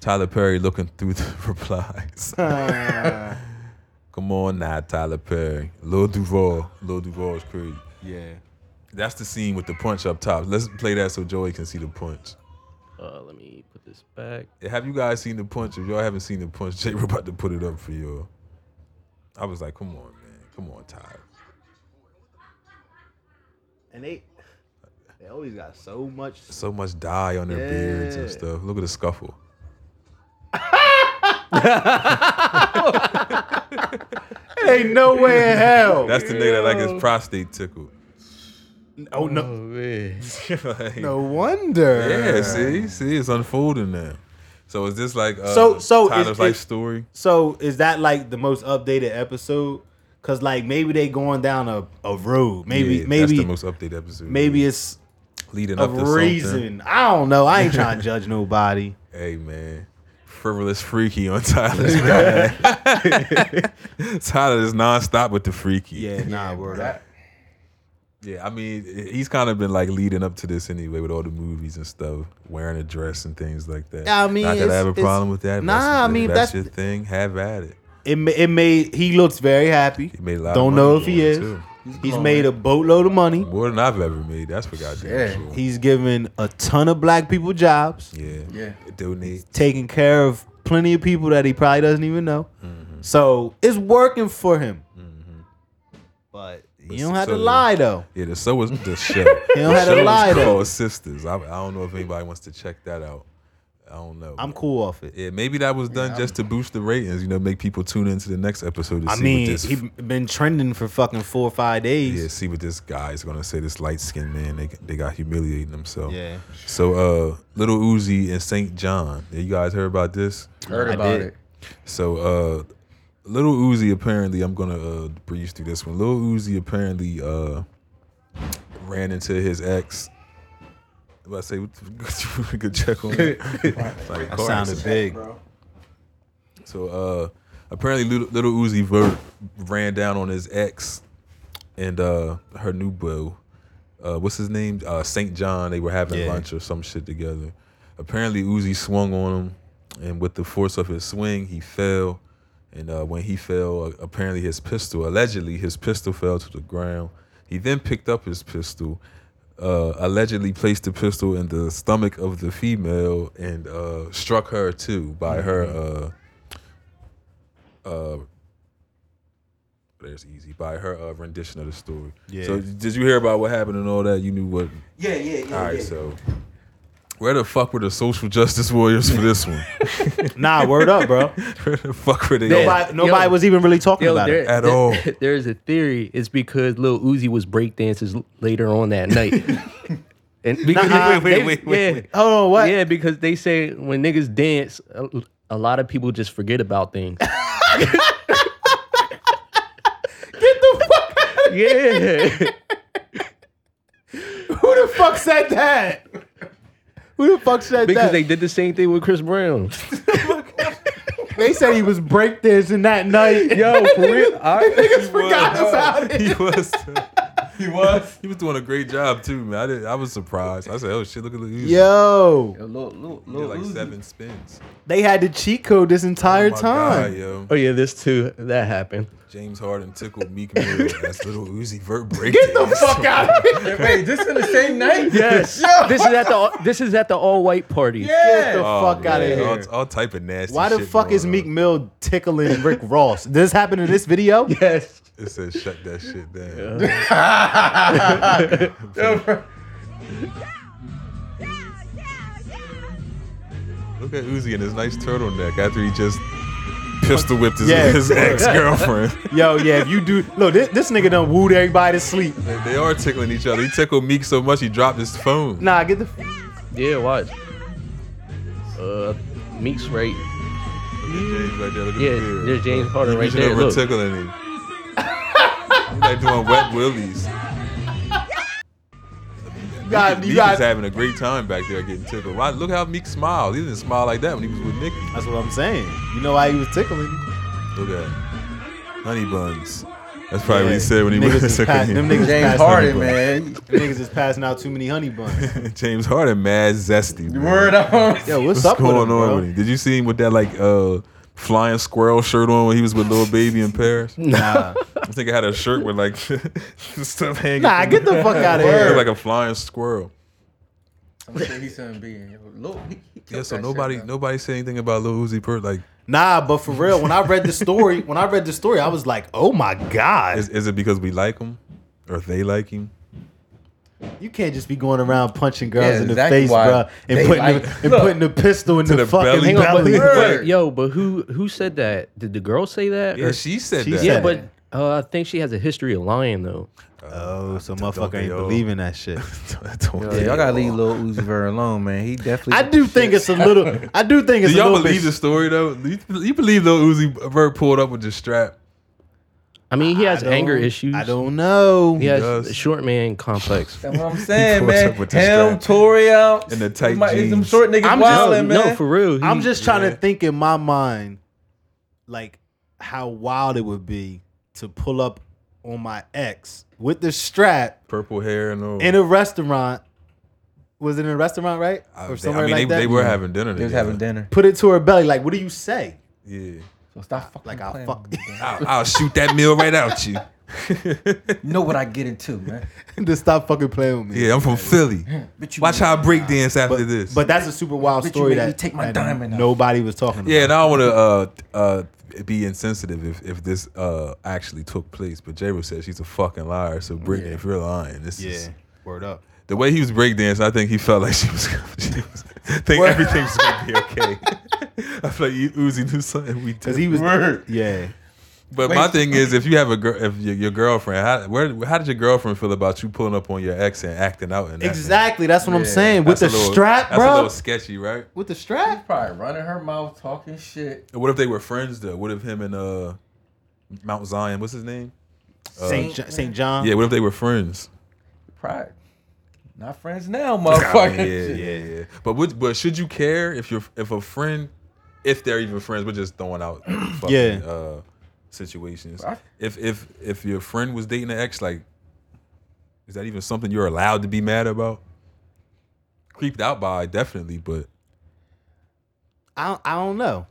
Speaker 1: Tyler Perry looking through the replies. Come on now, Tyler Perry. Lil Duval. Lil Duval is crazy.
Speaker 2: Yeah.
Speaker 1: That's the scene with the punch up top. Let's play that so Joey can see the punch.
Speaker 4: Uh, let me put this back.
Speaker 1: Have you guys seen the punch? If y'all haven't seen the punch, Jay, we're about to put it up for y'all. I was like, come on, man. Come on, Tyler.
Speaker 2: And they they always got so much.
Speaker 1: so much dye on their beards and
Speaker 2: Yeah.
Speaker 1: stuff. Look at the scuffle.
Speaker 2: Ain't no way in hell.
Speaker 1: That's the nigga that like his prostate tickled.
Speaker 2: oh no.
Speaker 4: man.
Speaker 1: Like,
Speaker 2: No wonder.
Speaker 1: Yeah, see, see, it's unfolding now. So is this like uh,
Speaker 2: So- so
Speaker 1: Tyler's
Speaker 2: is-
Speaker 1: life
Speaker 2: is-
Speaker 1: story?
Speaker 2: So is that like the most updated episode? Cause like maybe they going down a, a road. Maybe
Speaker 1: Yeah,
Speaker 2: maybe
Speaker 1: that's the most updated episode.
Speaker 2: maybe it's
Speaker 1: leading
Speaker 2: a
Speaker 1: up to
Speaker 2: reason.
Speaker 1: something.
Speaker 2: I don't know. I ain't trying to judge nobody.
Speaker 1: Hey man, frivolous freaky on Tyler's ride. Tyler is nonstop with the freaky.
Speaker 2: Yeah, nah, word up.
Speaker 1: Yeah, I mean, he's kind of been like leading up to this anyway with all the movies and stuff, wearing a dress and things like that.
Speaker 2: I mean,
Speaker 1: not that I
Speaker 2: it's-
Speaker 1: have a
Speaker 2: it's-
Speaker 1: problem with that. but that's-
Speaker 2: Nah, I
Speaker 1: if
Speaker 2: mean,
Speaker 1: that's,
Speaker 2: that's-
Speaker 1: your thing. Have at it.
Speaker 2: It ma- it made he looks very happy.
Speaker 1: He made a lot. of
Speaker 2: Don't
Speaker 1: money
Speaker 2: know if he
Speaker 1: doing it,
Speaker 2: is.
Speaker 1: too.
Speaker 2: He's made a boatload of money.
Speaker 1: more than I've ever made. That's for goddamn
Speaker 3: Yeah.
Speaker 1: sure.
Speaker 2: He's given a ton of black people jobs,
Speaker 1: yeah,
Speaker 3: Yeah.
Speaker 1: Donate.
Speaker 2: taking care of plenty of people that he probably doesn't even know.
Speaker 1: Mm-hmm.
Speaker 2: So it's working for him. But you don't have to
Speaker 1: so-
Speaker 2: lie though.
Speaker 1: Yeah, the show was the show.
Speaker 2: don't have to
Speaker 1: show is
Speaker 2: lie, though.
Speaker 1: called Sisters. I, I don't know if anybody wants to check that out. I don't know.
Speaker 2: I'm cool off it.
Speaker 1: yeah, maybe that was done just to boost the ratings. You know, make people tune into the next episode to
Speaker 2: I
Speaker 1: see what
Speaker 2: mean,
Speaker 1: this
Speaker 2: he been trending for fucking four or five days.
Speaker 1: Yeah, see what this guy is gonna say. This light skinned man, they they got humiliating themselves.
Speaker 2: Yeah.
Speaker 1: So, uh, little Uzi and Saint John. You guys heard about this?
Speaker 3: Heard
Speaker 2: I
Speaker 3: about
Speaker 2: did.
Speaker 3: it.
Speaker 1: So, uh, little Uzi apparently, I'm gonna uh, breeze through this one. Little Uzi apparently uh, ran into his ex. I'm about to say, what- good check on it. like,
Speaker 2: That sounded big.
Speaker 1: so uh, apparently, little, little Uzi Vert ran down on his ex and uh, her new beau. Uh, what's his name? Uh, Saint John. They were having
Speaker 2: Yeah.
Speaker 1: lunch or some shit together. Apparently, Uzi swung on him, and with the force of his swing, he fell. And uh, when he fell, uh, apparently his pistol, allegedly his pistol fell to the ground. He then picked up his pistol, uh, allegedly placed the pistol in the stomach of the female, and uh, struck her too by her uh, uh there's easy by her uh, rendition of the story.
Speaker 2: Yeah.
Speaker 1: So did you hear about what happened and all that? You knew what
Speaker 3: Yeah, yeah, yeah.
Speaker 1: all right, so where the fuck were the social justice warriors for this one?
Speaker 2: Nah, word up, bro.
Speaker 1: where the fuck were they
Speaker 2: Nobody, nobody
Speaker 4: Yo.
Speaker 2: was even really talking
Speaker 4: Yo,
Speaker 2: about
Speaker 4: there,
Speaker 2: it.
Speaker 1: At
Speaker 4: there-
Speaker 1: all.
Speaker 4: There's a theory. It's because Lil Uzi was breakdances l- later on that night. and because
Speaker 2: Nah,
Speaker 4: they-
Speaker 2: wait, wait,
Speaker 4: they- yeah,
Speaker 2: Hold on, what?
Speaker 4: Yeah, because they say when niggas dance, a, a lot of people just forget about things. Get the fuck out Yeah.
Speaker 2: Who the fuck said that? Who the fuck said
Speaker 4: Because
Speaker 2: that?
Speaker 4: they did the same thing with Chris Brown.
Speaker 2: They said he was breakdancing that night. Yo,
Speaker 4: for real?
Speaker 2: niggas forgot
Speaker 1: was.
Speaker 2: about it.
Speaker 1: he was.
Speaker 3: He was.
Speaker 1: He was doing a great job too, man. I, did, I was surprised. I said, "Oh shit, look at Uzi."
Speaker 2: Yo,
Speaker 3: Yo, Lil, Lil,
Speaker 1: He
Speaker 3: Lil
Speaker 1: did like
Speaker 3: Uzi.
Speaker 1: seven spins.
Speaker 2: they had the cheat code this entire
Speaker 1: Oh my
Speaker 2: time.
Speaker 1: God, yo.
Speaker 4: Oh yeah, this too. That happened.
Speaker 1: James Harden tickled Meek Mill as little Uzi Vert break.
Speaker 2: Get the fuck out of here.
Speaker 3: Wait, this in the same night?
Speaker 4: Yes. This is at the this is at the all white party.
Speaker 1: Oh,
Speaker 2: Get the
Speaker 3: Yeah.
Speaker 2: fuck out of
Speaker 3: man.
Speaker 2: here.
Speaker 1: All, all type of nasty.
Speaker 2: Why the
Speaker 1: shit
Speaker 2: fuck is
Speaker 1: going
Speaker 2: Meek
Speaker 1: on.
Speaker 2: Mill tickling Rick Ross? Did this happen in this video?
Speaker 4: Yes.
Speaker 1: It says shut that shit down. Look at Uzi in his nice turtleneck after he just pistol whipped his,
Speaker 2: Yeah.
Speaker 1: his ex girlfriend.
Speaker 2: Yo, yeah, if you do, look, this, this nigga done wooed everybody to sleep.
Speaker 1: they, they are tickling each other. He tickled Meek so much he dropped his phone.
Speaker 2: Nah, get the.
Speaker 4: Yeah. Watch. Uh, Meek's right.
Speaker 1: Look at James right there. Look at
Speaker 4: Yeah,
Speaker 1: the beard.
Speaker 4: there's James Harden
Speaker 1: He
Speaker 4: right
Speaker 1: reaching
Speaker 4: there,
Speaker 1: over
Speaker 4: look.
Speaker 1: tickling him. He's like doing wet willies.
Speaker 2: You got,
Speaker 1: Meek
Speaker 2: you
Speaker 1: is
Speaker 2: got,
Speaker 1: having a great time back there getting tickled. Why, look how Meek smiles. He didn't smile like that when he was with Nicki.
Speaker 2: that's what I'm saying. You know why he was tickling?
Speaker 1: Look at honey buns. That's probably what
Speaker 2: Yeah.
Speaker 1: he said when he
Speaker 2: Niggas
Speaker 1: was
Speaker 2: is pass- them
Speaker 1: second.
Speaker 2: niggas
Speaker 3: James
Speaker 2: passing
Speaker 3: Harden,
Speaker 2: people.
Speaker 3: man.
Speaker 2: Them niggas is passing out too many honey buns.
Speaker 1: James Harden, mad zesty. man.
Speaker 3: Word up.
Speaker 2: Yo,
Speaker 1: What's
Speaker 2: what's, up
Speaker 1: going
Speaker 2: with him,
Speaker 1: on
Speaker 2: bro?
Speaker 1: with him? Did you see him with that like uh flying squirrel shirt on when he was with Lil Baby in Paris? I
Speaker 2: Nah,
Speaker 1: think I had a shirt with like stuff hanging.
Speaker 2: nah,
Speaker 1: from
Speaker 2: get the fuck out of
Speaker 1: He looked
Speaker 2: here.
Speaker 1: like a flying squirrel.
Speaker 3: I'm sure he's something big. Yo, Lil, he, he
Speaker 1: Yeah,
Speaker 3: took
Speaker 1: so
Speaker 3: that
Speaker 1: nobody
Speaker 3: shit, man.
Speaker 1: nobody said anything about Lil Uzi Vert. Like,
Speaker 2: Nah, but for real, when I read the story, when I read the story, I was like, oh my god,
Speaker 1: is, is it because we like him or they like him?
Speaker 2: you can't just be going around punching girls
Speaker 3: Yeah,
Speaker 2: in the
Speaker 3: exactly
Speaker 2: face,
Speaker 3: why
Speaker 2: bro, and
Speaker 3: they
Speaker 2: putting
Speaker 3: like-
Speaker 2: the, and
Speaker 3: Look.
Speaker 2: putting the pistol in the,
Speaker 1: the
Speaker 2: fucking
Speaker 1: belly.
Speaker 2: belly.
Speaker 4: Hang on, but,
Speaker 3: Word.
Speaker 4: but- yo, but who who said that? Did the girl say that?
Speaker 1: Yeah,
Speaker 4: or-
Speaker 1: she said
Speaker 2: She
Speaker 1: that.
Speaker 2: said
Speaker 4: yeah,
Speaker 2: that.
Speaker 4: but uh, I think she has a history of lying though.
Speaker 2: Oh, so
Speaker 1: Don't
Speaker 2: motherfucker
Speaker 1: they
Speaker 2: ain't
Speaker 1: all-
Speaker 2: believing that shit.
Speaker 1: Don't
Speaker 3: Yo,
Speaker 1: they
Speaker 3: y'all gotta
Speaker 1: all?
Speaker 3: leave Lil Uzi Vert alone, man. He definitely.
Speaker 2: I do think it's a little. I do think
Speaker 1: Do
Speaker 2: it's a
Speaker 1: y'all
Speaker 2: little
Speaker 1: believe the
Speaker 2: bit.
Speaker 1: story though? Do You, you believe Lil Uzi Vert pulled up with the strap?
Speaker 4: I mean, he has
Speaker 2: I don't-
Speaker 4: anger issues.
Speaker 2: I don't know.
Speaker 4: He has
Speaker 1: does.
Speaker 4: a short man complex.
Speaker 3: That's what I'm saying,
Speaker 1: He goes
Speaker 3: man.
Speaker 1: up with the
Speaker 3: Him,
Speaker 1: strap.
Speaker 3: Tori out,
Speaker 1: And the tight
Speaker 3: my- is Them
Speaker 1: jeans.
Speaker 3: short niggas
Speaker 2: I'm just-
Speaker 4: no,
Speaker 3: wilding, man.
Speaker 4: no, for real. he-
Speaker 2: I'm just trying to think in my mind, like how wild it would be to pull up on my ex with the strap
Speaker 1: Purple hair and all.
Speaker 2: in a restaurant. Was it in a restaurant, right?
Speaker 1: I,
Speaker 2: or
Speaker 1: Uh, they,
Speaker 2: somewhere
Speaker 1: I mean,
Speaker 2: like
Speaker 1: they,
Speaker 2: that.
Speaker 1: they were having dinner.
Speaker 3: They was
Speaker 1: together.
Speaker 3: having dinner.
Speaker 2: Put it to her belly. Like, what do you say?
Speaker 1: Yeah.
Speaker 3: So stop fucking
Speaker 2: Like, I'll
Speaker 3: playing
Speaker 2: fuck.
Speaker 3: with me, man.
Speaker 1: I'll, I'll shoot that meal right out you.
Speaker 3: You know what I get into, man.
Speaker 2: Just stop fucking playing with me.
Speaker 1: Yeah, I'm from Philly.
Speaker 3: Bitch, you
Speaker 1: Watch how I break dance after
Speaker 2: But,
Speaker 1: this.
Speaker 2: but that's a super wild
Speaker 3: Bitch, you
Speaker 2: story
Speaker 3: made me
Speaker 2: that,
Speaker 3: take my
Speaker 2: that
Speaker 3: diamond out.
Speaker 2: nobody was talking about.
Speaker 1: yeah, and I don't want to uh, uh, be insensitive if, if this uh, actually took place. But J-Ro said she's a fucking liar. So Brittany, if you're lying, this is
Speaker 2: Word up.
Speaker 1: the way he was breakdancing. I think he felt like she was. She was I think everything's gonna be okay. I feel like Uzi knew something we
Speaker 2: Because
Speaker 1: did.
Speaker 2: he was.
Speaker 3: Word.
Speaker 2: Yeah.
Speaker 1: But my thing is, if you have a girl, if your, your girlfriend, how, where, how did your girlfriend feel about you pulling up on your ex and acting out? And
Speaker 2: Exactly. That's what I'm
Speaker 3: Yeah,
Speaker 2: saying. With the strap,
Speaker 1: that's a
Speaker 2: bro.
Speaker 1: little sketchy, right?
Speaker 2: With the strap.
Speaker 3: Probably running her mouth, talking shit.
Speaker 1: And What if they were friends though? What if him and uh Mount Zion, what's his name?
Speaker 2: St. Jo- St. John.
Speaker 1: Uh, Yeah, what if they were friends?
Speaker 3: Probably not friends now,
Speaker 1: Oh, yeah,
Speaker 3: motherfucker.
Speaker 1: yeah, yeah. But would, but should you care if you're if a friend, if they're even friends, we're just throwing out fucking
Speaker 2: Yeah.
Speaker 1: uh situations.
Speaker 3: I-
Speaker 1: If if if your friend was dating an ex, like is that even something you're allowed to be mad about? Creeped out by definitely, but
Speaker 2: I don't, I don't know.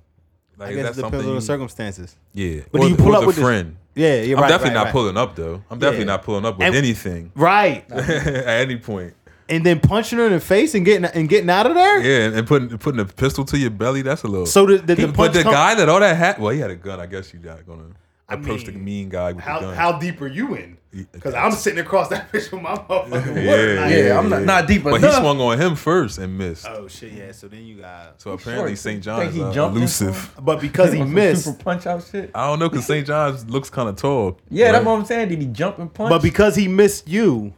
Speaker 1: like
Speaker 2: I guess it
Speaker 1: is that
Speaker 2: depends
Speaker 1: something
Speaker 2: on the
Speaker 1: you-
Speaker 2: circumstances.
Speaker 1: Yeah.
Speaker 2: But do you pull up with
Speaker 1: a
Speaker 2: this-
Speaker 1: friend?
Speaker 2: Yeah, you're
Speaker 1: I'm
Speaker 2: right.
Speaker 1: definitely
Speaker 2: right,
Speaker 1: not
Speaker 2: right.
Speaker 1: pulling up though. I'm definitely
Speaker 2: Yeah.
Speaker 1: not pulling up with
Speaker 2: And-
Speaker 1: anything
Speaker 2: Right,
Speaker 1: at any point.
Speaker 2: and then punching her in the face and getting and getting out of there.
Speaker 1: Yeah, and, and putting putting a pistol to your belly, that's a little.
Speaker 2: So the- the- the
Speaker 1: He-
Speaker 2: punch
Speaker 1: but the
Speaker 2: come-
Speaker 1: guy that all that had, well, he had a gun. I guess you not gonna approach the
Speaker 2: mean,
Speaker 1: mean guy with the
Speaker 2: How
Speaker 1: gun.
Speaker 2: how deep are you in? Because I'm sitting across that bitch with my motherfucking
Speaker 1: Yeah,
Speaker 2: word. Like,
Speaker 3: Yeah, I'm not, not deep
Speaker 1: but he
Speaker 3: enough.
Speaker 1: swung on him first and missed.
Speaker 2: Oh shit! Yeah. So then you got.
Speaker 1: so apparently
Speaker 3: short.
Speaker 1: St.
Speaker 3: Think
Speaker 1: John's
Speaker 3: he
Speaker 1: uh,
Speaker 3: jumped this
Speaker 1: elusive.
Speaker 2: But because he
Speaker 3: On some
Speaker 2: missed.
Speaker 3: Super punch out shit.
Speaker 1: I don't know because St. John's looks kind of tall.
Speaker 3: Yeah, that's
Speaker 1: right?
Speaker 3: what I'm saying. Did he jump and punch?
Speaker 2: But because he missed you.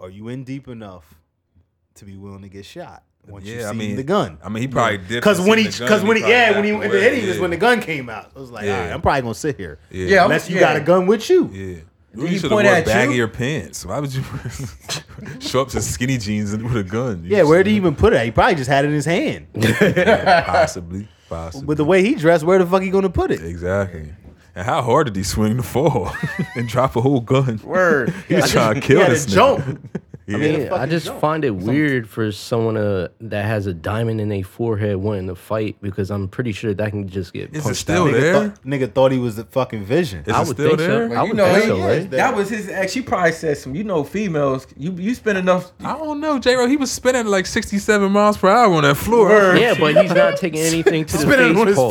Speaker 2: Are you in deep enough to be willing to get shot once you
Speaker 1: Yeah,
Speaker 2: see
Speaker 1: I mean
Speaker 2: the gun?
Speaker 1: I mean, he probably did
Speaker 2: Because when he,
Speaker 1: because
Speaker 2: because when he, yeah, when he went to hit him is when the gun came out. I was like,
Speaker 1: Yeah.
Speaker 2: all right, I'm probably gonna sit here
Speaker 1: yeah,
Speaker 3: Yeah, I'm-
Speaker 2: unless you got a gun with you.
Speaker 1: yeah. Ooh,
Speaker 3: he
Speaker 1: you should have
Speaker 3: point
Speaker 1: wore
Speaker 3: at you?
Speaker 1: baggier pants. Why would you show up to skinny jeans and with a gun? You
Speaker 2: Yeah, where
Speaker 1: should-
Speaker 2: did he even put it? He probably just had it in his hand.
Speaker 1: possibly, possibly.
Speaker 2: But the way he dressed, where the fuck he gonna put it?
Speaker 1: exactly. And how hard did he swing the fall and drop a whole gun?
Speaker 3: Word.
Speaker 1: He was trying to
Speaker 2: He
Speaker 1: kill
Speaker 2: had
Speaker 1: this
Speaker 2: to
Speaker 1: nigga.
Speaker 2: jump.
Speaker 1: Yeah.
Speaker 2: mean-
Speaker 4: I
Speaker 2: fucking
Speaker 4: just
Speaker 2: jump.
Speaker 4: find it weird for someone uh, that has a diamond in their forehead wanting to fight because I'm pretty sure that can just get
Speaker 1: Is it
Speaker 4: punched
Speaker 1: still
Speaker 4: out.
Speaker 1: there?
Speaker 2: Nigga, thought- nigga thought he was the fucking vision.
Speaker 1: Is
Speaker 4: I
Speaker 1: it
Speaker 4: would
Speaker 1: still
Speaker 4: think
Speaker 1: there?
Speaker 4: so.
Speaker 3: Like,
Speaker 4: I
Speaker 3: you
Speaker 4: would
Speaker 3: know,
Speaker 4: think
Speaker 3: he-
Speaker 4: so,
Speaker 2: yeah.
Speaker 4: right?
Speaker 3: That was his ex. She probably said some. You know, females. You you spend enough.
Speaker 1: I don't know, J. Ro. He was spinning like 67 miles per hour on that floor.
Speaker 3: Word.
Speaker 4: Yeah, but he's not taking anything to the
Speaker 2: Spinning
Speaker 4: face.
Speaker 2: on his
Speaker 4: pause.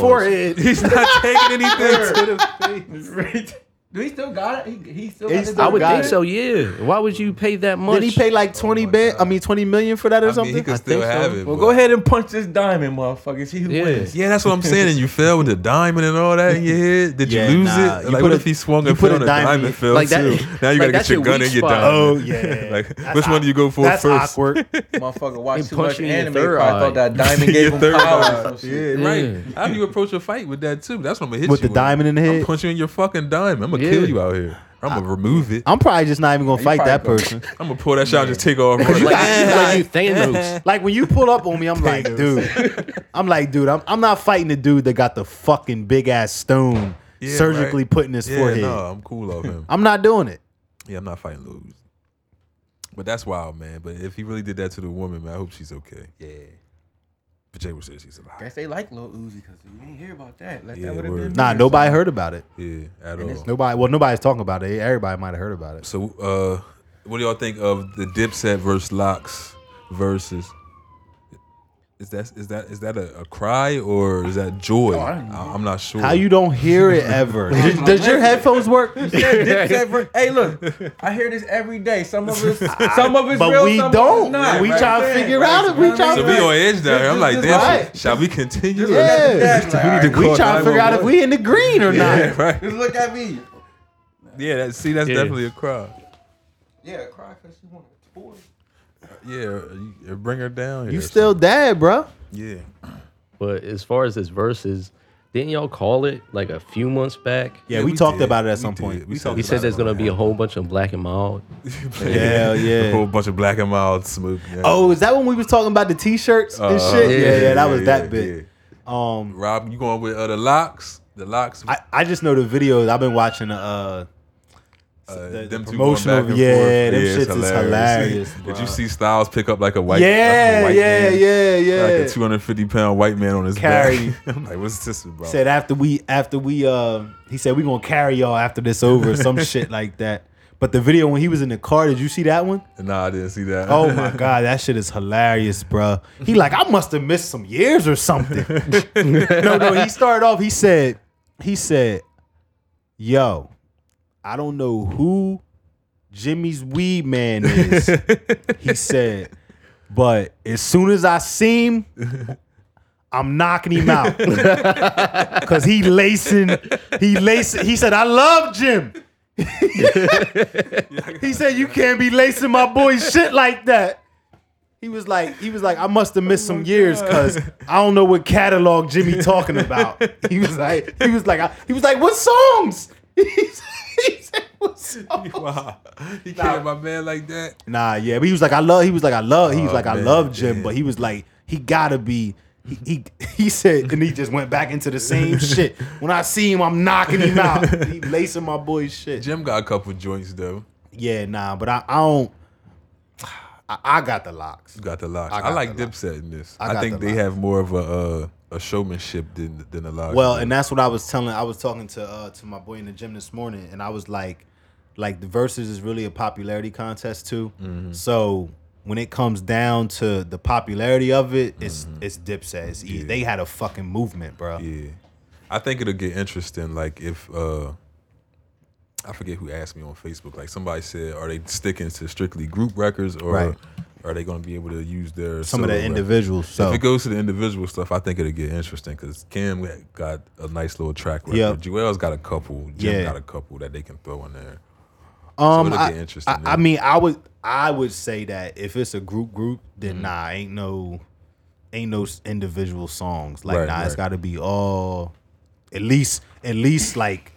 Speaker 2: forehead.
Speaker 1: He's not taking anything to the
Speaker 3: Do he still got it? He, he still
Speaker 2: He
Speaker 3: got
Speaker 2: still
Speaker 3: it.
Speaker 4: I would
Speaker 2: Got
Speaker 4: think
Speaker 2: it.
Speaker 4: so. Yeah. Why would you pay that much?
Speaker 2: Did he pay like twenty bit? I mean, twenty million for that or
Speaker 1: Oh I
Speaker 2: something?
Speaker 1: mean, he could still
Speaker 4: think so.
Speaker 1: have it.
Speaker 3: Well,
Speaker 1: but-
Speaker 3: go ahead and punch this diamond, motherfucker. See who
Speaker 4: Yeah.
Speaker 3: wins.
Speaker 1: Yeah, that's what I'm saying. And you fell with the diamond and all that in your head. Did you
Speaker 2: Yeah,
Speaker 1: lose
Speaker 2: nah.
Speaker 1: it?
Speaker 2: You
Speaker 1: like,
Speaker 2: put
Speaker 1: what
Speaker 2: a-
Speaker 1: if he swung
Speaker 2: you
Speaker 1: and
Speaker 2: put
Speaker 1: fell
Speaker 2: a
Speaker 1: and the
Speaker 2: diamond
Speaker 1: diamond
Speaker 2: in-
Speaker 1: fell
Speaker 4: like that-
Speaker 1: too? Now you
Speaker 4: like
Speaker 1: gotta get
Speaker 4: that's
Speaker 1: your
Speaker 4: your
Speaker 1: gun
Speaker 4: weak
Speaker 1: and your
Speaker 4: spot.
Speaker 1: diamond.
Speaker 2: Oh yeah.
Speaker 1: Like,
Speaker 2: That's
Speaker 1: which one do you go for
Speaker 2: That's
Speaker 1: first?
Speaker 2: awkward.
Speaker 3: Motherfucker watched too much
Speaker 4: punched you in your
Speaker 3: anime.
Speaker 4: third
Speaker 3: Probably
Speaker 4: eye.
Speaker 3: thought that diamond
Speaker 1: Your
Speaker 3: gave him
Speaker 1: third
Speaker 3: power.
Speaker 1: eye.
Speaker 3: or some
Speaker 1: Yeah,
Speaker 3: shit.
Speaker 1: right. How do you approach a fight with that too? That's what I'm gonna hit
Speaker 2: With
Speaker 1: you
Speaker 2: the diamond in the
Speaker 1: I'm
Speaker 2: head?
Speaker 1: punch you in your fucking dime. I'm gonna
Speaker 4: Yeah.
Speaker 1: kill you out here. I'm gonna remove it.
Speaker 2: I'm probably just not even gonna
Speaker 3: You
Speaker 2: fight that
Speaker 3: probably
Speaker 2: person.
Speaker 1: I'm gonna pull that shot. and Just take off. running.
Speaker 2: you
Speaker 4: Like,
Speaker 2: got-
Speaker 4: he's
Speaker 2: Yeah.
Speaker 4: like Thanos.
Speaker 2: Like when you pull up on me, I'm like, dude. I'm like, dude. I'm, I'm not fighting the dude that got the fucking big ass stone
Speaker 1: Yeah,
Speaker 2: surgically
Speaker 1: right.
Speaker 2: put in his
Speaker 1: yeah,
Speaker 2: forehead.
Speaker 1: no, I'm cool off him.
Speaker 2: I'm not doing it.
Speaker 1: Yeah, I'm not fighting lose. But that's wild, man. But if he really did that to the woman, man, I hope she's okay. Yeah. But Jay was says she's alive.
Speaker 3: Guess they like Lil Uzi because you didn't hear about that. Like,
Speaker 1: Yeah,
Speaker 3: that would have
Speaker 1: word.
Speaker 3: been
Speaker 2: Nah,
Speaker 3: me or
Speaker 2: nobody heard about it.
Speaker 1: Yeah, at all.
Speaker 2: Nobody. Well, nobody's talking about it. Everybody might have heard about it.
Speaker 1: So, uh, what do y'all think of the Dipset versus Locks versus? Is that is that is that a, a cry or is that joy? I I'm not sure.
Speaker 2: How you don't hear it ever? Does- Does your headphones work?
Speaker 3: Dipset ver- hey, look, I hear this every day. Some of us, some of us,
Speaker 2: But
Speaker 3: real,
Speaker 2: we
Speaker 3: some of
Speaker 2: don't.
Speaker 3: us not.
Speaker 2: We try to
Speaker 3: Right.
Speaker 2: figure
Speaker 3: Right.
Speaker 2: out if we
Speaker 3: Right.
Speaker 2: try
Speaker 1: So
Speaker 2: to-
Speaker 1: we on edge down here. I'm like,
Speaker 3: Just-
Speaker 1: damn.
Speaker 3: just
Speaker 2: right.
Speaker 1: Shall we continue?
Speaker 3: Look at the
Speaker 2: Yeah.
Speaker 3: desk, like, all right,
Speaker 2: We trying to figure out if we in the green or not.
Speaker 1: Yeah, right.
Speaker 3: Just look at me.
Speaker 1: Yeah, that, see, that's
Speaker 4: Yeah.
Speaker 1: definitely a cry.
Speaker 3: Yeah, cry because she wanted a toy.
Speaker 1: Yeah, you- you bring her down. here
Speaker 2: You
Speaker 1: or
Speaker 2: still dad, bro.
Speaker 1: something. Yeah.
Speaker 4: But as far as this verses, didn't y'all call it like a few months back?
Speaker 2: Yeah, we, talked
Speaker 1: did.
Speaker 2: about it at
Speaker 1: We
Speaker 2: some
Speaker 1: did.
Speaker 2: point.
Speaker 1: We
Speaker 2: We
Speaker 1: talked
Speaker 2: talked
Speaker 4: He said
Speaker 1: about it.
Speaker 4: there's gonna be a whole bunch of black and mild.
Speaker 2: Hell yeah.
Speaker 1: A whole bunch of black and mild smoke. man.
Speaker 2: Oh, is that when we was talking about the t-shirts and
Speaker 1: Uh,
Speaker 2: shit? Yeah,
Speaker 4: yeah,
Speaker 2: yeah, that was
Speaker 1: yeah,
Speaker 2: that
Speaker 1: yeah,
Speaker 2: bit. Um,
Speaker 1: Rob, you going with uh, the locks? The locks.
Speaker 2: I, I just know the videos. I've been watching the, uh,
Speaker 1: uh,
Speaker 2: the- the
Speaker 1: them two
Speaker 2: promotional-
Speaker 1: going back and
Speaker 2: yeah,
Speaker 1: forth.
Speaker 2: them
Speaker 1: it's
Speaker 2: shits is hilarious,
Speaker 1: Did
Speaker 2: bruh.
Speaker 1: you see Styles pick up like a white?
Speaker 2: yeah,
Speaker 1: like a white
Speaker 2: yeah,
Speaker 1: man,
Speaker 2: yeah, yeah,
Speaker 1: Like a 250 pound white man on his
Speaker 2: Carry.
Speaker 1: back. I'm like, what's this about?
Speaker 2: Said after we after we uh, he said we gonna carry y'all after this over some shit like that. But the video when he was in the car, did you see that one?
Speaker 1: nah, I didn't see that.
Speaker 2: Oh my god, that shit is hilarious, bruh. He like, I must have missed some years or something. no, no, he started off, he said, he said, Yo, I don't know who Jimmy's weed man is. he said, but as soon as I see him, I'm knocking him out. Cause he lacing, he lacing, he said, I love Jim. He said, "You can't be lacing my boy shit like that." He was like, he was like, I must have missed some years because I don't know what catalog Jimmy talking about. He was like, he was like, I- he was like, what songs? He said, what songs?
Speaker 1: wow. He carried my man like that.
Speaker 2: Nah, yeah, but he was like, I love. He was like, I love. He was like, I
Speaker 1: Oh, man,
Speaker 2: love Jim,
Speaker 1: yeah.
Speaker 2: but he was like, he gotta be. He, he he said, and he just went back into the same shit. When I see him, I'm knocking him out. He lacing my boy's shit.
Speaker 1: Jim got a couple joints though.
Speaker 2: Yeah, nah, but I, I don't. I, I got the locks.
Speaker 1: You got the locks. I,
Speaker 2: I got
Speaker 1: like
Speaker 2: the
Speaker 1: Dipset in this.
Speaker 2: I
Speaker 1: I,
Speaker 2: got
Speaker 1: think
Speaker 2: the
Speaker 1: they
Speaker 2: locks.
Speaker 1: have more of a uh, a showmanship than than the locks.
Speaker 2: Well,
Speaker 1: do.
Speaker 2: and that's what I was telling. I was talking to uh, to my boy in the gym this morning, and I was like, like the verses is really a popularity contest too.
Speaker 1: Mm-hmm.
Speaker 2: So when it comes down to the popularity of it, it's it's Dipset. It's easy. They had a fucking movement, bro.
Speaker 1: Mm-hmm. Yeah, I think it'll get interesting. Like if uh, I forget who asked me on Facebook. Like somebody said, are they sticking to strictly group records, or
Speaker 2: Right.
Speaker 1: are they going to be able to use their
Speaker 2: Some of the
Speaker 1: solo records?
Speaker 2: individuals. So
Speaker 1: uh, If it goes to the individual stuff, I think it'll get interesting because Kim got a nice little track record.
Speaker 2: Yeah.
Speaker 1: Joel's got a couple. Jim
Speaker 2: Yeah.
Speaker 1: got a couple that they can throw in there.
Speaker 2: um,
Speaker 1: it'll
Speaker 2: I,
Speaker 1: get interesting,
Speaker 2: I-
Speaker 1: yeah.
Speaker 2: I mean, I would I would say that if it's a group group,
Speaker 1: Mm.
Speaker 2: then nah, ain't no ain't no s- individual songs. Like
Speaker 1: Right,
Speaker 2: nah, it's
Speaker 1: right.
Speaker 2: got to be all at least at least like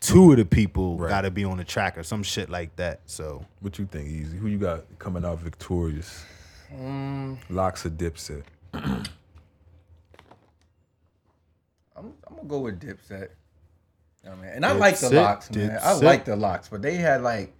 Speaker 2: two of the people
Speaker 1: Right.
Speaker 2: gotta be on the track or some shit like that. So
Speaker 1: What you think, Easy? Who you got coming out victorious?
Speaker 3: Mm.
Speaker 1: Locks or Dipset?
Speaker 3: I'm, I'm gonna go with Dipset. I mean, and I like the
Speaker 2: Dipset,
Speaker 3: locks, man. I
Speaker 2: Dipset.
Speaker 3: like the locks, but they had like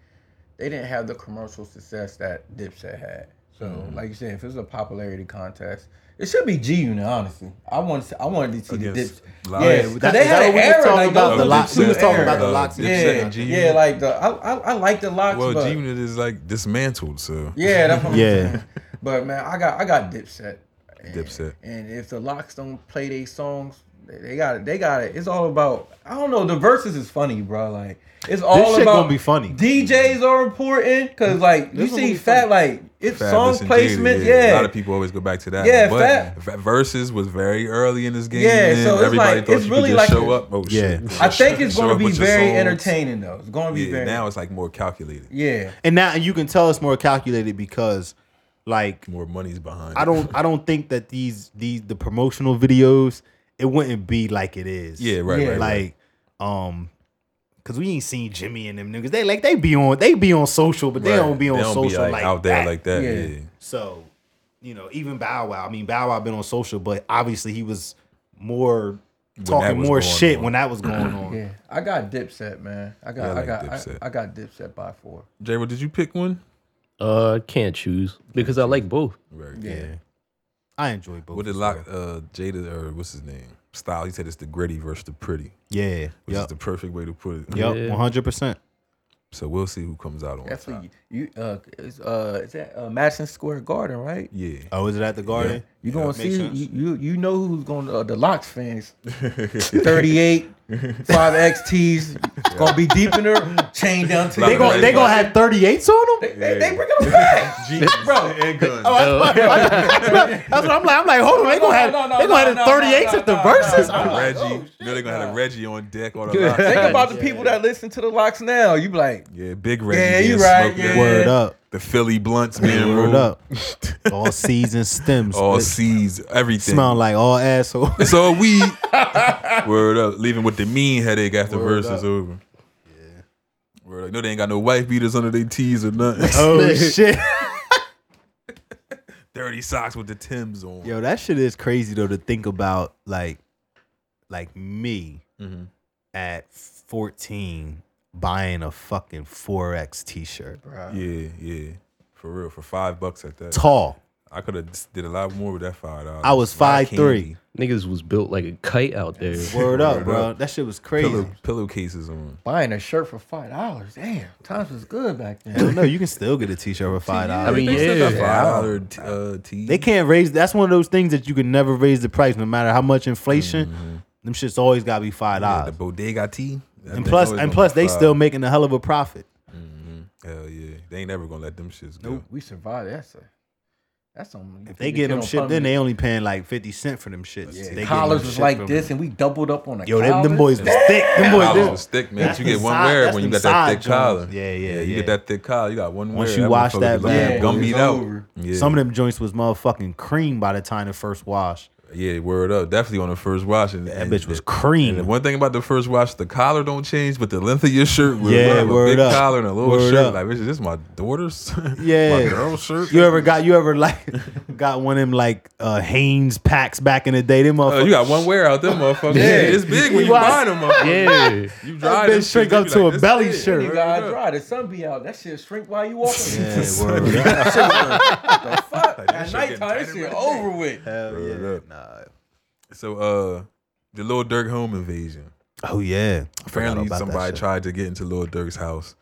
Speaker 3: they didn't have the commercial success that Dipset had. So,
Speaker 2: Mm-hmm.
Speaker 3: like you said, if it's a popularity contest, it should be G Unit. Honestly, I want to, I wanted to see
Speaker 1: Against
Speaker 3: the Dipset.
Speaker 1: Locks.
Speaker 3: Yeah,
Speaker 1: Is
Speaker 3: because
Speaker 2: that-
Speaker 3: they
Speaker 2: is
Speaker 3: had
Speaker 2: that
Speaker 3: an
Speaker 2: what we was
Speaker 3: era
Speaker 2: talking
Speaker 3: like
Speaker 2: about?
Speaker 3: those
Speaker 2: The
Speaker 3: were
Speaker 2: locks-
Speaker 3: two
Speaker 2: we was talking about the
Speaker 3: eras.
Speaker 2: locks and
Speaker 1: Dipset
Speaker 3: Yeah,
Speaker 1: and G
Speaker 3: yeah,
Speaker 1: Unit.
Speaker 3: like the I, I, I like the locks.
Speaker 1: Well,
Speaker 3: but,
Speaker 1: G Unit is like dismantled, so
Speaker 3: Yeah, that's what I'm
Speaker 2: Yeah.
Speaker 3: saying. But man, I got I got Dipset. And,
Speaker 1: Dipset.
Speaker 3: And if the locks don't play their songs, they- they got it. They got it. It's all about. I don't know. The verses is funny, bro. Like it's all
Speaker 2: shit
Speaker 3: about.
Speaker 2: gonna be funny.
Speaker 3: DJs are important because like you
Speaker 2: This one gonna
Speaker 3: see
Speaker 2: be
Speaker 3: fat like it's
Speaker 1: Fabulous and
Speaker 3: song
Speaker 1: Jada,
Speaker 3: placement.
Speaker 1: A
Speaker 3: yeah.
Speaker 1: lot of people always go back to that.
Speaker 3: Yeah,
Speaker 1: but
Speaker 3: Fab-
Speaker 1: Fa- Versus was very early in this game.
Speaker 3: Yeah,
Speaker 1: and
Speaker 3: so it's
Speaker 1: everybody
Speaker 3: like-
Speaker 1: thought
Speaker 3: it's
Speaker 1: you
Speaker 3: really
Speaker 1: could just
Speaker 3: like
Speaker 1: show
Speaker 3: a-
Speaker 1: up. Oh
Speaker 2: Yeah.
Speaker 1: shit!
Speaker 3: I think it's
Speaker 1: Show
Speaker 3: going
Speaker 1: up
Speaker 3: to be
Speaker 1: with your
Speaker 3: very
Speaker 1: songs.
Speaker 3: entertaining though. It's going to be
Speaker 1: Yeah,
Speaker 3: very.
Speaker 1: now it's like more calculated.
Speaker 3: yeah.
Speaker 2: and now and you can tell it's more calculated because like
Speaker 1: More money's behind.
Speaker 2: I
Speaker 1: it.
Speaker 2: don't I don't think that these these the promotional videos it wouldn't be like it is.
Speaker 1: Yeah, right,
Speaker 3: Yeah.
Speaker 1: right, right.
Speaker 2: Like um cuz we ain't seen Jimmy and them niggas. They like they be on they be on social but they
Speaker 1: Right.
Speaker 2: don't be on social like,
Speaker 1: out there
Speaker 2: that.
Speaker 1: like that.
Speaker 3: Yeah.
Speaker 1: Yeah.
Speaker 2: So, you know, even Bow Wow. I mean, Bow Wow been on social, but obviously he was more
Speaker 1: that
Speaker 2: talking
Speaker 1: was
Speaker 2: more
Speaker 1: going
Speaker 2: shit
Speaker 1: on.
Speaker 2: when that was going on.
Speaker 3: Yeah, I got Dipset, man. I got,
Speaker 1: Yeah, I
Speaker 3: I,
Speaker 1: like
Speaker 3: got,
Speaker 1: Dipset.
Speaker 3: I, I got Dipset by four.
Speaker 1: J. Well, did you pick one?
Speaker 4: Uh, can't choose because I like both.
Speaker 1: Right.
Speaker 3: Yeah.
Speaker 2: I enjoy both.
Speaker 1: What did Lock uh, Jada or what's his name? Style. He said it's the gritty versus the pretty,
Speaker 2: Yeah.
Speaker 1: which is
Speaker 2: Yep.
Speaker 1: the perfect way to put it.
Speaker 2: Yep.
Speaker 4: Yeah.
Speaker 2: One hundred percent.
Speaker 1: So we'll see who comes out on
Speaker 3: That's
Speaker 1: top.
Speaker 3: what you, you uh, is, uh, is that uh, Madison Square Garden, right?
Speaker 1: Yeah.
Speaker 2: Oh, is it at the Garden?
Speaker 3: You gonna
Speaker 2: makes
Speaker 3: see
Speaker 2: sense.
Speaker 3: you, you you know who's gonna uh, the locks fans. Thirty eight, five XTs gonna be deep in there, chain down to
Speaker 2: They
Speaker 1: They
Speaker 2: gonna
Speaker 1: gonna-
Speaker 2: they gonna have thirty eights on them.
Speaker 3: they, they, they bring them back, bro.
Speaker 2: Oh, That's what I'm like. I'm like, hold on. They gonna have
Speaker 3: No, no, no,
Speaker 2: they gonna have
Speaker 3: no,
Speaker 2: the
Speaker 3: no,
Speaker 2: thirty eights
Speaker 3: no,
Speaker 2: at the
Speaker 3: no,
Speaker 2: verses.
Speaker 3: no, no.
Speaker 2: I'm like,
Speaker 1: Reggie. you know they're gonna have a Reggie on deck on the
Speaker 4: Yeah.
Speaker 1: line.
Speaker 3: Think about the people that listen to the locks now. You be like,
Speaker 1: Yeah, big Reggie.
Speaker 3: Yeah,
Speaker 1: being
Speaker 3: you right,
Speaker 1: smoked in.
Speaker 3: yeah.
Speaker 2: Word up.
Speaker 1: The Philly blunts being
Speaker 2: Word
Speaker 1: rolled
Speaker 2: up. All season stems.
Speaker 1: All
Speaker 2: All
Speaker 1: C's, everything.
Speaker 2: smell like all asshole.
Speaker 1: It's all weed. Word up. Leaving with the mean headache after verse is over. Yeah. Word up. No, they ain't got no wife beaters under their tees or nothing.
Speaker 2: oh shit.
Speaker 1: Dirty socks with the Timbs on.
Speaker 2: Yo, that shit is crazy though to think about like like me
Speaker 1: Mm-hmm.
Speaker 2: at 14 buying a fucking 4X t-shirt.
Speaker 1: Yeah, yeah. For real. For five bucks at that.
Speaker 2: Tall.
Speaker 1: I could have did a lot more with that five dollars.
Speaker 2: I was
Speaker 1: Lot of
Speaker 2: 5'3".
Speaker 1: candy,
Speaker 4: Niggas was built like a kite out there.
Speaker 2: Word up,
Speaker 1: Word
Speaker 2: bro.
Speaker 1: up.
Speaker 2: That shit was crazy.
Speaker 1: Pillow, pillowcases on.
Speaker 3: buying a shirt for five dollars. Damn, times was good back then.
Speaker 2: Hell no, you can still get a t-shirt for five dollars.
Speaker 4: I mean, yeah.
Speaker 1: Five dollar uh, tees.
Speaker 2: they can't raise that's one of those things that you can never raise the price no matter how much inflation. Them shit's always gotta be five
Speaker 1: Mm-hmm. Yeah,
Speaker 2: dollars.
Speaker 1: the bodega tea. That
Speaker 2: and
Speaker 1: thing
Speaker 2: plus
Speaker 1: always
Speaker 2: and
Speaker 1: gonna
Speaker 2: plus
Speaker 1: be
Speaker 2: they
Speaker 1: five.
Speaker 2: still making a hell of a profit.
Speaker 1: Hell yeah. They ain't never gonna let them shits go.
Speaker 3: We survived. That's a that's something.
Speaker 2: If they get them shit, then they only paying like fifty cent for them shits. They getting them
Speaker 3: collars was
Speaker 2: shit
Speaker 3: like
Speaker 2: from-
Speaker 3: this, and we doubled up on the
Speaker 2: Yo, them, them
Speaker 3: collars.
Speaker 2: boys was thick. Them boys,
Speaker 1: Collars
Speaker 2: them-
Speaker 1: was thick, man.
Speaker 2: That's
Speaker 1: you get
Speaker 2: the
Speaker 1: one
Speaker 2: side-
Speaker 1: wear
Speaker 2: that's
Speaker 1: when
Speaker 2: them
Speaker 1: you got that thick
Speaker 2: side
Speaker 1: collar.
Speaker 2: joints. Yeah, yeah,
Speaker 1: You
Speaker 2: yeah.
Speaker 1: get that thick collar. You got one wear.
Speaker 2: Once you wash
Speaker 1: motherfucker
Speaker 2: that
Speaker 1: look like
Speaker 2: back,
Speaker 1: gummied
Speaker 3: it's
Speaker 1: out.
Speaker 3: over.
Speaker 1: Yeah.
Speaker 2: Some of them joints was motherfucking cream by the time the first wash.
Speaker 1: Yeah, word up. Definitely on the first wash. And,
Speaker 2: That
Speaker 1: and
Speaker 2: bitch was
Speaker 1: the-
Speaker 2: cream.
Speaker 1: and the one thing about the first wash, the collar don't change, but the length of your shirt will
Speaker 2: Yeah,
Speaker 1: yeah, have
Speaker 2: word
Speaker 1: a big
Speaker 2: up.
Speaker 1: collar and a little
Speaker 2: Word
Speaker 1: shirt.
Speaker 2: up.
Speaker 1: Like, bitch, is this my daughter's?
Speaker 2: Yeah.
Speaker 1: my girl's shirt.
Speaker 2: you ever got you ever like got one of them like uh Hanes packs back in the day? Them
Speaker 1: Uh,
Speaker 2: motherfuckers.
Speaker 1: you got one wear out there, motherfucker.
Speaker 2: Yeah.
Speaker 1: yeah, it's big when
Speaker 2: You
Speaker 1: you
Speaker 2: wash-
Speaker 1: buy them. motherfucker.
Speaker 4: Yeah.
Speaker 1: You
Speaker 2: That
Speaker 1: dry them
Speaker 2: bitch
Speaker 1: shit,
Speaker 2: shrink
Speaker 1: they
Speaker 2: up
Speaker 1: be
Speaker 2: to a
Speaker 1: "This
Speaker 2: belly
Speaker 1: is it."
Speaker 2: shirt.
Speaker 3: You
Speaker 1: Word
Speaker 3: gotta
Speaker 1: up.
Speaker 3: dry. The sun be out. That shit shrink while you walking.
Speaker 2: yeah, word up.
Speaker 3: the fuck? At
Speaker 1: shit
Speaker 3: nighttime,
Speaker 1: getting
Speaker 3: this
Speaker 1: tighter
Speaker 3: shit
Speaker 1: by the
Speaker 3: over with.
Speaker 2: Hell
Speaker 1: Word
Speaker 2: yeah.
Speaker 1: up. So, uh, the Lil Durk home invasion.
Speaker 2: Oh yeah. I forgot
Speaker 1: Apparently,
Speaker 2: about that
Speaker 1: somebody
Speaker 2: shit.
Speaker 1: tried to get into Lil Durk's house,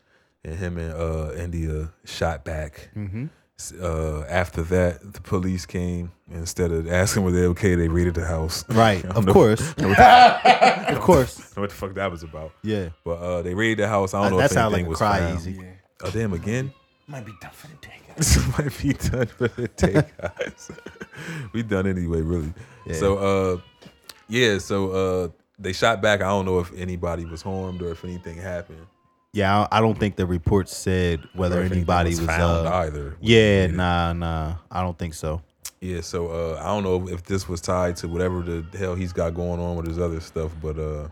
Speaker 1: and him and uh, India shot back.
Speaker 2: Mm-hmm.
Speaker 1: S- Uh, after that, the police came. Instead of asking were they okay, they raided the house.
Speaker 2: Right.
Speaker 1: I don't
Speaker 2: Of
Speaker 1: know-
Speaker 2: course. of course.
Speaker 1: I don't know what the fuck that was about.
Speaker 2: Yeah.
Speaker 1: But uh, they raided the house. I don't know
Speaker 2: That
Speaker 1: if anything
Speaker 2: sounds like a
Speaker 1: was
Speaker 2: cry
Speaker 1: found.
Speaker 2: easy.
Speaker 1: Oh damn! Again,
Speaker 3: Might be done for the day.
Speaker 1: this might be done for the day, guys. we done anyway, really. So, uh, yeah. So uh, they shot back. I don't know if anybody was harmed or if anything happened.
Speaker 2: Yeah, I I don't think the report said whether
Speaker 1: Or if anything
Speaker 2: anybody was,
Speaker 1: found
Speaker 2: uh,
Speaker 1: either.
Speaker 2: Yeah, nah, nah. I don't think so.
Speaker 1: Yeah, so uh, I don't know if this was tied to whatever the hell he's got going on with his other stuff, but uh,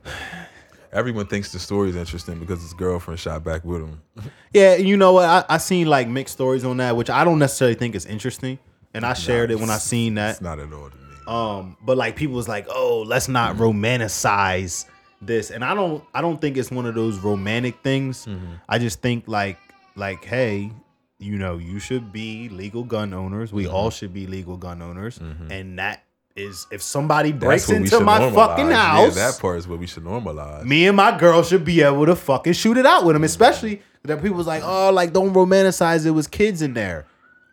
Speaker 1: everyone thinks the story's interesting because his girlfriend shot back with him.
Speaker 2: Uh, Yeah, you know what? I, I seen like mixed stories on that, which I don't necessarily think is interesting. And I shared it when I seen that.
Speaker 1: It's not at all to me.
Speaker 2: Um, but like people was like, oh, let's not
Speaker 1: Mm-hmm.
Speaker 2: romanticize this. And I don't I don't think it's one of those romantic things.
Speaker 1: Mm-hmm.
Speaker 2: I just think like like, hey, you know, you should be legal gun owners. We
Speaker 1: Mm-hmm.
Speaker 2: all should be legal gun owners. And that is if somebody breaks into my fucking house,
Speaker 1: Yeah, that part is what we should normalize.
Speaker 2: me and my girl should be able to fucking shoot it out with them, especially that people was like, oh, like don't romanticize it was kids in there.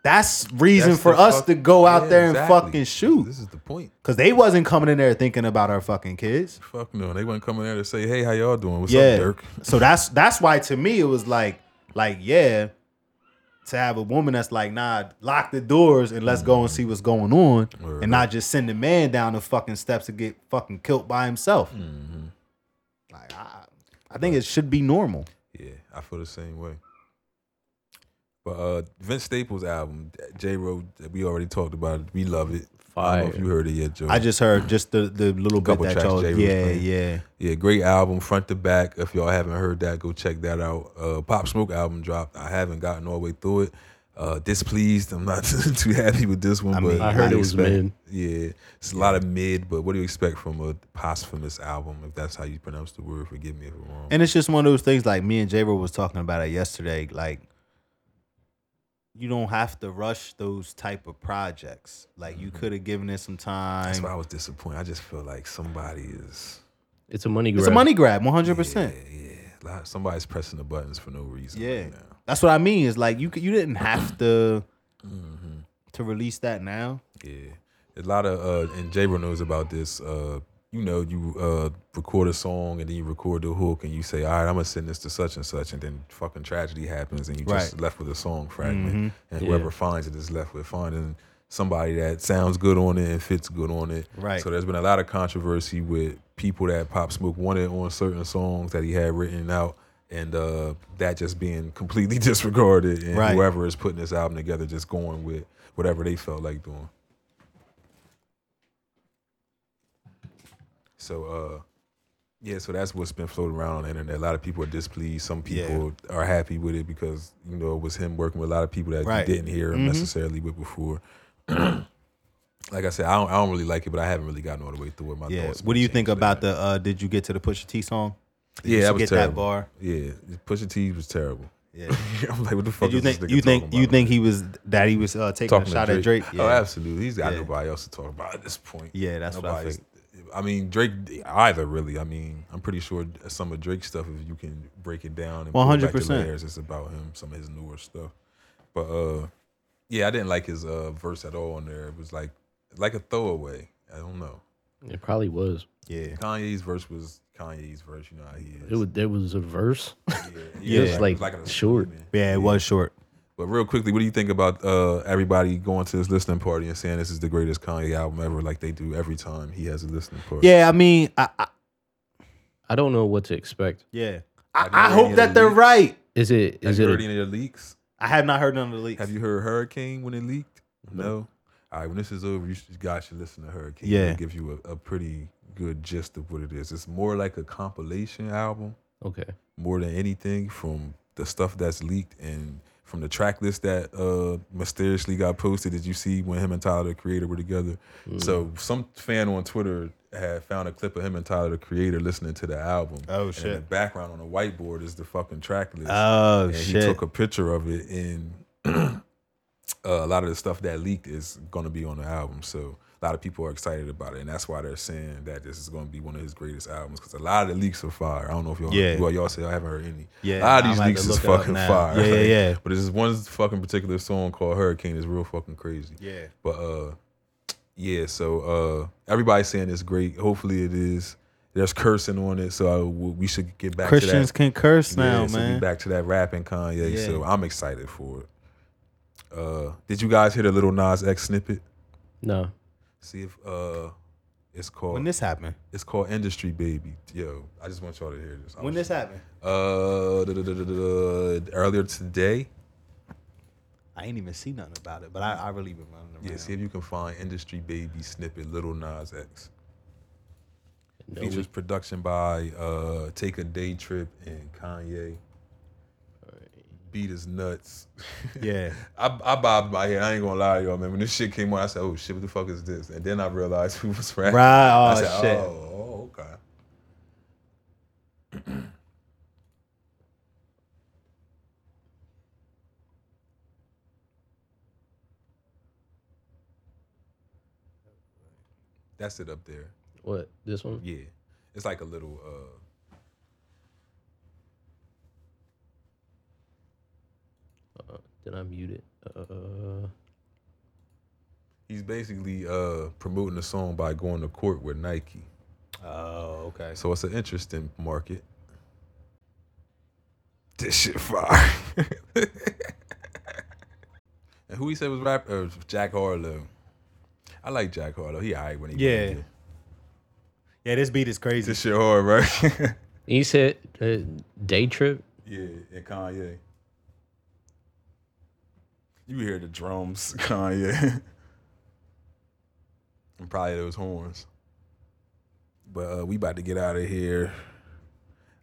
Speaker 2: That's reason
Speaker 1: That's
Speaker 2: for
Speaker 1: the
Speaker 2: us
Speaker 1: fuck-
Speaker 2: to go out
Speaker 1: Yeah,
Speaker 2: there and
Speaker 1: exactly.
Speaker 2: fucking shoot.
Speaker 1: This is the point.
Speaker 2: Cause they wasn't coming in there thinking about our fucking kids.
Speaker 1: Fuck no, they weren't coming there to say, "Hey, how y'all doing? What's
Speaker 2: yeah.
Speaker 1: up, Dirk?"
Speaker 2: so that's that's why to me it was like like yeah, to have a woman that's like nah, lock the doors and let's go and see what's going on,
Speaker 1: Word
Speaker 2: and not just send the man down the fucking steps to get fucking killed by himself.
Speaker 1: Mm-hmm.
Speaker 2: Like I, I think it should be normal.
Speaker 1: Yeah, I feel the same way. But uh Vince Staples album, J. Ro, we already talked about it. We love it. I don't know if
Speaker 4: Fire.
Speaker 1: you heard it yet, Joe.
Speaker 2: I just heard just the the little bit
Speaker 1: Couple
Speaker 2: that
Speaker 1: tracks
Speaker 2: y'all
Speaker 1: Jay was
Speaker 2: yeah
Speaker 1: playing.
Speaker 2: yeah
Speaker 1: yeah, great album, front to back. If y'all haven't heard that, go check that out. Uh, Pop Smoke album dropped. I haven't gotten all the way through it. Uh, displeased. I'm not too happy with this one,
Speaker 2: I
Speaker 1: but
Speaker 2: mean, I
Speaker 4: heard
Speaker 1: do
Speaker 4: it was
Speaker 1: expect-
Speaker 4: mid.
Speaker 1: Yeah, it's a lot of mid. But what do you expect from a posthumous album? If that's how you pronounce the word, forgive me if I'm wrong.
Speaker 2: And it's just one of those things like me and Jaber was talking about it yesterday. Like you don't have to rush those type of projects. Like you could have given it some
Speaker 1: Mm-hmm. that's why I
Speaker 2: time.
Speaker 1: was disappointed. I just feel like somebody is
Speaker 4: It's a money grab.
Speaker 2: It's a money grab, one hundred percent.
Speaker 1: like, somebody's pressing the buttons for no reason.
Speaker 2: Yeah,
Speaker 1: right now.
Speaker 2: that's what I mean. Is like you c- you didn't have to
Speaker 1: Mm-hmm.
Speaker 2: to release that now.
Speaker 1: Yeah, a lot of uh, and J. Ro knows about this. Uh, you know, you uh, record a song and then you record the hook and you say, "All right, I'm gonna send this to such and such," and then fucking tragedy happens and you just
Speaker 2: Right. Mm-hmm.
Speaker 1: left with a song fragment, and
Speaker 4: Yeah.
Speaker 1: whoever finds it is left with finding somebody that sounds good on it and fits good on it.
Speaker 2: Right.
Speaker 1: So there's been a lot of controversy with people that Pop Smoke wanted on certain songs that he had written out. And uh, that just being completely disregarded, and
Speaker 2: Right.
Speaker 1: whoever is putting this album together just going with whatever they felt like doing. So uh yeah, so that's what's been floating around on the internet. A lot of people are displeased. Some people are happy with it because you know it was him working with a lot of people that
Speaker 2: Right. Mm-hmm.
Speaker 1: you didn't hear him necessarily with before. like I said, I don't, I don't really like it, but I haven't really gotten all the way through it. My
Speaker 2: Yeah.
Speaker 1: thoughts
Speaker 2: What do you
Speaker 1: changed
Speaker 2: think
Speaker 1: on
Speaker 2: about
Speaker 1: that.
Speaker 2: the uh Did you get to the Pusha T song? Did
Speaker 1: Yeah,
Speaker 2: you
Speaker 1: that was
Speaker 2: get
Speaker 1: terrible.
Speaker 2: that bar.
Speaker 1: Yeah, Pusha T was terrible.
Speaker 2: Yeah.
Speaker 1: I'm like, what the fuck?
Speaker 2: Did you
Speaker 1: is this
Speaker 2: think
Speaker 1: nigga
Speaker 2: you think
Speaker 1: talking
Speaker 2: you
Speaker 1: about?
Speaker 2: think he was that he was uh, taking
Speaker 1: talking
Speaker 2: a
Speaker 1: to
Speaker 2: shot at Drake?
Speaker 1: Oh,
Speaker 2: Yeah.
Speaker 1: absolutely. He's got
Speaker 2: Yeah.
Speaker 1: nobody else to talk about at this point.
Speaker 2: Yeah, that's what I
Speaker 1: Nobody's- I mean, Drake either really. I mean, I'm pretty sure some of Drake's stuff, if you can break it down and pull back the
Speaker 2: 100%.
Speaker 1: layers, it's about him. Some of his newer stuff, but uh, yeah, I didn't like his uh verse at all on there. It was like like a throwaway. I don't know.
Speaker 4: It probably was.
Speaker 2: Yeah.
Speaker 1: Kanye's verse was Kanye's verse. You know how he is.
Speaker 4: It was. There was a verse.
Speaker 1: Yeah,
Speaker 4: it was like,
Speaker 1: a-
Speaker 4: short.
Speaker 2: Yeah, it was short.
Speaker 1: But real quickly, what do you think about uh, everybody going to this listening party and saying this is the greatest Kanye album ever, like they do every time he has a listening party?
Speaker 2: Yeah, I mean, I, I
Speaker 4: I don't know what to expect.
Speaker 2: yeah,
Speaker 1: Have you
Speaker 2: I, I
Speaker 1: heard any
Speaker 2: hope
Speaker 1: of the
Speaker 2: that they're
Speaker 1: leaks?
Speaker 2: right.
Speaker 4: Is it?
Speaker 1: Have
Speaker 4: Is
Speaker 1: you
Speaker 4: it?
Speaker 1: heard
Speaker 4: A,
Speaker 1: any of the leaks?
Speaker 2: I have not heard none of the leaks.
Speaker 1: Have you heard Hurricane when it leaked? No. All right, when this is over, you should, guys should listen to Hurricane.
Speaker 2: Yeah.
Speaker 1: It'll give you a, a pretty good gist of what it is. It's more like a compilation album,
Speaker 4: okay.
Speaker 1: more than anything, from the stuff that's leaked and from the track list that uh, mysteriously got posted that you see when him and Tyler the Creator were together.
Speaker 2: Hmm.
Speaker 1: So some fan on Twitter had found a clip of him and Tyler the Creator listening to the album.
Speaker 2: Oh,
Speaker 1: And in the
Speaker 2: shit.
Speaker 1: background on the whiteboard is the fucking track list
Speaker 2: Oh
Speaker 1: and
Speaker 2: shit!
Speaker 1: he took a picture of it and uh, a lot of the stuff that leaked is going to be on the album so a lot of people are excited about it and that's why they're saying that this is going to be one of his greatest albums because a lot of the leaks are fire i don't know if y'all
Speaker 2: Yeah.
Speaker 1: well y'all say i haven't heard any
Speaker 2: Yeah,
Speaker 1: a lot of
Speaker 2: I'm
Speaker 1: these
Speaker 2: about to
Speaker 1: leaks is
Speaker 2: look it up
Speaker 1: fucking
Speaker 2: now.
Speaker 1: fire
Speaker 2: Yeah, yeah, yeah.
Speaker 1: but this one fucking particular song called hurricane is real fucking crazy
Speaker 2: yeah,
Speaker 1: but uh yeah, so uh everybody's saying it's great. Hopefully it is. There's cursing on it, so I, we should get back to
Speaker 2: Christians
Speaker 1: that.
Speaker 2: can curse now,
Speaker 1: Yeah, so we
Speaker 2: man.
Speaker 1: back to that rapping Kanye.
Speaker 2: Yeah.
Speaker 1: So I'm excited for it. Uh, did you guys hear the little Nas X snippet?
Speaker 4: No.
Speaker 1: See if uh, it's
Speaker 2: when
Speaker 1: called
Speaker 2: this happened,
Speaker 1: it's called Industry Baby. Yo, I just want y'all to hear this. I
Speaker 2: when
Speaker 1: was-
Speaker 2: this happened,
Speaker 1: uh, da- da- da- da- da- da- earlier today.
Speaker 2: I ain't even see nothing about it, but I, I really been running around.
Speaker 1: Yeah, see if you can find Industry Baby snippet, Little Nas X.
Speaker 4: No,
Speaker 1: Features production by uh, Take a Day Trip and Kanye. Beat is nuts.
Speaker 2: Yeah.
Speaker 1: I, I bobbed my head. I ain't gonna lie to y'all, man. When this shit came on, I said, "Oh shit, what the fuck is this?" And then I realized who was rapping.
Speaker 2: Right. Oh
Speaker 1: I said,
Speaker 2: shit.
Speaker 1: Oh, oh, okay. That's it up there.
Speaker 4: what this one?
Speaker 1: Yeah. It's like a little uh
Speaker 4: Uh, did I mute it? Uh,
Speaker 1: he's basically uh promoting the song by going to court with Nike.
Speaker 2: Oh, okay.
Speaker 1: So it's an interesting market. This shit fire. and who he said was rap? Uh, Jack Harlow. I like Jack Harlow. He alright when he
Speaker 2: Yeah.
Speaker 1: when he-
Speaker 2: Yeah, this beat is crazy.
Speaker 1: This shit hard, right?
Speaker 4: he said uh, day trip.
Speaker 1: yeah, and Kanye. You hear the drums, Kanye, and probably those horns. But uh, we about to get out of here.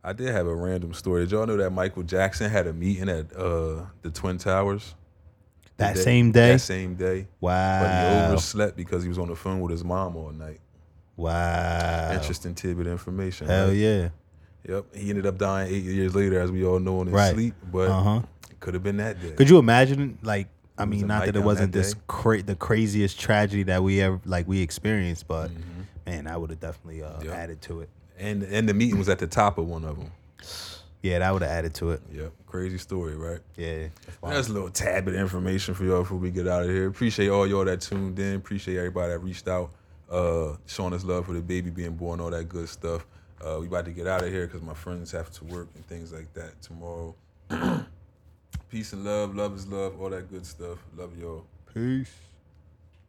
Speaker 1: I did have a random story. Did y'all know that Michael Jackson had a meeting at uh, the Twin Towers
Speaker 2: that
Speaker 1: day-
Speaker 2: same day.
Speaker 1: That same day, but he
Speaker 2: wow.
Speaker 1: overslept because he was on the phone with his mom all night.
Speaker 2: Wow.
Speaker 1: Interesting tidbit of information.
Speaker 2: Hell
Speaker 1: right?
Speaker 2: yeah.
Speaker 1: Yep. He ended up dying eight years later, as we all know, in his
Speaker 2: Right.
Speaker 1: sleep. But
Speaker 2: Uh huh.
Speaker 1: could have been that day.
Speaker 2: Could you imagine, like, I
Speaker 1: It was a
Speaker 2: mean, not that it
Speaker 1: nightgown
Speaker 2: wasn't
Speaker 1: that
Speaker 2: this
Speaker 1: day.
Speaker 2: cra- the craziest tragedy that we ever like we experienced, but
Speaker 1: Mm-hmm.
Speaker 2: man, I would have definitely uh,
Speaker 1: Yeah.
Speaker 2: added to it.
Speaker 1: and and the meeting was at the top of one of them.
Speaker 2: Yeah, that would have added to it.
Speaker 1: Yep. Crazy story, right?
Speaker 2: Yeah.
Speaker 1: That's a little tad bit of information for y'all before we get out of here. Appreciate all y'all that tuned in. Appreciate everybody that reached out, uh, showing us love for the baby being born, all that good stuff. Uh, we about to get out of here because my friends have to work and things like that tomorrow. Peace and love. Love is love. All that good stuff. Love y'all.
Speaker 2: Peace.